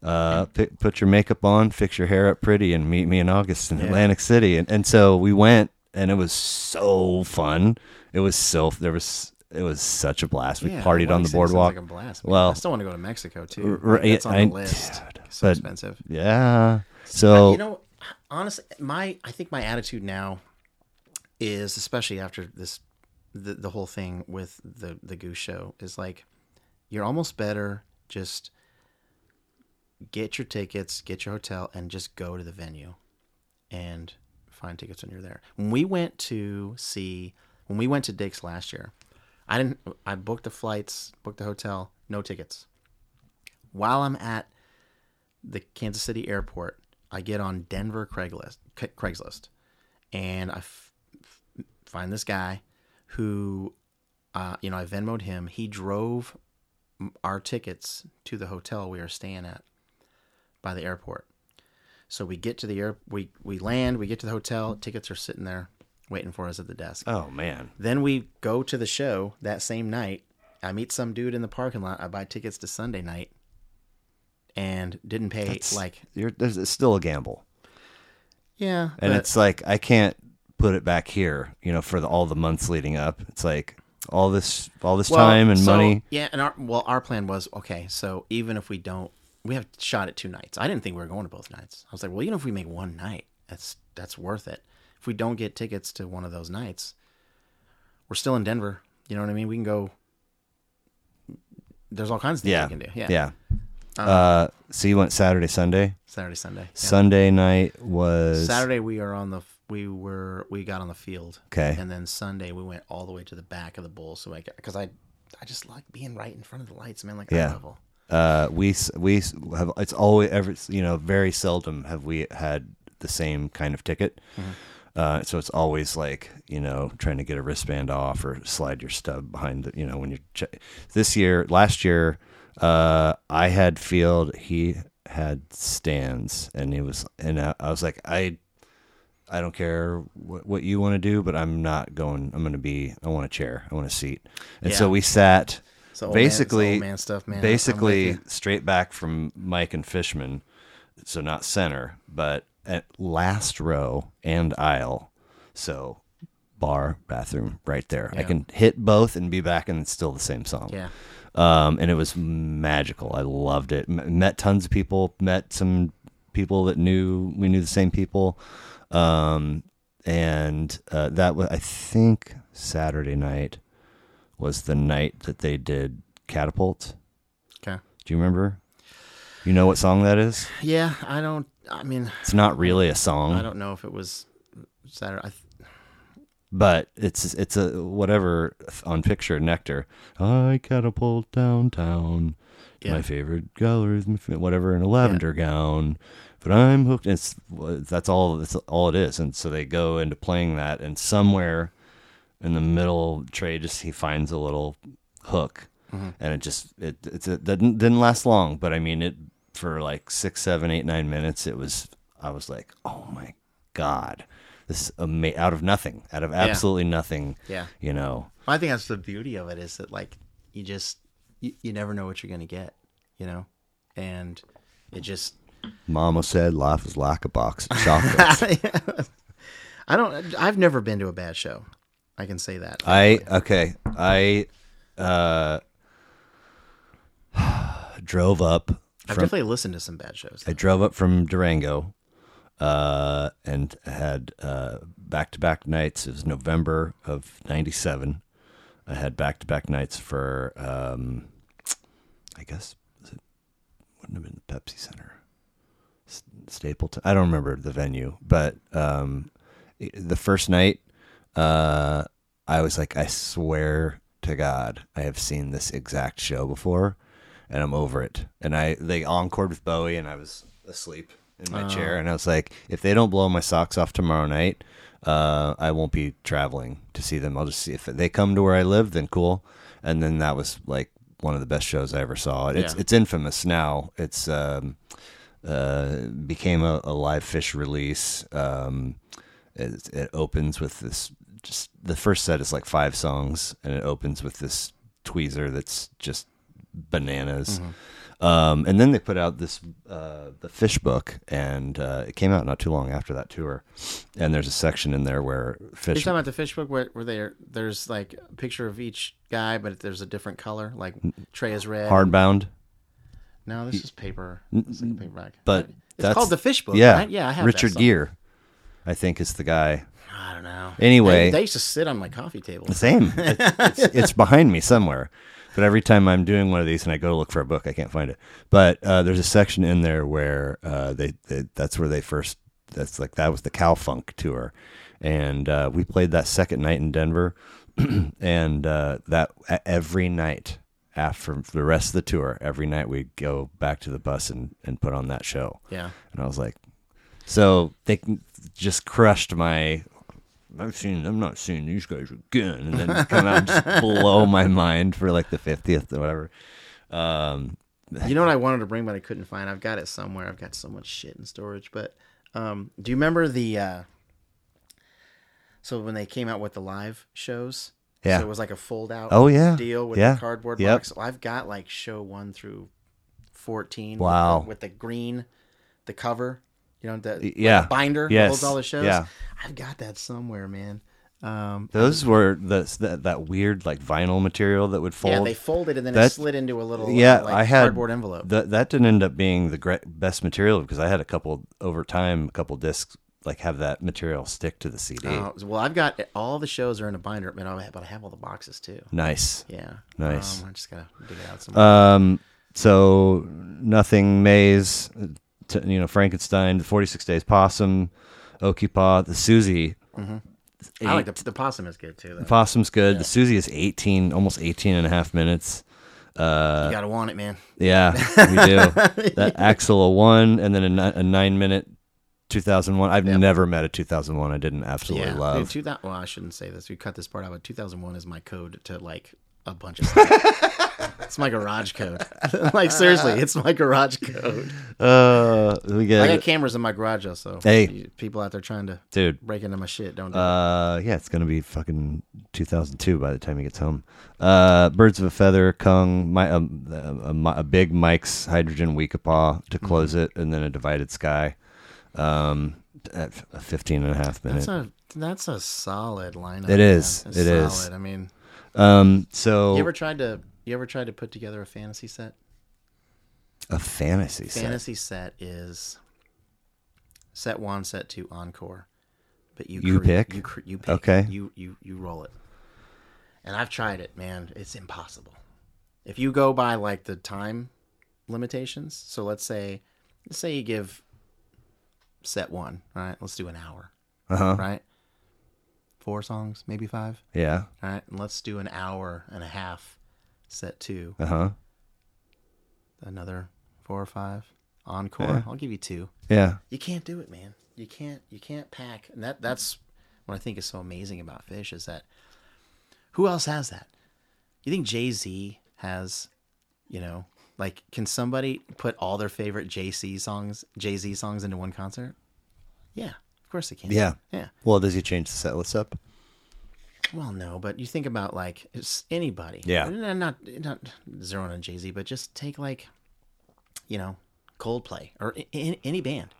S3: Uh, pi put your makeup on, fix your hair up pretty, and meet me in August in Atlantic City. And and so we went, and it was so fun. It was so there was it was such a blast. We
S2: Yeah,
S3: partied on
S2: Atlantic
S3: the
S2: City sounds
S3: boardwalk.
S2: Like a blast. Well,
S3: Well-
S2: I still want to go to Mexico too.
S3: R-
S2: Like, that's on
S3: I-
S2: the list.
S3: dude,
S2: so
S3: but-
S2: expensive.
S3: yeah. So
S2: you know, honestly, my I think my attitude now is, especially after this, the the whole thing with the the Goose Show is like, you're almost better just get your tickets, get your hotel, and just go to the venue, and find tickets when you're there. When we went to see, when we went to Dick's last year, I didn't. I booked the flights, booked the hotel, no tickets. While I'm at the Kansas City airport, I get on Denver Craigslist, Cra- Craigslist, and I f- f- find this guy who Uh, you know, I Venmoed him. He drove m- our tickets to the hotel we are staying at by the airport. So we get to the air, we we land, we get to the hotel. Tickets are sitting there waiting for us at the desk.
S3: Oh man.
S2: Then we go to the show that same night. I meet some dude in the parking lot. I buy tickets to Sunday night, and didn't pay like
S3: You're, there's, it's still a gamble,
S2: yeah,
S3: and
S2: but-
S3: it's like I can't put it back here. You know, for the, all the months leading up, it's like all this, all this
S2: Well,
S3: time and
S2: so-
S3: money.
S2: Yeah, and our well, our plan was okay. So even if we don't, we have shot at two nights. I didn't think we were going to both nights. I was like, well, you know, if we make one night, that's that's worth it. If we don't get tickets to one of those nights, we're still in Denver. You know what I mean? We can go. There's all kinds of things
S3: Yeah,
S2: we can do. Yeah,
S3: yeah. Uh, so you went Saturday, Sunday.
S2: Saturday, Sunday. Yeah.
S3: Sunday night was
S2: Saturday we are on the f- we were we got on the field.
S3: Okay.
S2: And then Sunday we went all the way to the back of the bowl so I because I I just like being right in front of the lights, man. Like
S3: Yeah.
S2: eye level.
S3: uh, we s- we s- have it's always ever you know very seldom have we had the same kind of ticket. Uh, so it's always like you know trying to get a wristband off or slide your stub behind the you know when you check. This year, last year, uh, I had field, he had stands, and it was and I, I was like I. I don't care what, what you want to do, but I'm not going. I'm going to be. I want a chair. I want a seat. And so
S2: Yeah.
S3: we sat
S2: So old man- it's
S3: basically
S2: old man stuff, man. I'm with
S3: Basically
S2: you.
S3: straight back from Mike and Fishman, so not center, but at last row and aisle. So bar, bathroom, right there. I
S2: Yeah.
S3: can hit both and be back, and it's still the same song.
S2: Yeah.
S3: Um, and it was magical. I loved it. M- met tons of people. Met some people that knew we knew the same people. Um, and uh, that was, I think, Saturday night was the night that they did Catapult.
S2: Okay.
S3: Do you remember? You know what song that is?
S2: Yeah, I don't. I mean,
S3: It's not really a
S2: I
S3: song,
S2: don't know if it was Saturday. I th-
S3: but it's it's a whatever on picture nectar. I catapult downtown.
S2: Yeah.
S3: My favorite color is my fa- whatever in a lavender gown, but I'm hooked. It's that's all. That's all it is. And so they go into playing that, and somewhere in the middle, Trey just he finds a little hook,
S2: Mm-hmm.
S3: and it just it it's it didn't didn't last long. But I mean, it for like six, seven, eight, nine minutes. It was I was like, oh my god, this is ama- out of nothing, out of absolutely nothing.
S2: Yeah.
S3: you know,
S2: I think that's the beauty of it is that like you just you, you never know what you're gonna get, you know, and it just <laughs>
S3: Mama said life is like a box of chocolates.
S2: I don't. I've never been to a bad show. I can say that.
S3: I okay. I uh <sighs> drove up.
S2: I've definitely listened to some bad shows.
S3: I drove up from Durango uh and had uh back to back nights. It was November of ninety seven. I had back to back nights for um I guess was it wouldn't have been the Pepsi Center. S- Stapleton. I don't remember the venue, but um, i- the first night, uh, I was like, I swear to God, I have seen this exact show before, and I'm over it. And I they encored with Bowie, and I was asleep in my chair, and I was like, if they don't blow my socks off tomorrow night, uh, I won't be traveling to see them. I'll just see if they come to where I live, then cool. And then that was like one of the best shows I ever saw. It's
S2: Yeah.
S3: it's infamous now. It's um, uh, became a, a live fish release. Um, it, it opens with this just the first set is like five songs, and it opens with this tweezer that's just bananas. Um, and then they put out this uh, the fish book, and uh, it came out not too long after that tour. And there's a section in there where
S2: You're
S3: fish.
S2: talking about the fish book where, where there there's like a picture of each guy, but there's a different color. Like Trey is red.
S3: Hardbound,
S2: No, this is paper. It's like a paperback.
S3: but
S2: it's
S3: that's
S2: called the fish book.
S3: Yeah,
S2: right? yeah. I have
S3: Richard
S2: that song.
S3: Gere, I think is the guy.
S2: I don't know.
S3: Anyway.
S2: they, they used to sit on my coffee table.
S3: Same. It's, it's, it's behind me somewhere. But every time I'm doing one of these and I go to look for a book, I can't find it. But uh, there's a section in there where uh, they, they that's where they first that's like that was the Cow Funk tour, and uh, we played that second night in Denver, <clears throat> and uh, that e- every night after the rest of the tour, every night we'd go back to the bus and, and put on that show.
S2: Yeah.
S3: And I was like, so they just crushed my I've seen, I'm not seeing these guys again, and then come out and
S2: <laughs>
S3: just blow my mind for like the fiftieth or whatever. Um,
S2: You know what I wanted to bring, but I couldn't find. I've got it somewhere. I've got so much shit in storage. But um, do you remember the? Uh, so when they came out with the live shows,
S3: Yeah.
S2: so it was like a fold out.
S3: Oh, yeah.
S2: deal with
S3: Yeah.
S2: the cardboard
S3: Yep.
S2: box. I've got like show one through fourteen. with
S3: Wow.
S2: the- with the green, the cover. You know the like
S3: yeah,
S2: binder that
S3: Yes.
S2: holds all the shows.
S3: Yeah.
S2: I've got that somewhere, man. Um,
S3: those were the, that that weird like vinyl material that would fold.
S2: yeah, they folded and then it
S3: That's-
S2: slid into a little
S3: yeah,
S2: uh, like
S3: I had
S2: cardboard envelope.
S3: That that didn't end up being the great, best material because I had a couple over time, a couple discs like have that material stick to the CD.
S2: Uh, well, I've got all the shows are in a binder, but I have, but I have all the boxes too.
S3: Nice.
S2: Yeah,
S3: Nice.
S2: Um, I just gotta dig it out some.
S3: Um, so nothing maze, t- you know Frankenstein, the Forty Six Days Possum, Okipa, the Susie.
S2: I like the, the possum is good too. Though.
S3: Possum's good. The Susie is 18, almost 18 and a half minutes. Uh,
S2: you gotta want it, man.
S3: Yeah, we do. that Axel a one, and then a, ni- a nine minute 2001. I've never met a 2001 I didn't absolutely
S2: Yeah,
S3: love.
S2: Dude, 2000 well, I shouldn't say this. We cut this part out, but 2001 is my code to like a bunch
S3: <laughs>
S2: of stuff. it's my garage code. <laughs> like seriously, it's my
S3: <laughs>
S2: garage code.
S3: Uh, we
S2: I
S3: get
S2: got cameras in my garage, though, so
S3: Hey.
S2: you- people out there trying to
S3: dude.
S2: break into my shit don't. Do
S3: Uh, yeah, it's gonna be fucking 2002 by the time he gets home. Uh, Birds of a Feather, Kung, my um, a, a, a big Mike's Hydrogen Weekapaw
S2: Mm-hmm.
S3: to close it, and then a Divided Sky. Um, at f- a 15 and a half
S2: it.
S3: minute.
S2: that's a that's a solid lineup.
S3: It is.
S2: man.
S3: It is.
S2: solid. I mean,
S3: um, so
S2: you ever tried to you ever tried to put together a fantasy set?
S3: a fantasy, set.
S2: fantasy set is set one, set two, encore. But you
S3: You
S2: cre-
S3: pick?
S2: you cre- you pick
S3: Okay.
S2: you you you roll it. And I've tried it, man. It's impossible. If you go by like the time limitations, so let's say let's say you give set one, all right, let's do an hour,
S3: Uh huh.
S2: right? Four songs, maybe five,
S3: Yeah.
S2: all right, and let's do an hour and a half, set two,
S3: Uh huh.
S2: another four or five, encore. I'll give you two.
S3: Yeah.
S2: you can't do it man you can't you can't pack and that that's what i think is so amazing about fish is that who else has that you think jay-z has you know like can somebody put all their favorite jay-z songs jay-z songs into one concert yeah of course they can
S3: Yeah.
S2: yeah
S3: Well, does he change the set list up?
S2: well no but you think about like it's anybody
S3: Yeah.
S2: And I'm not not zeroing on jay-z but just take like you know coldplay or a- a- any band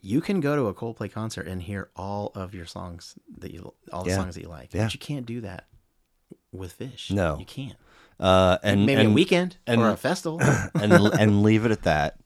S2: you can go to a Coldplay concert and hear all of your songs that you all the
S3: Yeah.
S2: songs that you like.
S3: Yeah.
S2: But you can't do that with Fish.
S3: No.
S2: you can't.
S3: Uh, and
S2: Maybe
S3: and,
S2: a weekend
S3: and-
S2: or
S3: <coughs>
S2: a festival.
S3: <laughs> and and leave it at that.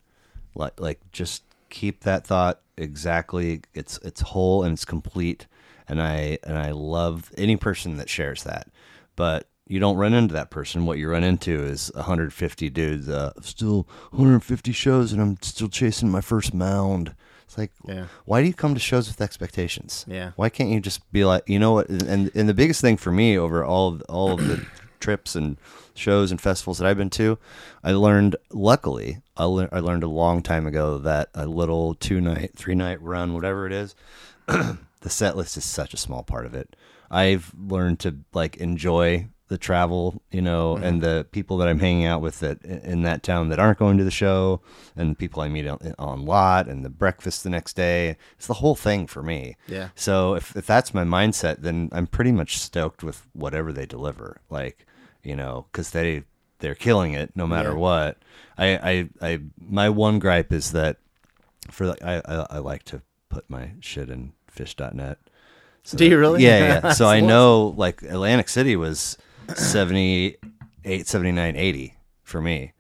S3: Like like just keep that thought exactly. It's it's whole and it's complete. And I and I love any person that shares that. But you don't run into that person. What you run into is 150 dudes. Uh, still 150 shows, and I'm still chasing my first mound. It's like,
S2: Yeah.
S3: why do you come to shows with expectations?
S2: Yeah.
S3: Why can't you just be like, you know what? And and the biggest thing for me over all of, all of the trips and shows and festivals that I've been to, I learned. Luckily, I, lear- I learned a long time ago that a little two night, three night run, whatever it is, the set list is such a small part of it. I've learned to like enjoy the travel, you know,
S2: Mm-hmm.
S3: and the people that I'm hanging out with that in in that town that aren't going to the show, and the people I meet on, on lot, and the breakfast the next day. It's the whole thing for me.
S2: Yeah.
S3: So if if that's my mindset, then I'm pretty much stoked with whatever they deliver. Like, you know, because they they're killing it no matter
S2: Yeah.
S3: what. I, I I my one gripe is that for the, I, I I like to put my shit in fish.net. So
S2: Do you really?
S3: Yeah,
S2: <laughs>
S3: yeah. So I know like Atlantic City was 78, 79, 80 for me.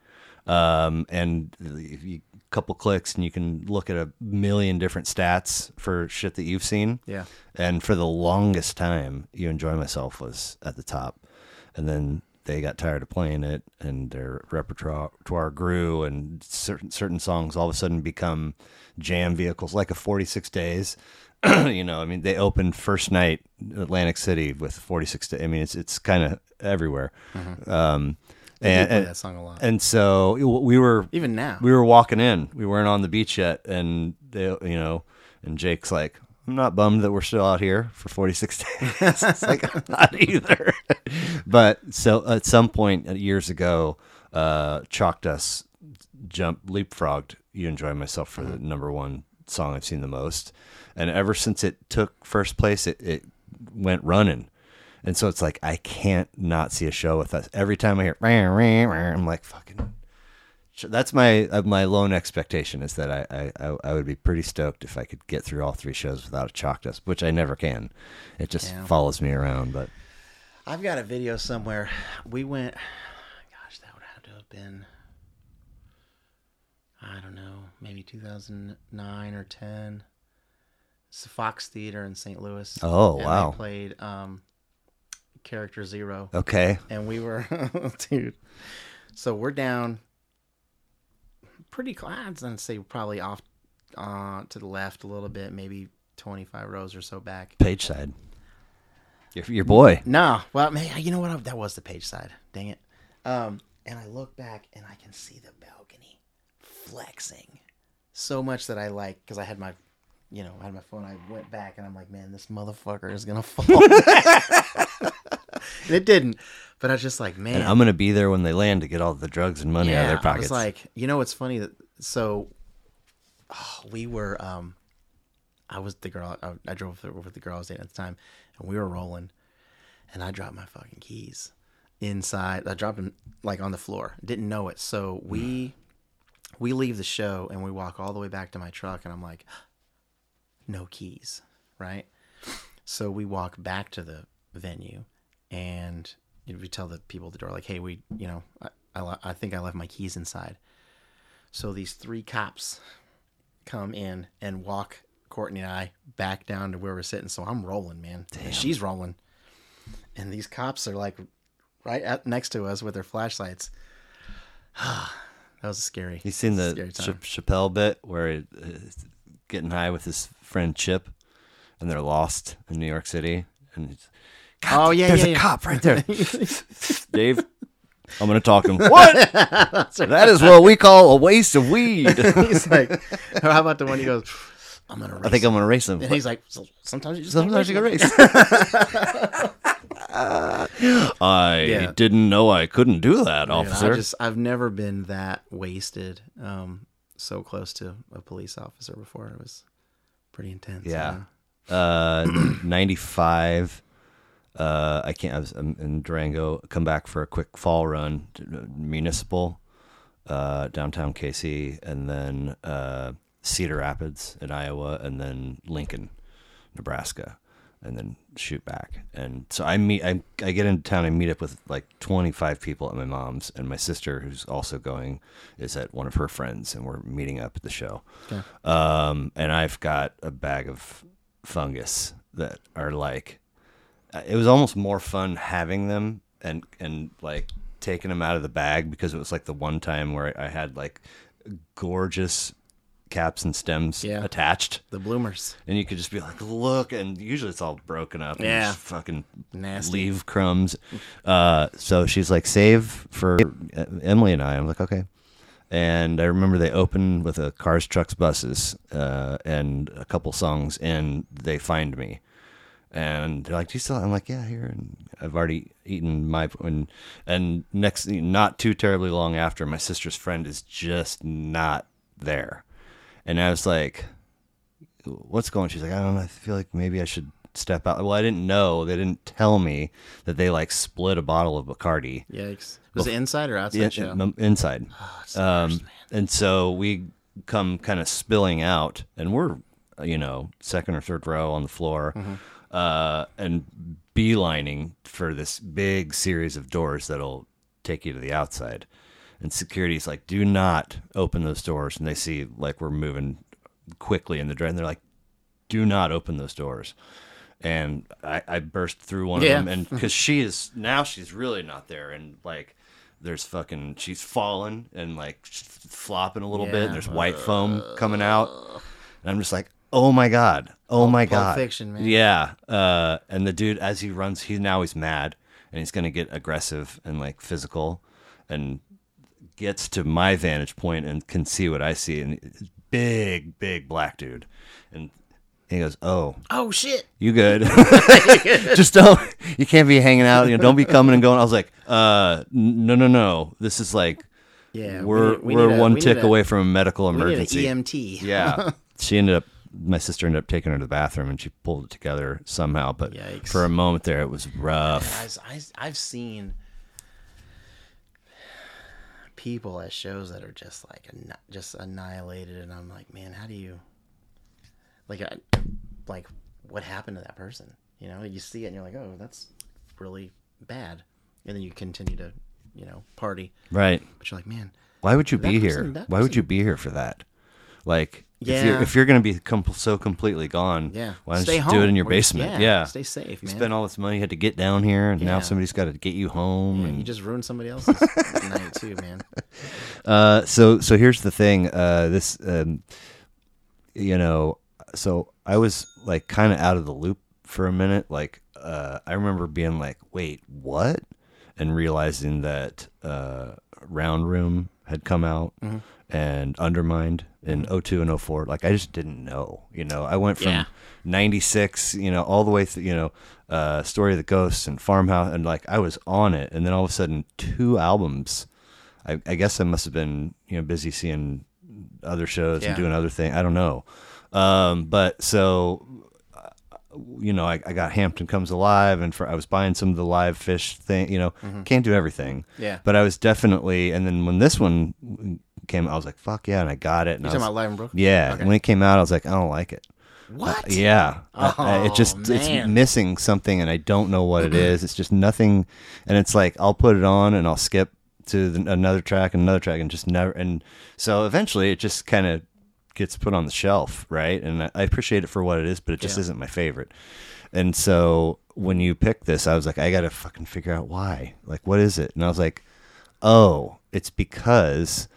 S3: Um, and if you couple clicks and you can look at a million different stats for shit that you've seen.
S2: Yeah.
S3: And for the longest time, you enjoy myself was at the top, and then they got tired of playing it, and their repertoire grew, and certain certain songs all of a sudden become jam vehicles, like a Forty Six Days. <clears throat> you know, I mean, they opened first night Atlantic City with Forty Six. Days. I mean, it's it's kind of everywhere. Um, and,
S2: I Mm-hmm. play
S3: and,
S2: that song a lot.
S3: and so we were
S2: Even now,
S3: we were walking in. We weren't on the beach yet, and they, you know, and Jake's like, I'm not bummed that we're still out here for 46 <laughs> days. it's like I'm not either. <laughs> but so at some point uh, years ago, uh, chalked us jump leapfrogged. You enjoy myself for the number one song I've seen the most, and ever since it took first place, it, it went running. And so it's like I can't not see a show with us. Every time I hear, "Rah, rah, rah," I'm like, fucking. Sure, That's my uh, my lone expectation is that I- I, I I would be pretty stoked if I could get through all three shows without a chalk dust, which I never can. It just
S2: Yeah.
S3: follows me around. But
S2: I've got a video somewhere. We went. Gosh, that would have to have been. I don't know, maybe 2009 or 10. It's the Fox Theater in St. Louis.
S3: Oh,
S2: and they
S3: wow. Oh.
S2: played um, Character Zero.
S3: okay,
S2: and we were <laughs> dude so we're down pretty cl- i'd say- say probably off uh to the left a little bit maybe 25 rows or so back
S3: page side, your your boy.
S2: no well man you know what that was the page side dang it um and i look back and i can see the balcony flexing so much that i like because i had my you know i had my phone i went back and i'm like man this motherfucker is gonna <laughs> fall and it didn't but i was just like man
S3: And I'm gonna be there when they land to get all the drugs and money out of their
S2: I was
S3: pockets.
S2: like, you know, it's funny that so oh, we were. um I was the girl. I, I drove with the, with the girl I was dating at the time, and we were rolling, and I dropped my fucking keys inside. I dropped them like on the floor. Didn't know it. So we we leave the show and we walk all the way back to my truck, and I'm like, <gasps> no keys, right? So we walk back to the venue, and you know, we tell the people at the door, like, "Hey, we, you know, I, I, le- I think I left my keys inside." So these three cops come in and walk Courtney and I back down to where we're sitting. So I'm rolling, man. And she's rolling, and these cops are like right at, next to us with their flashlights. <sighs> that was scary.
S3: You seen the
S2: Scary
S3: Ch-
S2: time.
S3: Chappelle bit where he, uh, is getting high with his friend Chip, and they're lost in New York City, and he's, <laughs>
S2: oh yeah,
S3: there's
S2: yeah,
S3: a
S2: yeah.
S3: cop right there, Dave. I'm gonna talk <laughs> to him. What? that is what we call a waste of weed. I
S2: <laughs> He's like, <laughs> or how about the one he goes, I'm gonna race.
S3: think I'm gonna race him.
S2: and he's like, "So- sometimes you just
S3: Sometimes you
S2: gotta
S3: can
S2: race
S3: race.
S2: <laughs>
S3: <laughs> I
S2: Yeah.
S3: didn't know I couldn't do that,
S2: them." Dude,
S3: officer.
S2: I just, I've never been that wasted, um, so close to a police officer before. It was pretty intense.
S3: Yeah. Uh, <clears throat> 95. Uh, I can't. I was I'm in Durango. Come back for a quick fall run, to municipal, uh, downtown KC, and then uh, Cedar Rapids in Iowa, and then Lincoln, Nebraska, and then shoot back. And so I meet. I I get into town. I meet up with like 25 people at my mom's, and my sister, who's also going, is at one of her friends, and we're meeting up at the show um, and I've got a bag of fungus that are like. uh, It was almost more fun having them and and like taking them out of the bag because it was like the one time where I had like gorgeous caps and stems
S2: Yeah.
S3: attached,
S2: the bloomers,
S3: and you could just be like, look, and usually it's all broken up. and
S2: Yeah.
S3: just fucking
S2: nasty.
S3: leave crumbs. Uh, so she's like, save for uh, Emily and I. I'm like, okay. And I remember they opened with a Cars, Trucks, Buses, uh, and a couple songs, and they find me. And they're like, "Do you still?" I'm like, "Yeah, here." And I've already eaten my and and next, not too terribly long after, my sister's friend is just not there, and I was like, what's going she's like i don't know i feel like maybe i should step out well i didn't know they didn't tell me that they like split a bottle of bacardi
S2: Yikes! Was it inside or outside show?
S3: in- in- inside um, and so we come kind of spilling out and we're you know second or third row on the floor uh, and beelining for this big series of doors that'll take you to the outside and security's like do not open those doors and they see like we're moving quickly in the drain they're like do not open those doors and I, I burst through one
S2: Yeah.
S3: of them and because she is now she's really not there and like there's fucking she's fallen and like sh- flopping a little bit and there's white foam coming out and i'm just like oh my god oh my god
S2: Fiction, man.
S3: yeah uh, and the dude as he runs he now he's mad and he's gonna get aggressive and like physical and gets to my vantage point and can see what i see and big big black dude and And he goes, "Oh,
S2: Oh shit!
S3: you good? <laughs> Just don't. You can't be hanging out. You know, don't be coming and going." I was like, "Uh, n- no, no, no. This is like
S2: Yeah, we
S3: we're
S2: need- we
S3: we are
S2: need a-
S3: one
S2: we need
S3: tick
S2: a- E
S3: away from a medical
S2: We need an
S3: emergency."
S2: EMT.
S3: yeah, she ended up. My sister ended up taking her to the bathroom, and she pulled it together somehow. But
S2: Yikes.
S3: for a moment there, it was rough.
S2: Guys, I, I've seen people at shows that are just like anni- just annihilated, and I'm like, man, how do you like, I, like what happened to that person? You know, you see it and you're like, oh, that's really bad, and then you continue to, you know, party,
S3: Right?
S2: but you're like, man,
S3: Why would you
S2: That
S3: be
S2: person-
S3: here?
S2: that
S3: Why would
S2: person-
S3: you be here for that? Like, if
S2: Yeah.
S3: you're if you're gonna be com- so completely gone,
S2: yeah,
S3: why don't
S2: stay
S3: you just
S2: home.
S3: do it in your
S2: Or-
S3: basement? Yeah,
S2: stay safe,
S3: You
S2: man.
S3: spent all this money, you had to get down here, and now
S2: Yeah.
S3: somebody's got to get you home. and
S2: you just ruined somebody else's <laughs> night too, man.
S3: Uh, so so here's the thing. Uh, this um, you know, so I was like kind of out of the loop for a minute. Like uh, I remember being like, "Wait, what?" and realizing that uh, Round Room had come out and undermined in 02 and 04. Like I just didn't know. You know, I went from
S2: Yeah.
S3: 96 you know all the way through you know uh story of the ghosts and farmhouse and like i was on it and then all of a sudden two albums i, I guess i must have been you know busy seeing other shows
S2: Yeah.
S3: and doing other things i don't know um but so uh, you know, I, I got Hampton Comes Alive, and for, I was buying some of the live fish thing. You know,
S2: Mm-hmm.
S3: can't do everything.
S2: Yeah.
S3: But I was definitely, and then when this one came, I was like, "Fuck yeah!" and I got it. And
S2: You
S3: I
S2: talking
S3: was-
S2: about live in Brooklyn?
S3: yeah.
S2: Okay.
S3: When it came out, I was like, "I don't like it." Uh,
S2: What?
S3: Yeah, I- I- it
S2: Oh,
S3: just it's
S2: man.
S3: missing something, and I don't know what
S2: <clears throat>
S3: it is. It's just nothing, and it's like I'll put it on and I'll skip to the, another track and another track, and just never. And so eventually, it just kind of gets put on the shelf, right? And I, I appreciate it for what it is, but it just
S2: Yeah.
S3: isn't my favorite. And so when you pick this, I was like, I gotta fucking figure out why. Like, what is it? And I was like, oh, it's because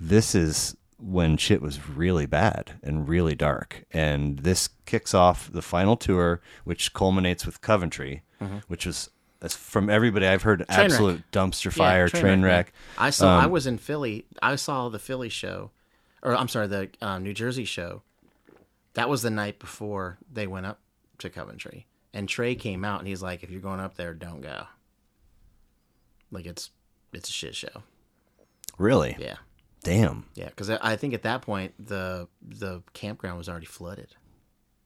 S3: this is when shit was really bad and really dark. And this kicks off the final tour, which culminates with Coventry, which was as from everybody I've heard,
S2: Mm-hmm. wreck.
S3: absolute dumpster
S2: Yeah,
S3: fire, train, wreck. Um,
S2: I saw. I was in Philly. I saw the Philly show, or I'm sorry, the um, New Jersey show. That was the night before they went up to Coventry, and Trey came out and he's like, "If you're going up there, don't go. Like it's it's a shit show.
S3: Really?
S2: Yeah,
S3: Damn.
S2: yeah. Because I, I think at that point the the campground was already flooded.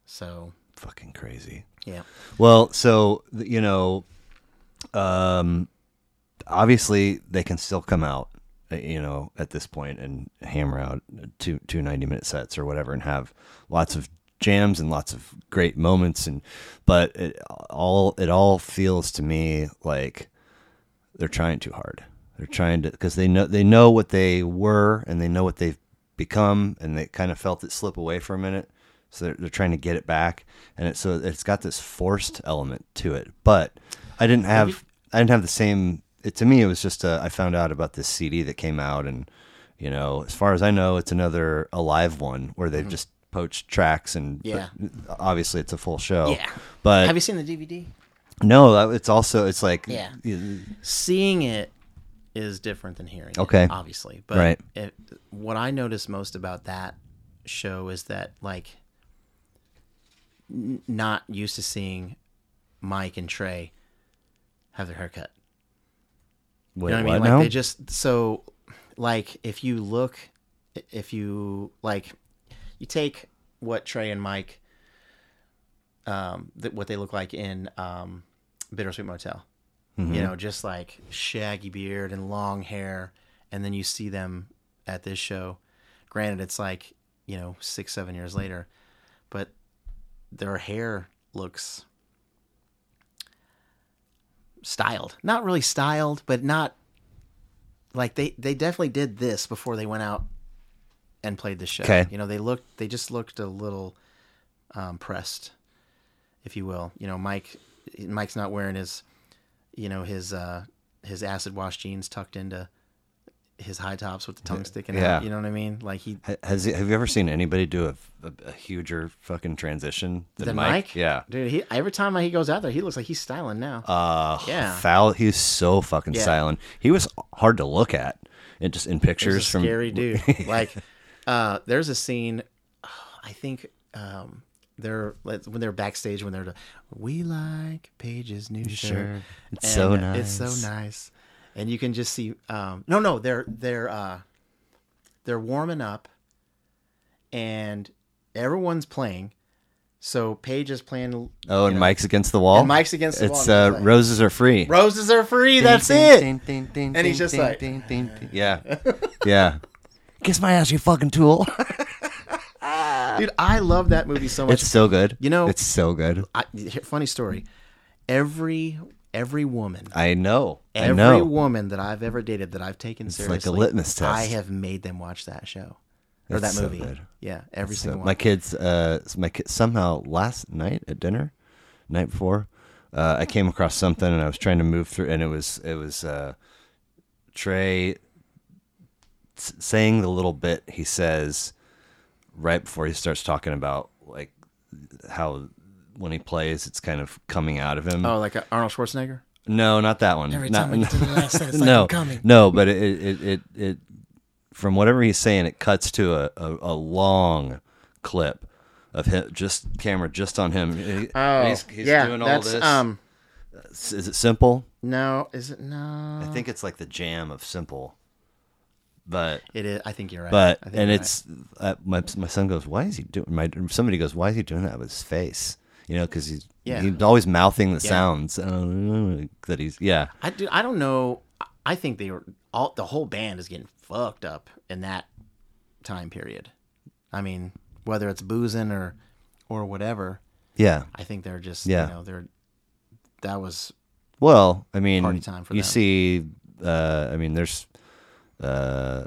S2: So
S3: Fucking crazy.
S2: yeah,
S3: Well, so th- you know, um, obviously they can still come out, uh, you know, at this point and hammer out two two ninety minute sets or whatever, and have lots of jams and lots of great moments, and but it all it all feels to me like they're trying too hard. They're trying to because they know they know what they were and they know what they've become, and they kind of felt it slip away for a minute. So they're, they're trying to get it back, and it, so it's got this forced element to it. But I didn't have I didn't have the same. It, to me, it was just uh, I found out about this CD that came out, and you know, as far as I know, it's another alive one where they've just poached tracks, and but
S2: Mm-hmm. Yeah.
S3: obviously it's a full show.
S2: Yeah.
S3: But
S2: have you seen the DVD?
S3: no, that- it's also it's like
S2: Yeah.
S3: y-
S2: seeing it is different than hearing
S3: Okay.
S2: it. Obviously. But
S3: Right.
S2: it, what I noticed most about that show is that, like, n- not used to seeing Mike and Trey have their hair cut.
S3: wait,
S2: You know what,
S3: what
S2: I mean? Like,
S3: now?
S2: they just, so, like, if you look, if you, like, you take what Trey and Mike, um, th- what they look like in um, Bittersweet Motel you know, just like shaggy beard and long hair. And then you see them at this show. Granted, it's like, you know, six, seven years later, but their hair looks styled. Not really styled, but not like they, they definitely did this before they went out and played the show.
S3: Okay.
S2: You know, they looked, they just looked a little um, pressed, if you will. You know, Mike, Mike's not wearing his you know his uh his acid wash jeans tucked into his high tops with the tongue sticking
S3: Yeah.
S2: out. You know what I mean? Like he
S3: Ha- Has he- have you ever seen anybody do a, a, a huger fucking transition than,
S2: the
S3: Mike?
S2: Mike,
S3: Yeah.
S2: dude. He every time he goes out there, he looks like he's styling now.
S3: Uh,
S2: Yeah.
S3: Foul. He was so fucking
S2: Yeah.
S3: silent. He was hard to look at, and just in
S2: He's a
S3: pictures <laughs> from
S2: scary dude. like, uh, there's a scene. I think um, they're like, when they're backstage when they're the, we like Paige's new shirt.
S3: shirt. It's so
S2: uh, It's
S3: nice."
S2: so nice, and you can just see. Um, no, no, they're they're uh, they're warming up, and everyone's playing. So Paige is playing.
S3: Oh, and Mike's against the wall.
S2: And Mike's against the wall,
S3: It's
S2: and he's
S3: uh,
S2: like-
S3: roses are free.
S2: Roses are free. That's it. And he's just like-
S3: Yeah,
S2: <laughs>
S3: yeah. Kiss my ass, you fucking tool.
S2: Dude, I love that movie so much.
S3: It's so good.
S2: You know-
S3: it's so good.
S2: I, here- funny story. Every every woman,
S3: I know. I
S2: every
S3: know.
S2: woman that I've ever dated that I've taken
S3: like a
S2: seriously,
S3: litmus test.
S2: I have made them watch that show or
S3: It's
S2: that
S3: so
S2: movie.
S3: good.
S2: Yeah, every
S3: So
S2: single one.
S3: my kids, uh, s- my kids, somehow last night at dinner, night before, uh, I came across something and I was trying to move through, and it was it was uh, Trey s- saying the little bit he says right before he starts talking about like how when he plays it's kind of coming out of him.
S2: oh, like a Arnold Schwarzenegger.
S3: No, not that one.
S2: Every
S3: Not-
S2: time I get to the
S3: <laughs>
S2: last set, it's like
S3: no,
S2: I'm coming.
S3: no, but it, it it it from whatever he's saying, it cuts to a, a, a long clip of him, just camera just on him. He- he's, he's doing all this.
S2: Oh, Um,
S3: S- Is it simple?
S2: no, is it no?
S3: I think it's like the jam of simple, but
S2: it is. I think you're right.
S3: but
S2: I think
S3: and
S2: you're
S3: it's uh, my my son goes, why is he doing? My somebody goes, why is he doing that with his face? You know, because he's
S2: Yeah.
S3: he's always mouthing the sounds uh, that he's yeah.
S2: right. I do. I don't know. I- I think they were all the whole band is getting fucked up in that time period. I mean, whether it's boozing or or whatever.
S3: Yeah,
S2: I think they're just
S3: Yeah.
S2: you know they're that was
S3: Well, I mean,
S2: Party time for
S3: you
S2: them.
S3: see, uh, I mean, there's uh,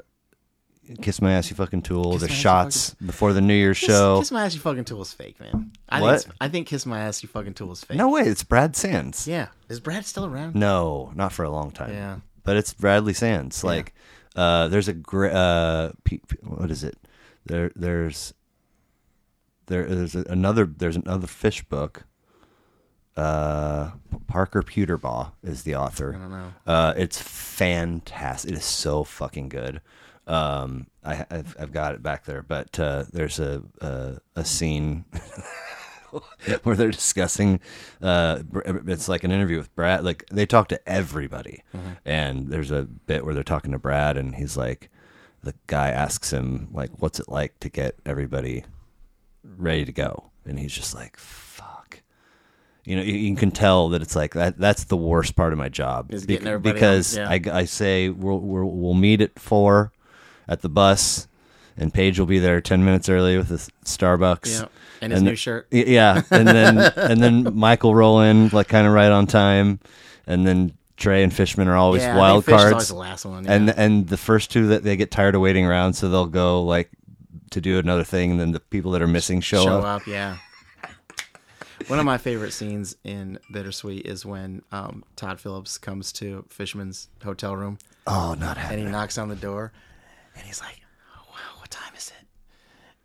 S3: "Kiss My Ass, You Fucking Tool."
S2: Kiss
S3: there's
S2: My Ass, You
S3: show before the New Year's
S2: Kiss,
S3: show.
S2: Kiss my ass, you fucking tool is fake, man. I
S3: What?
S2: Think it's- I think kiss my ass, you fucking tool is fake.
S3: no way, it's Brad Sands.
S2: Yeah. Is Brad still around?
S3: No, not for a long time.
S2: Yeah.
S3: but it's Bradley Sands. Like, uh, there's a gr- uh, pe- pe- what is it? There, there's there, there's another there's another fish book. Uh, Parker Pewterbaugh is the author. I
S2: don't know.
S3: Uh, it's fantastic. It is so fucking good. Um, I, I've I've got it back there, but uh, there's a a, a scene <laughs> where they're discussing uh Br- it's like an interview with Brad like they talk to everybody
S2: Mm-hmm.
S3: and there's a bit where they're talking to Brad and he's like the guy asks him like what's it like to get everybody ready to go and he's just like fuck you know you, you can tell that it's like that that's the worst part of my job
S2: Is
S3: Bec-
S2: getting everybody
S3: because
S2: on, yeah.
S3: I I, I say we'll, we'll we'll meet at four at the bus, and Paige will be there ten minutes early with his Starbucks.
S2: Yeah, and his new
S3: the-
S2: shirt.
S3: Y- Yeah, and then <laughs> and then Mike will roll in like kind of right on time, and then Trey and Fishman are always
S2: Yeah, I
S3: wild
S2: think Fish is
S3: cards.
S2: always the last one, yeah.
S3: And and the first two that they get tired of waiting around, so they'll go like to do another thing, and then the people that are missing show,
S2: Show
S3: up.
S2: up, yeah. One of my favorite scenes in Bittersweet is when um, Todd Phillips comes to Fisherman's hotel room
S3: Oh, not happening.
S2: and he knocks on the door and he's like, oh, wow, what time is it?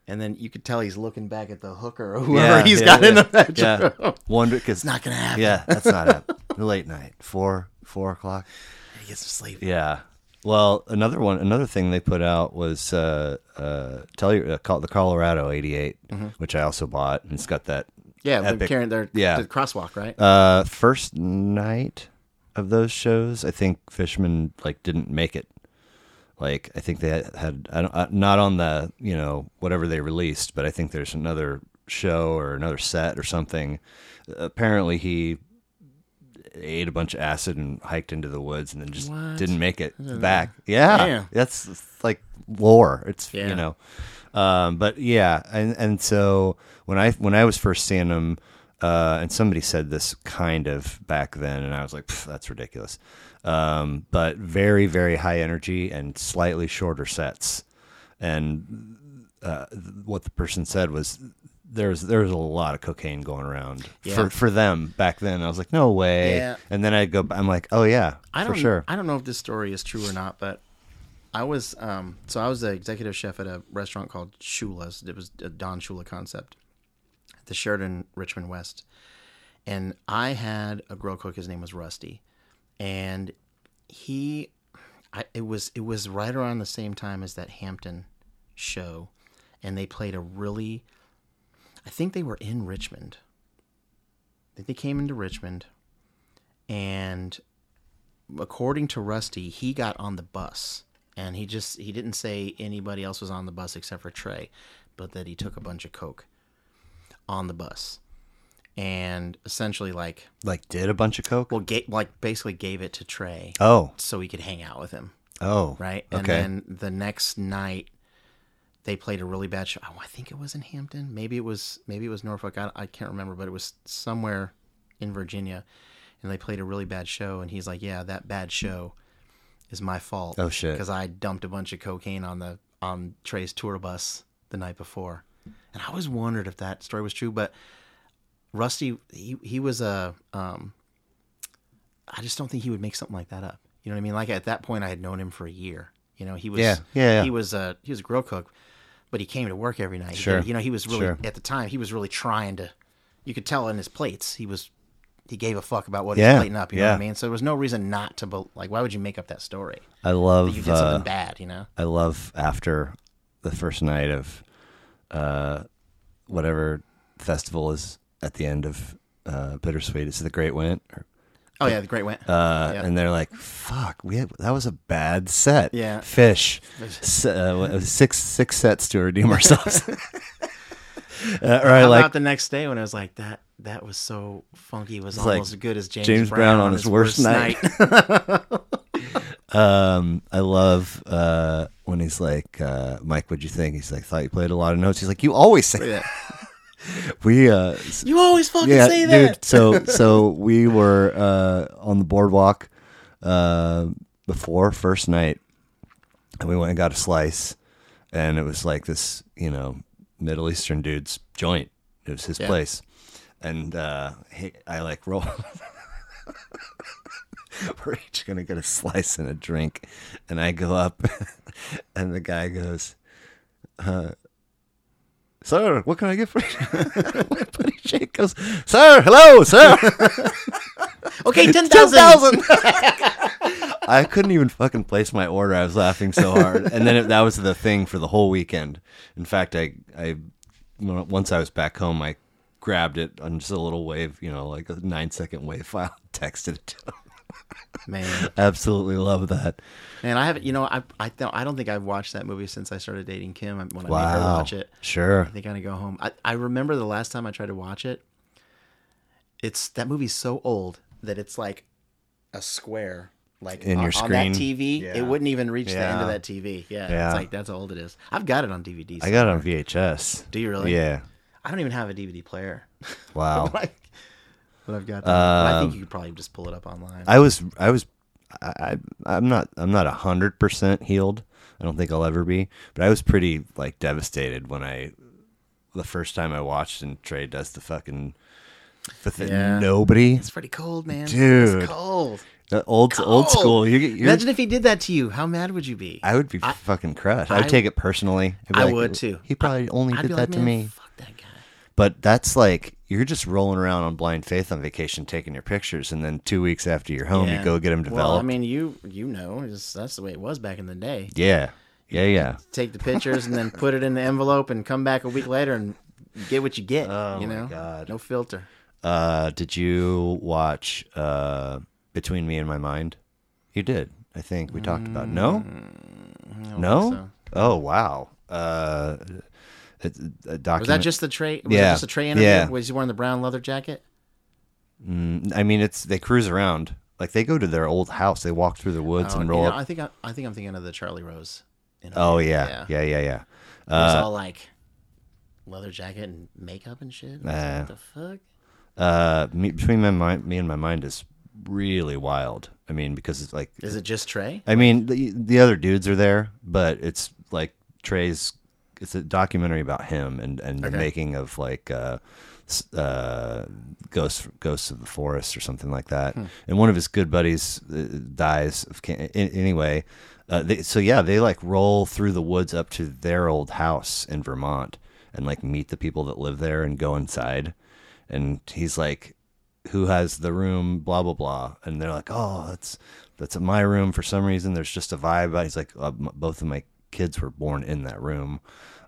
S2: And then you could tell he's looking back at the hooker or whoever he's got in the bedroom.
S3: yeah. Wonder because
S2: It's not gonna happen.
S3: Yeah, that's not happening. <laughs> Late night, four four o'clock.
S2: He gets to sleep.
S3: Yeah. Well, another one, another thing they put out was uh, uh, tell you uh, call, the Colorado '88, which I also bought, and it's got that
S2: Yeah, they're
S3: epic-
S2: carrying their
S3: yeah.
S2: the crosswalk, right?
S3: uh, first night of those shows, I think Fishman like didn't make it. Like I think they had, had I don't, uh, not on the you know whatever they released, but I think there's another show or another set or something. Apparently he ate a bunch of acid and hiked into the woods and then just
S2: What?
S3: didn't make it back. Yeah,
S2: Damn.
S3: that's it's like lore. It's
S2: Yeah.
S3: you know, um, but yeah, and and so when I when I was first seeing them, uh, and somebody said this kind of back then, and I was like, "Pff, that's ridiculous. Um, but very very high energy and slightly shorter sets, and uh, what the person said was. There's there's a lot of cocaine going around
S2: Yeah.
S3: for for them back then. I was like, no way.
S2: Yeah.
S3: And then I go, I'm like, oh yeah,
S2: I
S3: for
S2: don't
S3: sure.
S2: I don't know if this story is true or not, but I was um so I was the executive chef at a restaurant called Shula's. It was a Don Shula concept. The Sheridan Richmond West. And I had a grill cook, his name was Rusty. And he I, it was it was right around the same time as that Hampton show and they played a really I think they were in Richmond. I think they came into Richmond, and according to Rusty, he got on the bus, and he just he didn't say anybody else was on the bus except for Trey, but that he took a bunch of coke on the bus, and essentially like
S3: Like, did a bunch of coke?
S2: well, ga- like basically gave it to Trey
S3: oh,
S2: so he could hang out with him
S3: oh,
S2: right? And
S3: Okay,
S2: then the next night, they played a really bad show. Oh, I think it was in Hampton. Maybe it was maybe it was Norfolk. I, I can't remember, but it was somewhere in Virginia, and they played a really bad show. And he's like, "Yeah, that bad show is my fault.
S3: Oh, shit.
S2: Because I dumped a bunch of cocaine on the on Trey's tour bus the night before." And I always wondered if that story was true, but Rusty he he was a um, I just don't think he would make something like that up. You know what I mean? Like at that point, I had known him for a year. You know, he was
S3: Yeah, yeah, yeah.
S2: he was a he was a grill cook, but he came to work every night. He
S3: Sure,
S2: did- you know, he was really
S3: sure.
S2: at the time he was really trying to. You could tell in his plates he was he gave a fuck about what he
S3: Yeah,
S2: was plating up. You know what
S3: yeah.
S2: I mean? So there was no reason not to be, like. Why would you make up that story?
S3: I
S2: That you
S3: love
S2: did something
S3: uh,
S2: bad. You know?
S3: I love after the first night of uh, whatever festival is at the end of uh, Bittersweet. It's the Great Went. Or,
S2: Oh yeah, the great went.
S3: uh,
S2: Yeah.
S3: And they're like, "Fuck, we had, that was a bad set."
S2: Yeah. <laughs>
S3: fish, S- uh, what- six six sets to redeem ourselves. <laughs>
S2: <laughs>
S3: uh, or I
S2: How
S3: like
S2: about the next day when I was like that? That was so funky. It was
S3: like
S2: almost as good as James,
S3: James Brown on his worst night. Um, I love uh, when he's like, uh, "Mike, what'd you think?" He's like, "Thought you played a lot of notes." He's like, "You always say that." <laughs> we uh, s-
S2: <laughs> you always fucking
S3: yeah,
S2: say that.
S3: dude.
S2: <laughs>
S3: So so we were uh, on the boardwalk uh, before first night, and we went and got a slice, and it was like this, you know, Middle Eastern dude's joint. It was his
S2: Yeah.
S3: place, and uh, he, I like <laughs> roll. We're each gonna get a slice and a drink, and I go up, <laughs> and the guy goes, uh, "Sir, what can I get for you?" <laughs> My buddy Jake goes, "Sir, hello, sir." <laughs>
S2: Okay, ten thousand.
S3: 10,000. I couldn't even fucking place my order. I was laughing so hard. And then it, that was the thing for the whole weekend. In fact, I, I, once I was back home, I grabbed it on just a little wave, you know, like a nine second wave file, <laughs> texted it to him.
S2: Man,
S3: Absolutely love that.
S2: man, I haven't. You know, I I don't I don't think I've watched that movie since I started dating Kim. When I made her
S3: Wow.
S2: watch it,
S3: Sure.
S2: I think I'm gonna go home. I I remember the last time I tried to watch it. It's that movie's so old that it's like a square, like
S3: In
S2: on,
S3: your
S2: on
S3: screen?
S2: that TV.
S3: Yeah.
S2: It wouldn't even reach the end of
S3: Yeah.
S2: that TV. Yeah,
S3: Yeah.
S2: it's like that's how old it is. I've got it on DVD.
S3: I got it on VHS.
S2: Do you really?
S3: Yeah.
S2: I don't even have a DVD player. <laughs>
S3: Wow. Um,
S2: like, but I've got. That. But I think you could probably just pull it up online.
S3: I was I was I I- I'm not I'm not a hundred percent healed. I don't think I'll ever be, but I was pretty like devastated when I the first time I watched and Trey does the fucking the thing.
S2: Yeah.
S3: Nobody,
S2: it's pretty cold, man.
S3: Dude.
S2: it's cold. Oh!
S3: the old old school. You you
S2: Imagine if he did that to you. How mad would you be?
S3: I would be fucking crushed. I'd
S2: I-
S3: take it personally. I'd be
S2: I
S3: like,
S2: would, too.
S3: He probably only
S2: I'd
S3: did
S2: be
S3: that
S2: like,
S3: to
S2: "Man,
S3: me.
S2: Fuck that guy.
S3: But that's like you're just rolling around on blind faith on vacation, taking your pictures, and then two weeks after you're home, you go get them developed.
S2: Well, I mean, you you know, it's- that's the way it was back in the day.
S3: yeah, yeah, yeah.
S2: Take the pictures and then put it in the envelope and come back a week later and get what you get.
S3: Oh,
S2: you
S3: my
S2: know,
S3: God.
S2: no filter.
S3: Uh, did you watch uh, Between Me and My Mind? You did. I think we talked about. No,
S2: Mm,
S3: no.
S2: so.
S3: Oh wow. Uh, it's a document.
S2: Was that just the tray? Was
S3: Yeah.
S2: it just a tray interview?
S3: Yeah.
S2: Was he wearing the brown leather jacket?
S3: I mean, it's they cruise around. Like they go to their old house. They walk through the woods
S2: Oh,
S3: and
S2: you
S3: roll
S2: know,
S3: up.
S2: I think I, I think I'm thinking of the Charlie Rose. You know,
S3: oh yeah, yeah, yeah, yeah.
S2: It was
S3: Uh,
S2: all like leather jacket and makeup and shit. I was
S3: Nah.
S2: like, what the fuck?
S3: uh, me, between my mind, me and my mind is really wild. I mean, because it's like
S2: Is it just Trey?
S3: I mean, the the other dudes are there, but it's like Trey's. It's a documentary about him and, and the
S2: Okay.
S3: making of like uh, s- uh, ghosts ghosts of the forest or something like that. And one of his good buddies uh, dies of can- in, anyway. Uh, they, so yeah, they like roll through the woods up to their old house in Vermont and like meet the people that live there and go inside. And he's like, who has the room, blah blah blah, and they're like, oh, that's that's my room for some reason. There's just a vibe. He's like, uh, m- both of my kids were born in that room.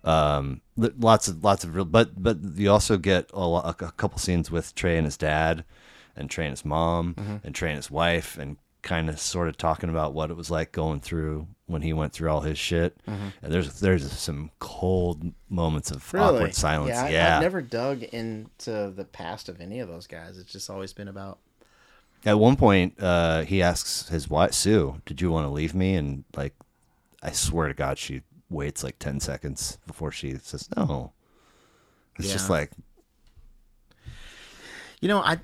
S3: Um, th- lots of lots of real, but but you also get a, lo- a couple scenes with Trey and his dad, and Trey and his mom,
S2: Mm-hmm.
S3: and Trey and his wife, and kind of sort of talking about what it was like going through when he went through all his shit.
S2: Mm-hmm.
S3: And there's there's some cold moments of awkward silence.
S2: Yeah,
S3: Yeah,
S2: I, I've never dug into the past of any of those guys. It's just always been about
S3: At one point, uh, he asks his wife Sue, "Did you want to leave me?" And like, I swear to God, she waits like ten seconds before she says no. It's just
S2: Yeah.
S3: like,
S2: You know, I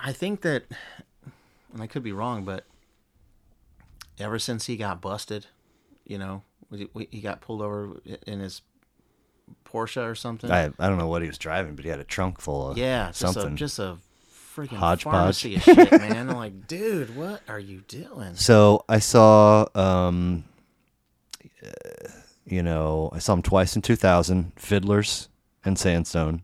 S2: I think that and I could be wrong, but ever since he got busted, you know, we, we, he got pulled over in his Porsche or something.
S3: I I don't know what he was driving, but he had a trunk full of
S2: yeah, just
S3: something.
S2: a just a freaking
S3: Hodgepodge.
S2: pharmacy of shit, man. I'm like, dude, what are you doing?
S3: So I saw, um, uh, you know, I saw him twice in 2000, Fiddlers and Sandstone.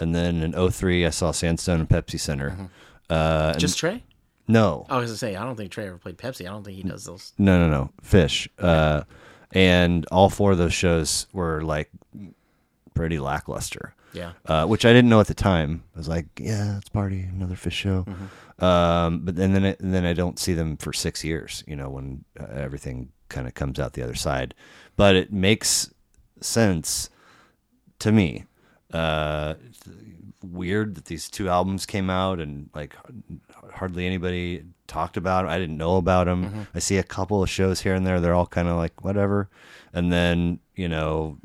S3: And then in 03, I saw Sandstone and Pepsi Center.
S2: Mm-hmm.
S3: Uh, and-
S2: Just Trey?
S3: no,
S2: I was gonna say, I don't think Trey ever played Pepsi. I don't think he does those.
S3: no, no, no, Fish. Uh, and all four of those shows were like pretty lackluster.
S2: Yeah.
S3: uh, which I didn't know at the time. I was like, yeah, let's party, another fish show. Um, but then then, I, then I don't see them for six years. You know, when uh, everything kind of comes out the other side, but it makes sense to me. Uh, th- weird that these two albums came out and like h- hardly anybody talked about 'em. I didn't know about them. I see a couple of shows here and there. They're all kind of like whatever. And then you know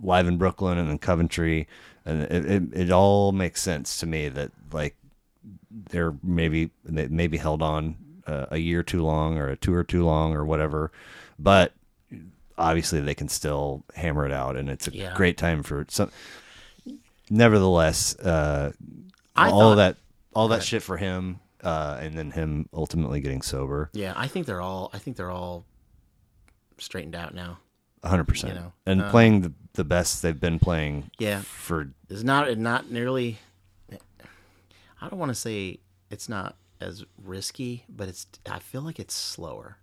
S3: live in Brooklyn and then Coventry, and it, it, it all makes sense to me that like they're maybe they maybe held on uh, a year too long or a tour too long or whatever, but obviously they can still hammer it out, and it's a
S2: Yeah.
S3: great time for some. Nevertheless, uh,
S2: I
S3: all
S2: thought-
S3: that all that shit for him, uh, and then him ultimately getting sober,
S2: Yeah, I think they're all I think they're all straightened out now.
S3: hundred percent,
S2: You know,
S3: and
S2: uh,
S3: playing the the best they've been playing,
S2: Yeah.
S3: for
S2: It's not not nearly. I don't want to say it's not as risky, but it's. I feel like it's slower.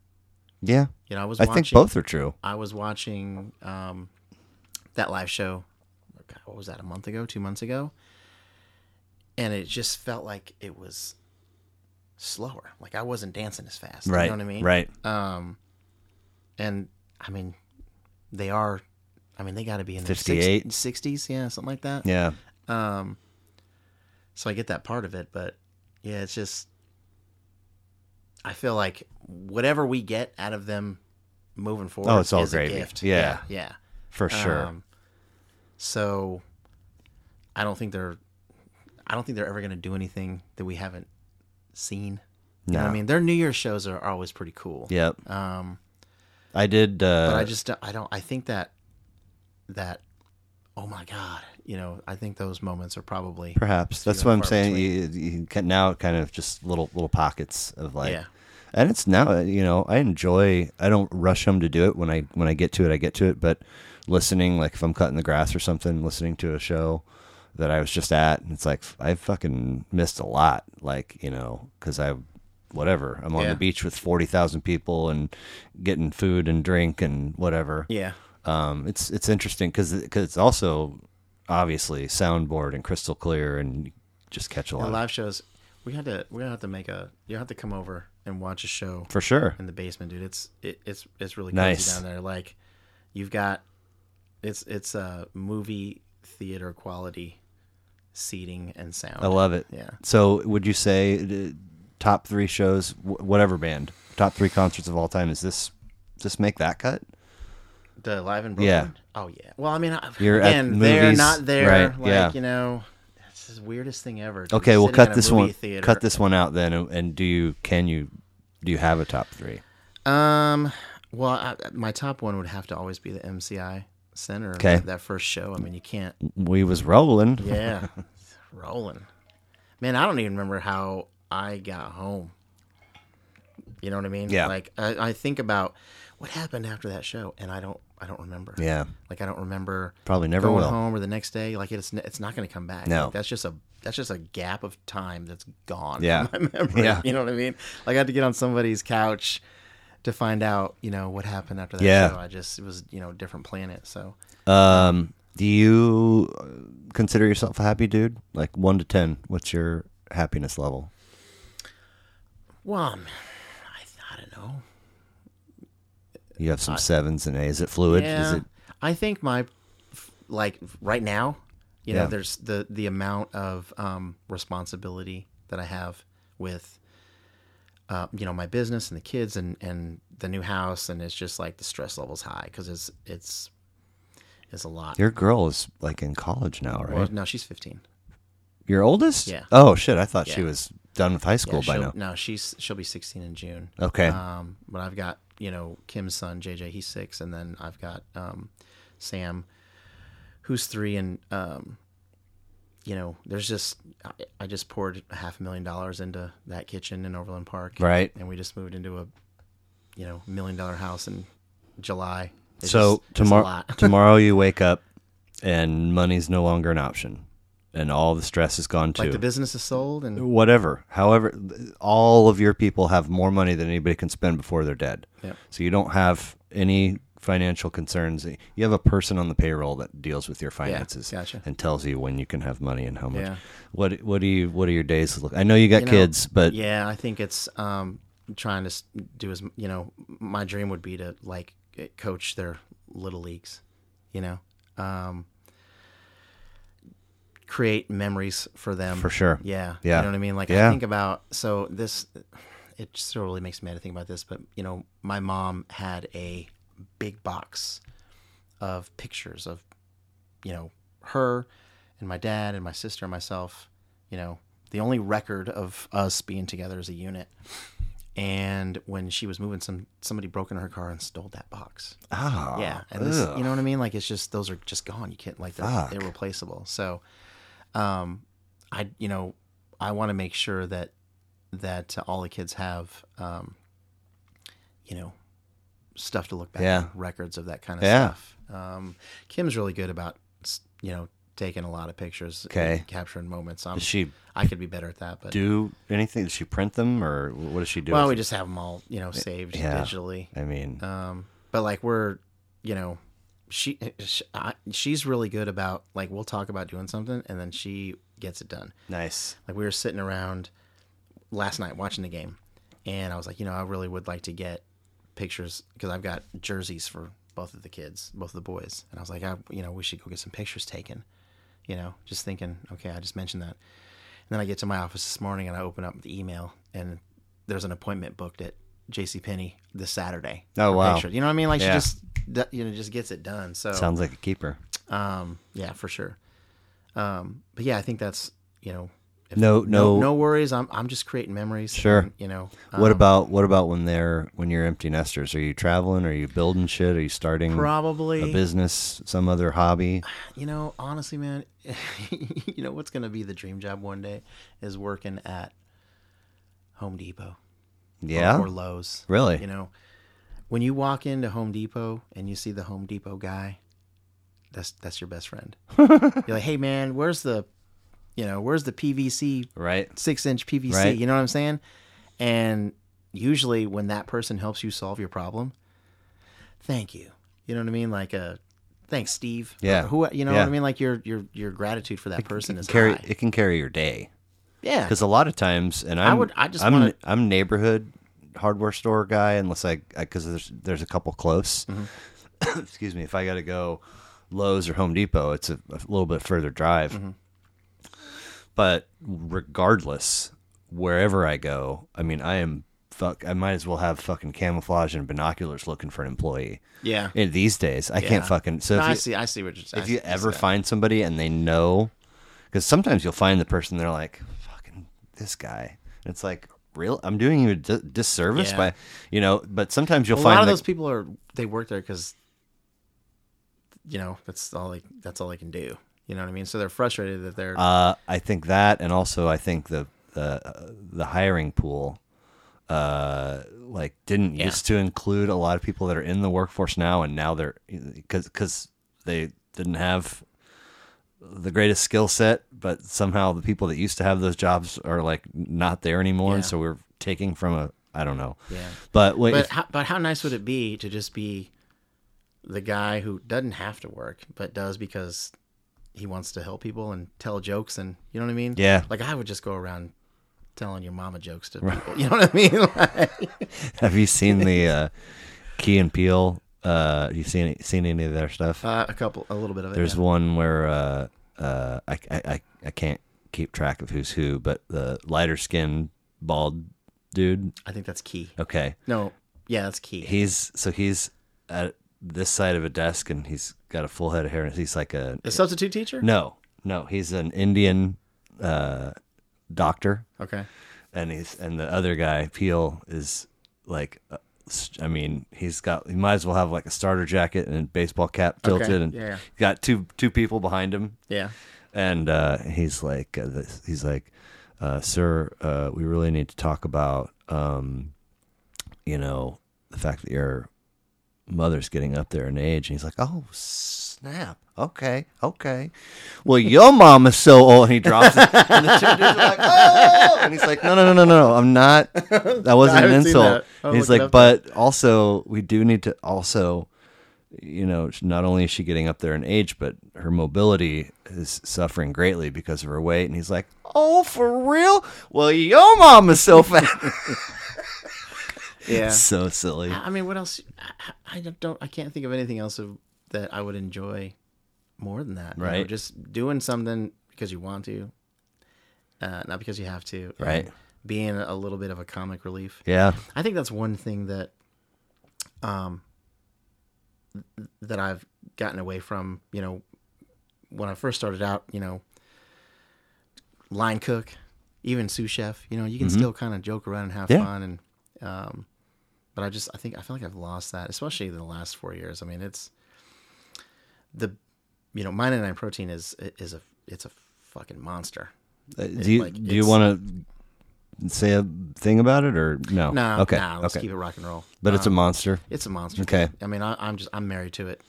S3: yeah.
S2: You know, I was.
S3: I
S2: watching,
S3: think both are true.
S2: I was watching um, that live show. oh God, What was that? A month ago? Two months ago? And it just felt like it was slower. Like I wasn't dancing as fast.
S3: Right.
S2: You know what I mean?
S3: Right.
S2: Um, and I mean, they are. I mean, they got to be in their
S3: 58?
S2: sixties, yeah, something like that.
S3: Yeah.
S2: Um, so I get that part of it, but yeah, it's just I feel like whatever we get out of them moving forward,
S3: Oh, it's all
S2: is a
S3: gravy.
S2: gift.
S3: Yeah.
S2: yeah,
S3: For
S2: yeah.
S3: sure.
S2: Um, so I don't think they're, I don't think they're ever gonna do anything that we haven't seen. You know what
S3: No.
S2: I mean, their New Year's shows are, are always pretty cool.
S3: yep.
S2: Um,
S3: I did. Uh,
S2: but I just don't- I don't I think that that oh my god you know I think those moments are probably
S3: perhaps that's
S2: few
S3: what
S2: and
S3: I'm
S2: far
S3: saying. You, you can, now it kind of just little little pockets of like.
S2: Yeah.
S3: And it's now uh, you know I enjoy. I don't rush home to do it. When I when I get to it, I get to it. But listening, like if I'm cutting the grass or something, listening to a show that I was just at, and it's like I fucking missed a lot. Like you know because I. Whatever. I'm on
S2: Yeah.
S3: the beach with 40,000 people and getting food and drink and whatever.
S2: yeah
S3: um, it's it's interesting because it's also obviously soundboard and crystal clear and you just catch a
S2: the
S3: lot
S2: live shows we had to we're gonna have to make a you have to come over and watch a show
S3: for sure.
S2: in the basement dude it's it, it's it's really
S3: Nice.
S2: crazy down there like you've got it's it's a movie theater quality seating and sound
S3: I love it.
S2: yeah
S3: So would you say the top three shows, wh- whatever band, top three concerts of all time? Is this just make that cut?
S2: The live in Brooklyn.
S3: Yeah.
S2: Oh yeah. Well, I mean, I-
S3: You're at
S2: again, they're
S3: movies,
S2: not there.
S3: right,
S2: Like
S3: yeah.
S2: you know, it's the weirdest thing ever. to be
S3: Okay, we'll
S2: sitting at
S3: cut
S2: a
S3: this
S2: movie
S3: one.
S2: Theater.
S3: Cut this one out then. And, and do you can you do you have a top three?
S2: Um. Well, I, my top one would have to always be the MCI Center.
S3: Okay.
S2: That first show. I mean, you can't.
S3: We was rolling. <laughs>
S2: Yeah. It's rolling. Man, I don't even remember how I got home. You know what I mean?
S3: Yeah.
S2: Like I, I think about what happened after that show, and I don't. I don't remember.
S3: Yeah.
S2: Like I don't remember.
S3: Probably never
S2: going
S3: will.
S2: home or the next day. Like it's n- it's not going to come back.
S3: No.
S2: Like, that's just a that's just a gap of time that's gone.
S3: Yeah.
S2: from my <laughs> memory.
S3: Yeah.
S2: you know what I mean. Like I had to get on somebody's couch to find out, you know, what happened after that
S3: Yeah.
S2: show. I just it was, you know, different planet. So
S3: Um, do you uh, consider yourself a happy dude? Like one to ten, what's your happiness level?
S2: well, I'm- I, I don't know.
S3: You have some sevens and A's. Is it fluid? Is
S2: Yeah,
S3: it
S2: I think my f- like right now, you know,
S3: Yeah.
S2: there's the the amount of um, responsibility that I have with, uh, you know, my business and the kids and and the new house, and it's just like the stress level's high because it's it's it's a lot.
S3: your girl is like in college now, right?
S2: Well, no, she's 15.
S3: Your oldest?
S2: Yeah.
S3: Oh shit, I thought she
S2: Yeah.
S3: was done with high
S2: Yeah,
S3: school by
S2: she'll-
S3: now.
S2: No, she's she'll be 16 in June.
S3: Okay.
S2: Um, but I've got you know Kim's son JJ, he's six, and then I've got um, Sam, who's three, and um, you know, there's just I, I just poured a half a million dollars into that kitchen in Overland Park,
S3: Right.
S2: And we just moved into a you know million dollar house in July. It's
S3: so
S2: just- it's a
S3: tomorrow <laughs>
S2: lot. <laughs>
S3: tomorrow you wake up and money's no longer an option. And all the stress is gone too.
S2: like the business is sold, and
S3: whatever. However, th- all of your people have more money than anybody can spend before they're dead.
S2: Yep.
S3: So you don't have any financial concerns. You have a person on the payroll that deals with your finances
S2: gotcha.
S3: and tells you when you can have money and how much.
S2: Yeah.
S3: What What do you What are your days look? I know you got
S2: You know,
S3: kids, but
S2: yeah i think it's um trying to s- do as you know my dream would be to like coach their little leagues you know um create memories for them
S3: for sure.
S2: yeah
S3: Yeah.
S2: you know what i mean like
S3: Yeah.
S2: i think about so this it just really makes me mad to think about this but you know my mom had a big box of pictures of you know her and my dad and my sister and myself you know the only record of us being together as a unit and when she was moving some somebody broke into her car and stole that box
S3: Ah,
S2: yeah and this,
S3: ugh.
S2: you know what i mean like it's just those are just gone you can't like they're
S3: Fuck.
S2: irreplaceable so um i you know i want to make sure that that uh, all the kids have um you know stuff to look back
S3: Yeah.
S2: on, records of that kind of
S3: Yeah.
S2: stuff um kim's really good about s- you know taking a lot of pictures
S3: Okay.
S2: and capturing moments I'm,
S3: Does she
S2: i could be better at that um, but
S3: do anything? Does she print them or what does she do?
S2: well we
S3: with
S2: just have them all you know saved
S3: yeah.
S2: digitally
S3: them? I mean,
S2: um, but like we're, you know, she, sh I, she's really good about like we'll talk about doing something and then she gets it done.
S3: nice.
S2: Like we were sitting around last night watching the game, and I was like, you know, I really would like to get pictures because I've got jerseys for both of the kids, both of the boys, and I was like, I, you know, we should go get some pictures taken. You know, just thinking, okay, I just mentioned that. And then I get to my office this morning and I open up the email and there's an appointment booked at J.C. Penney this Saturday.
S3: Oh,
S2: for
S3: wow.
S2: pictures. You know what I mean? Like
S3: Yeah.
S2: she just, d- you know, just gets it done. So
S3: Sounds like a keeper.
S2: um, yeah, for sure. Um, but yeah, I think that's you know, if-
S3: No- no-
S2: no, worries. I'm I'm just creating memories.
S3: Sure.
S2: and, you know,
S3: What
S2: um,
S3: about what about when they're when you're empty nesters? Are you traveling? Are you building shit? Are you starting a
S2: probably
S3: business, some other hobby?
S2: you know? Honestly, man, <laughs> you know what's gonna be the dream job one day is working at Home Depot.
S3: Yeah,
S2: or Lowe's.
S3: really.
S2: You know, when you walk into Home Depot and you see the Home Depot guy, that's that's your best
S3: <laughs>
S2: friend. You're like, hey man, where's the, you know, where's the PVC
S3: right.
S2: six inch PVC.
S3: Right.
S2: You know what I'm saying? And usually when that person helps you solve your problem, thank you. You know what I mean? Like a thanks, Steve.
S3: Yeah.
S2: Or who you know
S3: Yeah.
S2: what I mean? Like your your your gratitude for that person is
S3: Carry
S2: high.
S3: it can carry your day
S2: Yeah.
S3: because a lot of times, and I'm, I
S2: would- I just
S3: am
S2: wanna-
S3: I'm neighborhood hardware store guy unless I because there's there's a couple close. <coughs>
S2: Mm-hmm.
S3: Excuse me, if I got to go Lowe's or Home Depot, it's a, a little bit further drive.
S2: Mm-hmm.
S3: But regardless, wherever I go, I mean, I am fuck. I might as well have fucking camouflage and binoculars looking for an employee.
S2: Yeah.
S3: And these days, I can't
S2: Yeah.
S3: fucking. So
S2: No,
S3: if
S2: I
S3: you,
S2: see I see what you're saying.
S3: if you ever find somebody and they know, because sometimes you'll find the person they're like, "Fucking this guy," and it's like, "Real? I'm doing you a di- disservice
S2: Yeah.
S3: by, you know." But sometimes you'll
S2: a
S3: find
S2: lot of
S3: the-
S2: those people are they work there because you know, that's all they that's all they can do. You know what I mean? So they're frustrated that they're
S3: Uh, I think that, and also I think the the the hiring pool, uh, like didn't
S2: Yeah.
S3: used to include a lot of people that are in the workforce now, and now they're because because they didn't have the greatest skill set, but somehow the people that used to have those jobs are like not there anymore, and
S2: Yeah.
S3: so we're taking from a, I don't know.
S2: Yeah.
S3: But wait,
S2: But how, but how nice would it be to just be the guy who doesn't have to work but does because he wants to help people and tell jokes and you know what I mean?
S3: Yeah.
S2: Like I would just go around telling your mama jokes to people. You know what I mean? <laughs> Like,
S3: <laughs> have you
S2: <laughs>
S3: seen the uh, Key and Peele? Uh, you seen seen any of their stuff?
S2: uh, a couple, a little bit of it.
S3: There's
S2: yeah.
S3: one where uh, uh, I, I I I can't keep track of who's who, but the lighter skinned bald dude.
S2: I think that's key.
S3: Okay,
S2: No, yeah, that's key.
S3: he's so he's at this side of a desk and he's got a full head of hair and he's like a
S2: the substitute teacher?
S3: no no he's an Indian uh, doctor <laughs>
S2: Okay.
S3: and he's and the other guy Peel is like. uh, s- I mean, he's got. He might as well have like a starter jacket and a baseball cap tilted, and
S2: yeah, yeah.
S3: got two two people behind him
S2: Yeah.
S3: and uh, he's like, uh, this- he's like, uh, sir, uh, we really need to talk about, um, you know, the fact that your mother's getting up there in age. And he's like, oh snap, okay, okay. Well, <laughs> your mom is so old. And he drops it, <laughs> and the two dudes are like, oh, and he's like, no, no, no, no, no, I'm not. <laughs> That wasn't an
S2: haven't seen
S3: insult.
S2: that. I'll
S3: And he's
S2: look
S3: like,
S2: it up then.
S3: but but also we do need to also you know not only is she getting up there in age but her mobility is suffering greatly because of her weight and he's like oh for real well your mom is so fat <laughs>
S2: Yeah.
S3: so silly
S2: I I mean, what else? I, I don't. I can't think of anything else of, that I would enjoy more than that. you know,
S3: Right.
S2: just doing something because you want to, uh, not because you have to. and
S3: Right.
S2: Being a little bit of a comic relief.
S3: yeah
S2: I think that's one thing that, um, th- that I've gotten away from. You know, when I first started out, you know, line cook, even sous chef. You know, you can still kind of joke around and have
S3: Mm-hmm. Yeah.
S2: fun, and um, but I just I think I feel like I've lost that, especially in the last four years. I mean, it's the, you know, mine and nine protein is is a it's a fucking monster.
S3: Uh, do you
S2: like,
S3: do you
S2: it's-
S3: want to say a thing about it or no
S2: No,
S3: Oh, okay
S2: nah, let's
S3: okay
S2: keep um, it rock and roll.
S3: but it's a monster
S2: It's a monster.
S3: Okay.
S2: I mean, I, I'm just I'm married to it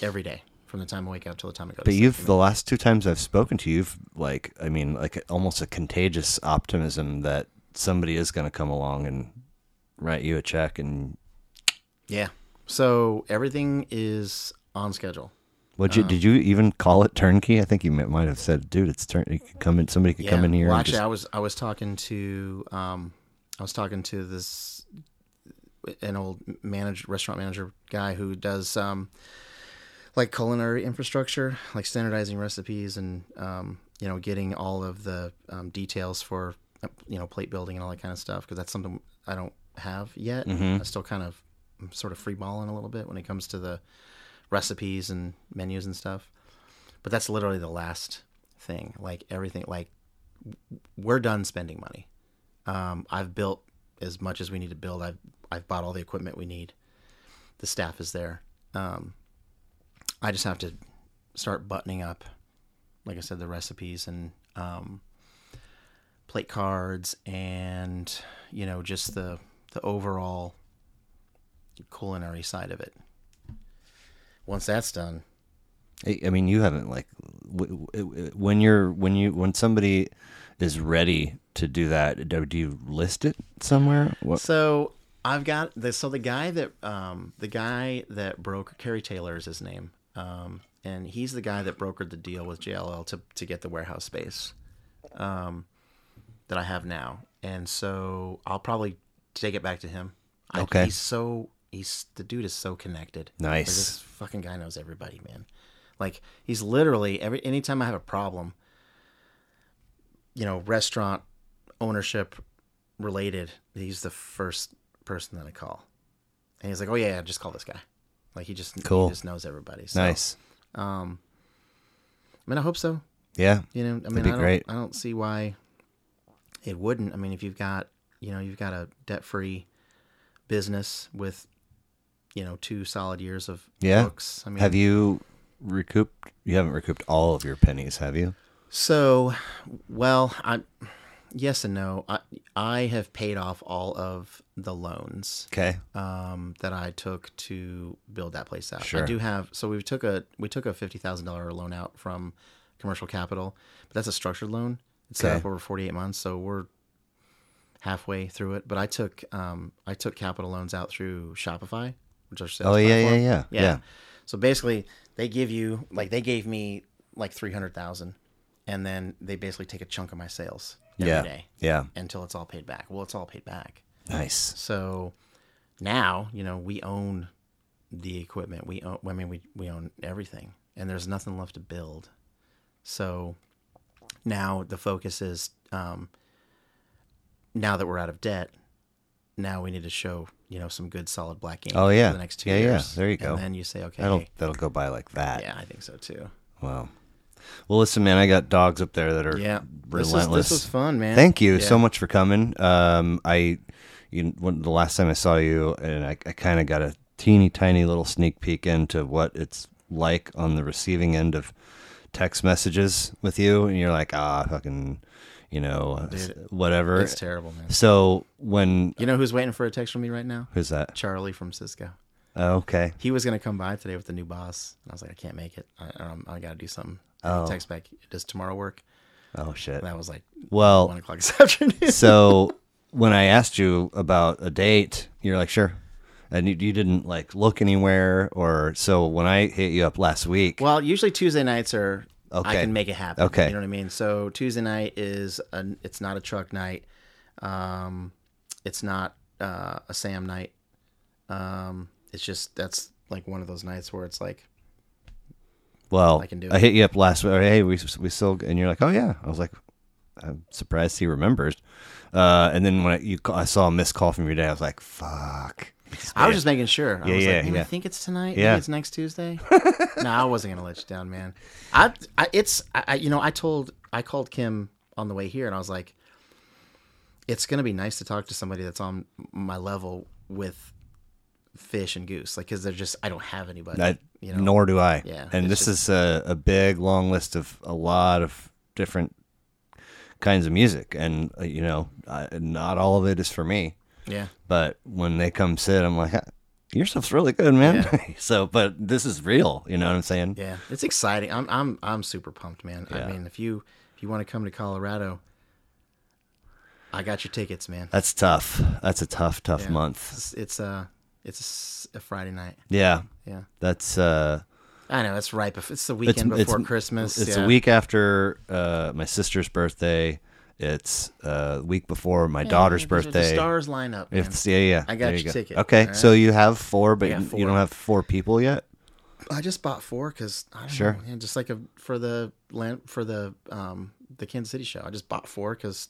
S2: every day from the time I wake up till the time I go.
S3: but
S2: to
S3: you've
S2: sleep.
S3: the last two times I've spoken to you, you've like I mean, like almost a contagious optimism that somebody is going to come along and write you a check. And
S2: yeah. So everything is on schedule.
S3: what
S2: Uh-huh.
S3: you did you even call it turnkey? I think you mi- might have said, "Dude, it's turn. You could come in. Somebody could
S2: Yeah.
S3: come in here."
S2: Well,
S3: and
S2: actually,
S3: just-
S2: I was I was talking to um, I was talking to this an old manager restaurant manager guy who does um, like culinary infrastructure, like standardizing recipes and um, you know getting all of the um, details for uh, you know plate building and all that kind of stuff because that's something I don't have yet.
S3: Mm-hmm.
S2: I still kind of I'm sort of freeballing a little bit when it comes to the recipes and menus and stuff. But that's literally the last thing. Like everything, like w- we're done spending money. Um, I've built as much as we need to build. I've I've bought all the equipment we need. The staff is there. Um, I just have to start buttoning up, like I said, the recipes and um, plate cards, and you know, just the the overall culinary side of it. Once that's done,
S3: I, I mean, you haven't like w- w- w- when you're when you when somebody is ready to do that. Do do you list it somewhere? What?
S2: So I've got the so the guy that um the guy that broke Kerry Taylor is his name. Um and he's the guy that brokered the deal with JLL to to get the warehouse space um that I have now. And so I'll probably take it back to him. I,
S3: Okay.
S2: He's so he's the dude is so connected. Like,
S3: Nice.
S2: this fucking guy knows everybody, man. Like he's literally every anytime I have a problem, you know, restaurant ownership related, he's the first person that I call. And he's like, "Oh yeah, yeah, just call this guy." Like he just
S3: Cool.
S2: he just knows everybody. So,
S3: Nice.
S2: Um, I mean, I hope so.
S3: Yeah.
S2: You know, I mean,
S3: be
S2: I don't,
S3: great.
S2: I don't see why it wouldn't. I mean, if you've got, you know, you've got a debt-free business with, you know, two solid years of
S3: Yeah.
S2: books. I mean,
S3: Have you recouped? You haven't recouped all of your pennies, have you?
S2: So, well, I yes and no. I I have paid off all of the loans
S3: Okay.
S2: um, that I took to build that place out. I
S3: Sure.
S2: do have so we took a we took a fifty thousand dollar loan out from commercial capital, but that's a structured loan. It's set
S3: Okay.
S2: up over forty eight months, so we're halfway through it, but I took um, I took capital loans out through Shopify, which are sales
S3: Oh yeah, yeah,
S2: platform.
S3: yeah,
S2: yeah.
S3: yeah.
S2: So basically, they give you like they gave me like three hundred thousand, and then they basically take a chunk of my sales every day
S3: Yeah. Yeah.
S2: until it's all paid back. Well, it's all paid back.
S3: Nice.
S2: So now you know we own the equipment. We own. I mean, we we own everything, and there's nothing left to build. So now the focus is um, now that we're out of debt. Now we need to show you know some good solid black ink.
S3: Oh, yeah.
S2: for the next two
S3: Yeah, yeah.
S2: years.
S3: There you go.
S2: And then you say, okay,
S3: That'll that'll go by like that.
S2: yeah, I think so too.
S3: Wow. Well, listen, man, I got dogs up there that are
S2: Yeah, This is-
S3: relentless.
S2: This was fun, man.
S3: Thank you
S2: Yeah.
S3: so much for coming. Um, I, you, when the last time I saw you, and I, I kind of got a teeny tiny little sneak peek into what it's like on the receiving end of text messages with you, and you're like, ah, fucking, you know, whatever.
S2: It's terrible, man.
S3: So when
S2: You know who's waiting for a text from me right now?
S3: who's that?
S2: Charlie from Cisco.
S3: Oh, okay.
S2: he was gonna come by today with the new boss, and I was like, I can't make it. I, um, I gotta do something. And he Text back. Does tomorrow work?
S3: Oh shit.
S2: And that was like
S3: Well,
S2: one o'clock <laughs> this afternoon.
S3: so when I asked you about a date, you're like, sure. And you, you didn't like look anywhere or so when I hit you up last week.
S2: well, usually Tuesday nights are. I
S3: Okay.
S2: can make it happen.
S3: Okay.
S2: You know what I mean? So Tuesday night is a, it's not a truck night. Um, it's not uh, a Sam night. Um, it's just that's like one of those nights where it's like
S3: well, I,
S2: I can do
S3: I
S2: it.
S3: hit you up last week. Hey, we, we still, and you're like, oh yeah. I was like, I'm surprised he remembers. Uh, and then when I, you, ca- I saw a missed call from your day, I was like, fuck.
S2: I was just making sure. I
S3: Yeah,
S2: was
S3: yeah,
S2: like, "Man,
S3: yeah.
S2: I think it's tonight. Maybe
S3: Yeah.
S2: it's next
S3: <laughs>
S2: Tuesday. no, I wasn't gonna let you down, man. I, I it's, I, I, you know, I told, I called Kim on the way here, and I was like, it's gonna be nice to talk to somebody that's on my level with fish and goose, like, because they're just, I don't have anybody.
S3: I,
S2: you know,
S3: nor do I.
S2: Yeah,
S3: And this
S2: it's
S3: is a, a big, long list of a lot of different kinds of music. And, uh, you know, I, not all of it is for me.
S2: yeah,
S3: But when they come sit, I'm like, "Ah, your stuff's really good, man. <laughs> so, but this is real. You know what I'm saying?
S2: yeah, it's exciting. I'm, I'm, I'm super pumped, man.
S3: Yeah.
S2: I mean, if you, if you want to come to Colorado, I got your tickets, man.
S3: That's tough. That's a tough, tough
S2: Yeah.
S3: month.
S2: It's, it's uh, it's a s- a Friday night.
S3: Yeah.
S2: Yeah,
S3: That's, uh,
S2: I know it's right. Before, it's the weekend
S3: it's-
S2: before Christmas.
S3: it's
S2: yeah.
S3: a week after, uh, my sister's birthday. It's uh, week before my
S2: Yeah,
S3: daughter's
S2: these are The
S3: birthday.
S2: stars line up. man.
S3: If, yeah, yeah.
S2: I got
S3: there
S2: your
S3: go.
S2: ticket,
S3: Okay,
S2: all
S3: so you have four, but
S2: got
S3: you- you
S2: four.
S3: don't have four people yet.
S2: I just bought four because I don't
S3: Sure.
S2: know, man, just like a, for the land for the um the Kansas City show. I just bought four because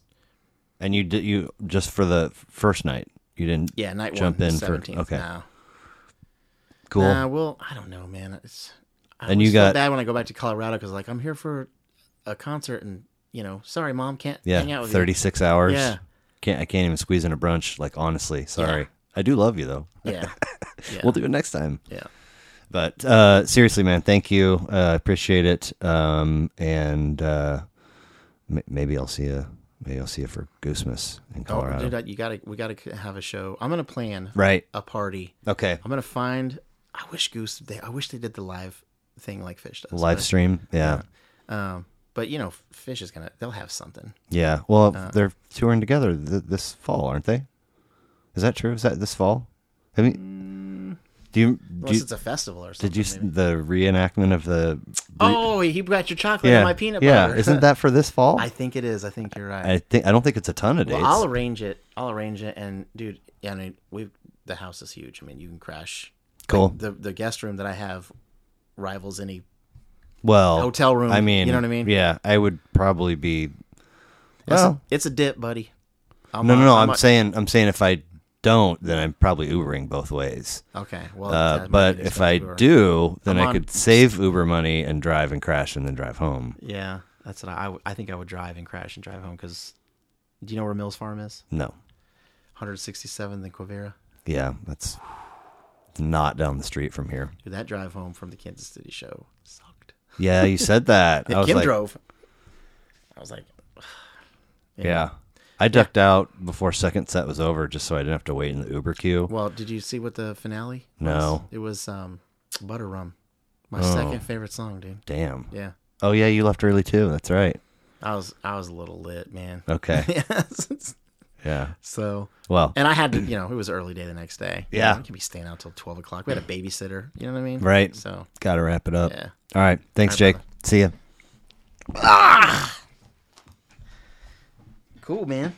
S3: And you did you just for the first night. You didn't.
S2: yeah, night
S3: Jump
S2: one,
S3: in
S2: the
S3: for-
S2: 17th.
S3: okay.
S2: Nah.
S3: Cool.
S2: Nah, well, I don't know, man. It's I
S3: And
S2: always
S3: you
S2: feel
S3: got-
S2: bad when I go back to Colorado because like I'm here for a concert and you know, sorry, mom, can't hang out
S3: yeah.
S2: with
S3: Thirty six hours.
S2: Yeah.
S3: Can't I can't even squeeze in a brunch. Like honestly, sorry.
S2: Yeah.
S3: I do love you though.
S2: you. Yeah, yeah,
S3: We'll do it next time.
S2: yeah.
S3: But uh, seriously, man, thank you. Uh, appreciate it. Um, and uh, m- maybe I'll see you. Maybe I'll see you for Goosemas in
S2: Oh,
S3: Colorado.
S2: dude, I- you gotta, we gotta have a show. I'm gonna plan
S3: right.
S2: a party.
S3: Okay.
S2: I'm gonna find. I wish Goose. They, I wish they did the live thing like Fish does.
S3: Live stream. yeah.
S2: But, um, but you know, Fish is gonna. They'll have something.
S3: Yeah. Well, they're touring together th- this fall, aren't they? Is that true? Is that this fall? I mean, do you, do
S2: Mm, Unless
S3: you
S2: it's a festival or something.
S3: did you s
S2: maybe.
S3: the reenactment of the?
S2: Oh, he got your chocolate
S3: yeah,
S2: and my peanut
S3: yeah.
S2: butter.
S3: Isn't that for this fall?
S2: <laughs> I
S3: I,
S2: think it is. I think you're right.
S3: think I don't think it's a ton of dates.
S2: well, I'll arrange it. I'll arrange it. And dude, I mean, we the house is huge. I mean, you can crash.
S3: cool.
S2: The the guest room that I have rivals any.
S3: well,
S2: hotel room,
S3: I
S2: you
S3: mean,
S2: know what I mean?
S3: Yeah, I would probably be. Well,
S2: it's a dip, buddy. I'm
S3: no, no,
S2: a-
S3: no. I'm,
S2: a-
S3: saying, I'm saying, if I don't, then I'm probably Ubering both ways.
S2: okay. Well, that
S3: Uh,
S2: might
S3: but
S2: be
S3: if
S2: expensive
S3: I
S2: for-
S3: do, then
S2: I'm
S3: I
S2: on-
S3: could save Uber money and drive and crash and then drive home.
S2: Yeah, that's what I, I w- I think I would drive and crash and drive home because do you know where Mills Farm is?
S3: No.
S2: 167th and Quivira.
S3: Yeah, that's not down the street from here.
S2: Dude, that drive home from the Kansas City show sucked.
S3: Yeah, you said
S2: <laughs>
S3: that. I was
S2: Kim
S3: like,
S2: drove.
S3: <sighs>
S2: I was like,
S3: yeah. I ducked out before second set was over just so I didn't have to wait in the Uber queue.
S2: well, did you see what the finale? was?
S3: No. Oh.
S2: It was um, Butter Rum, my second favorite song, dude.
S3: Damn.
S2: Yeah,
S3: Oh yeah, you left early too. That's right.
S2: I was I was a little lit, man.
S3: Okay.
S2: <laughs> Yes.
S3: Yeah.
S2: So,
S3: Well,
S2: and I had to, you know, it was early day the next day. You
S3: Yeah.
S2: know, I could be staying out till 12 o'clock. We had a babysitter. You know what I mean?
S3: Right.
S2: So,
S3: gotta wrap it up.
S2: yeah.
S3: All right. Thanks,
S2: All right,
S3: Jake. See ya.
S2: Cool, man.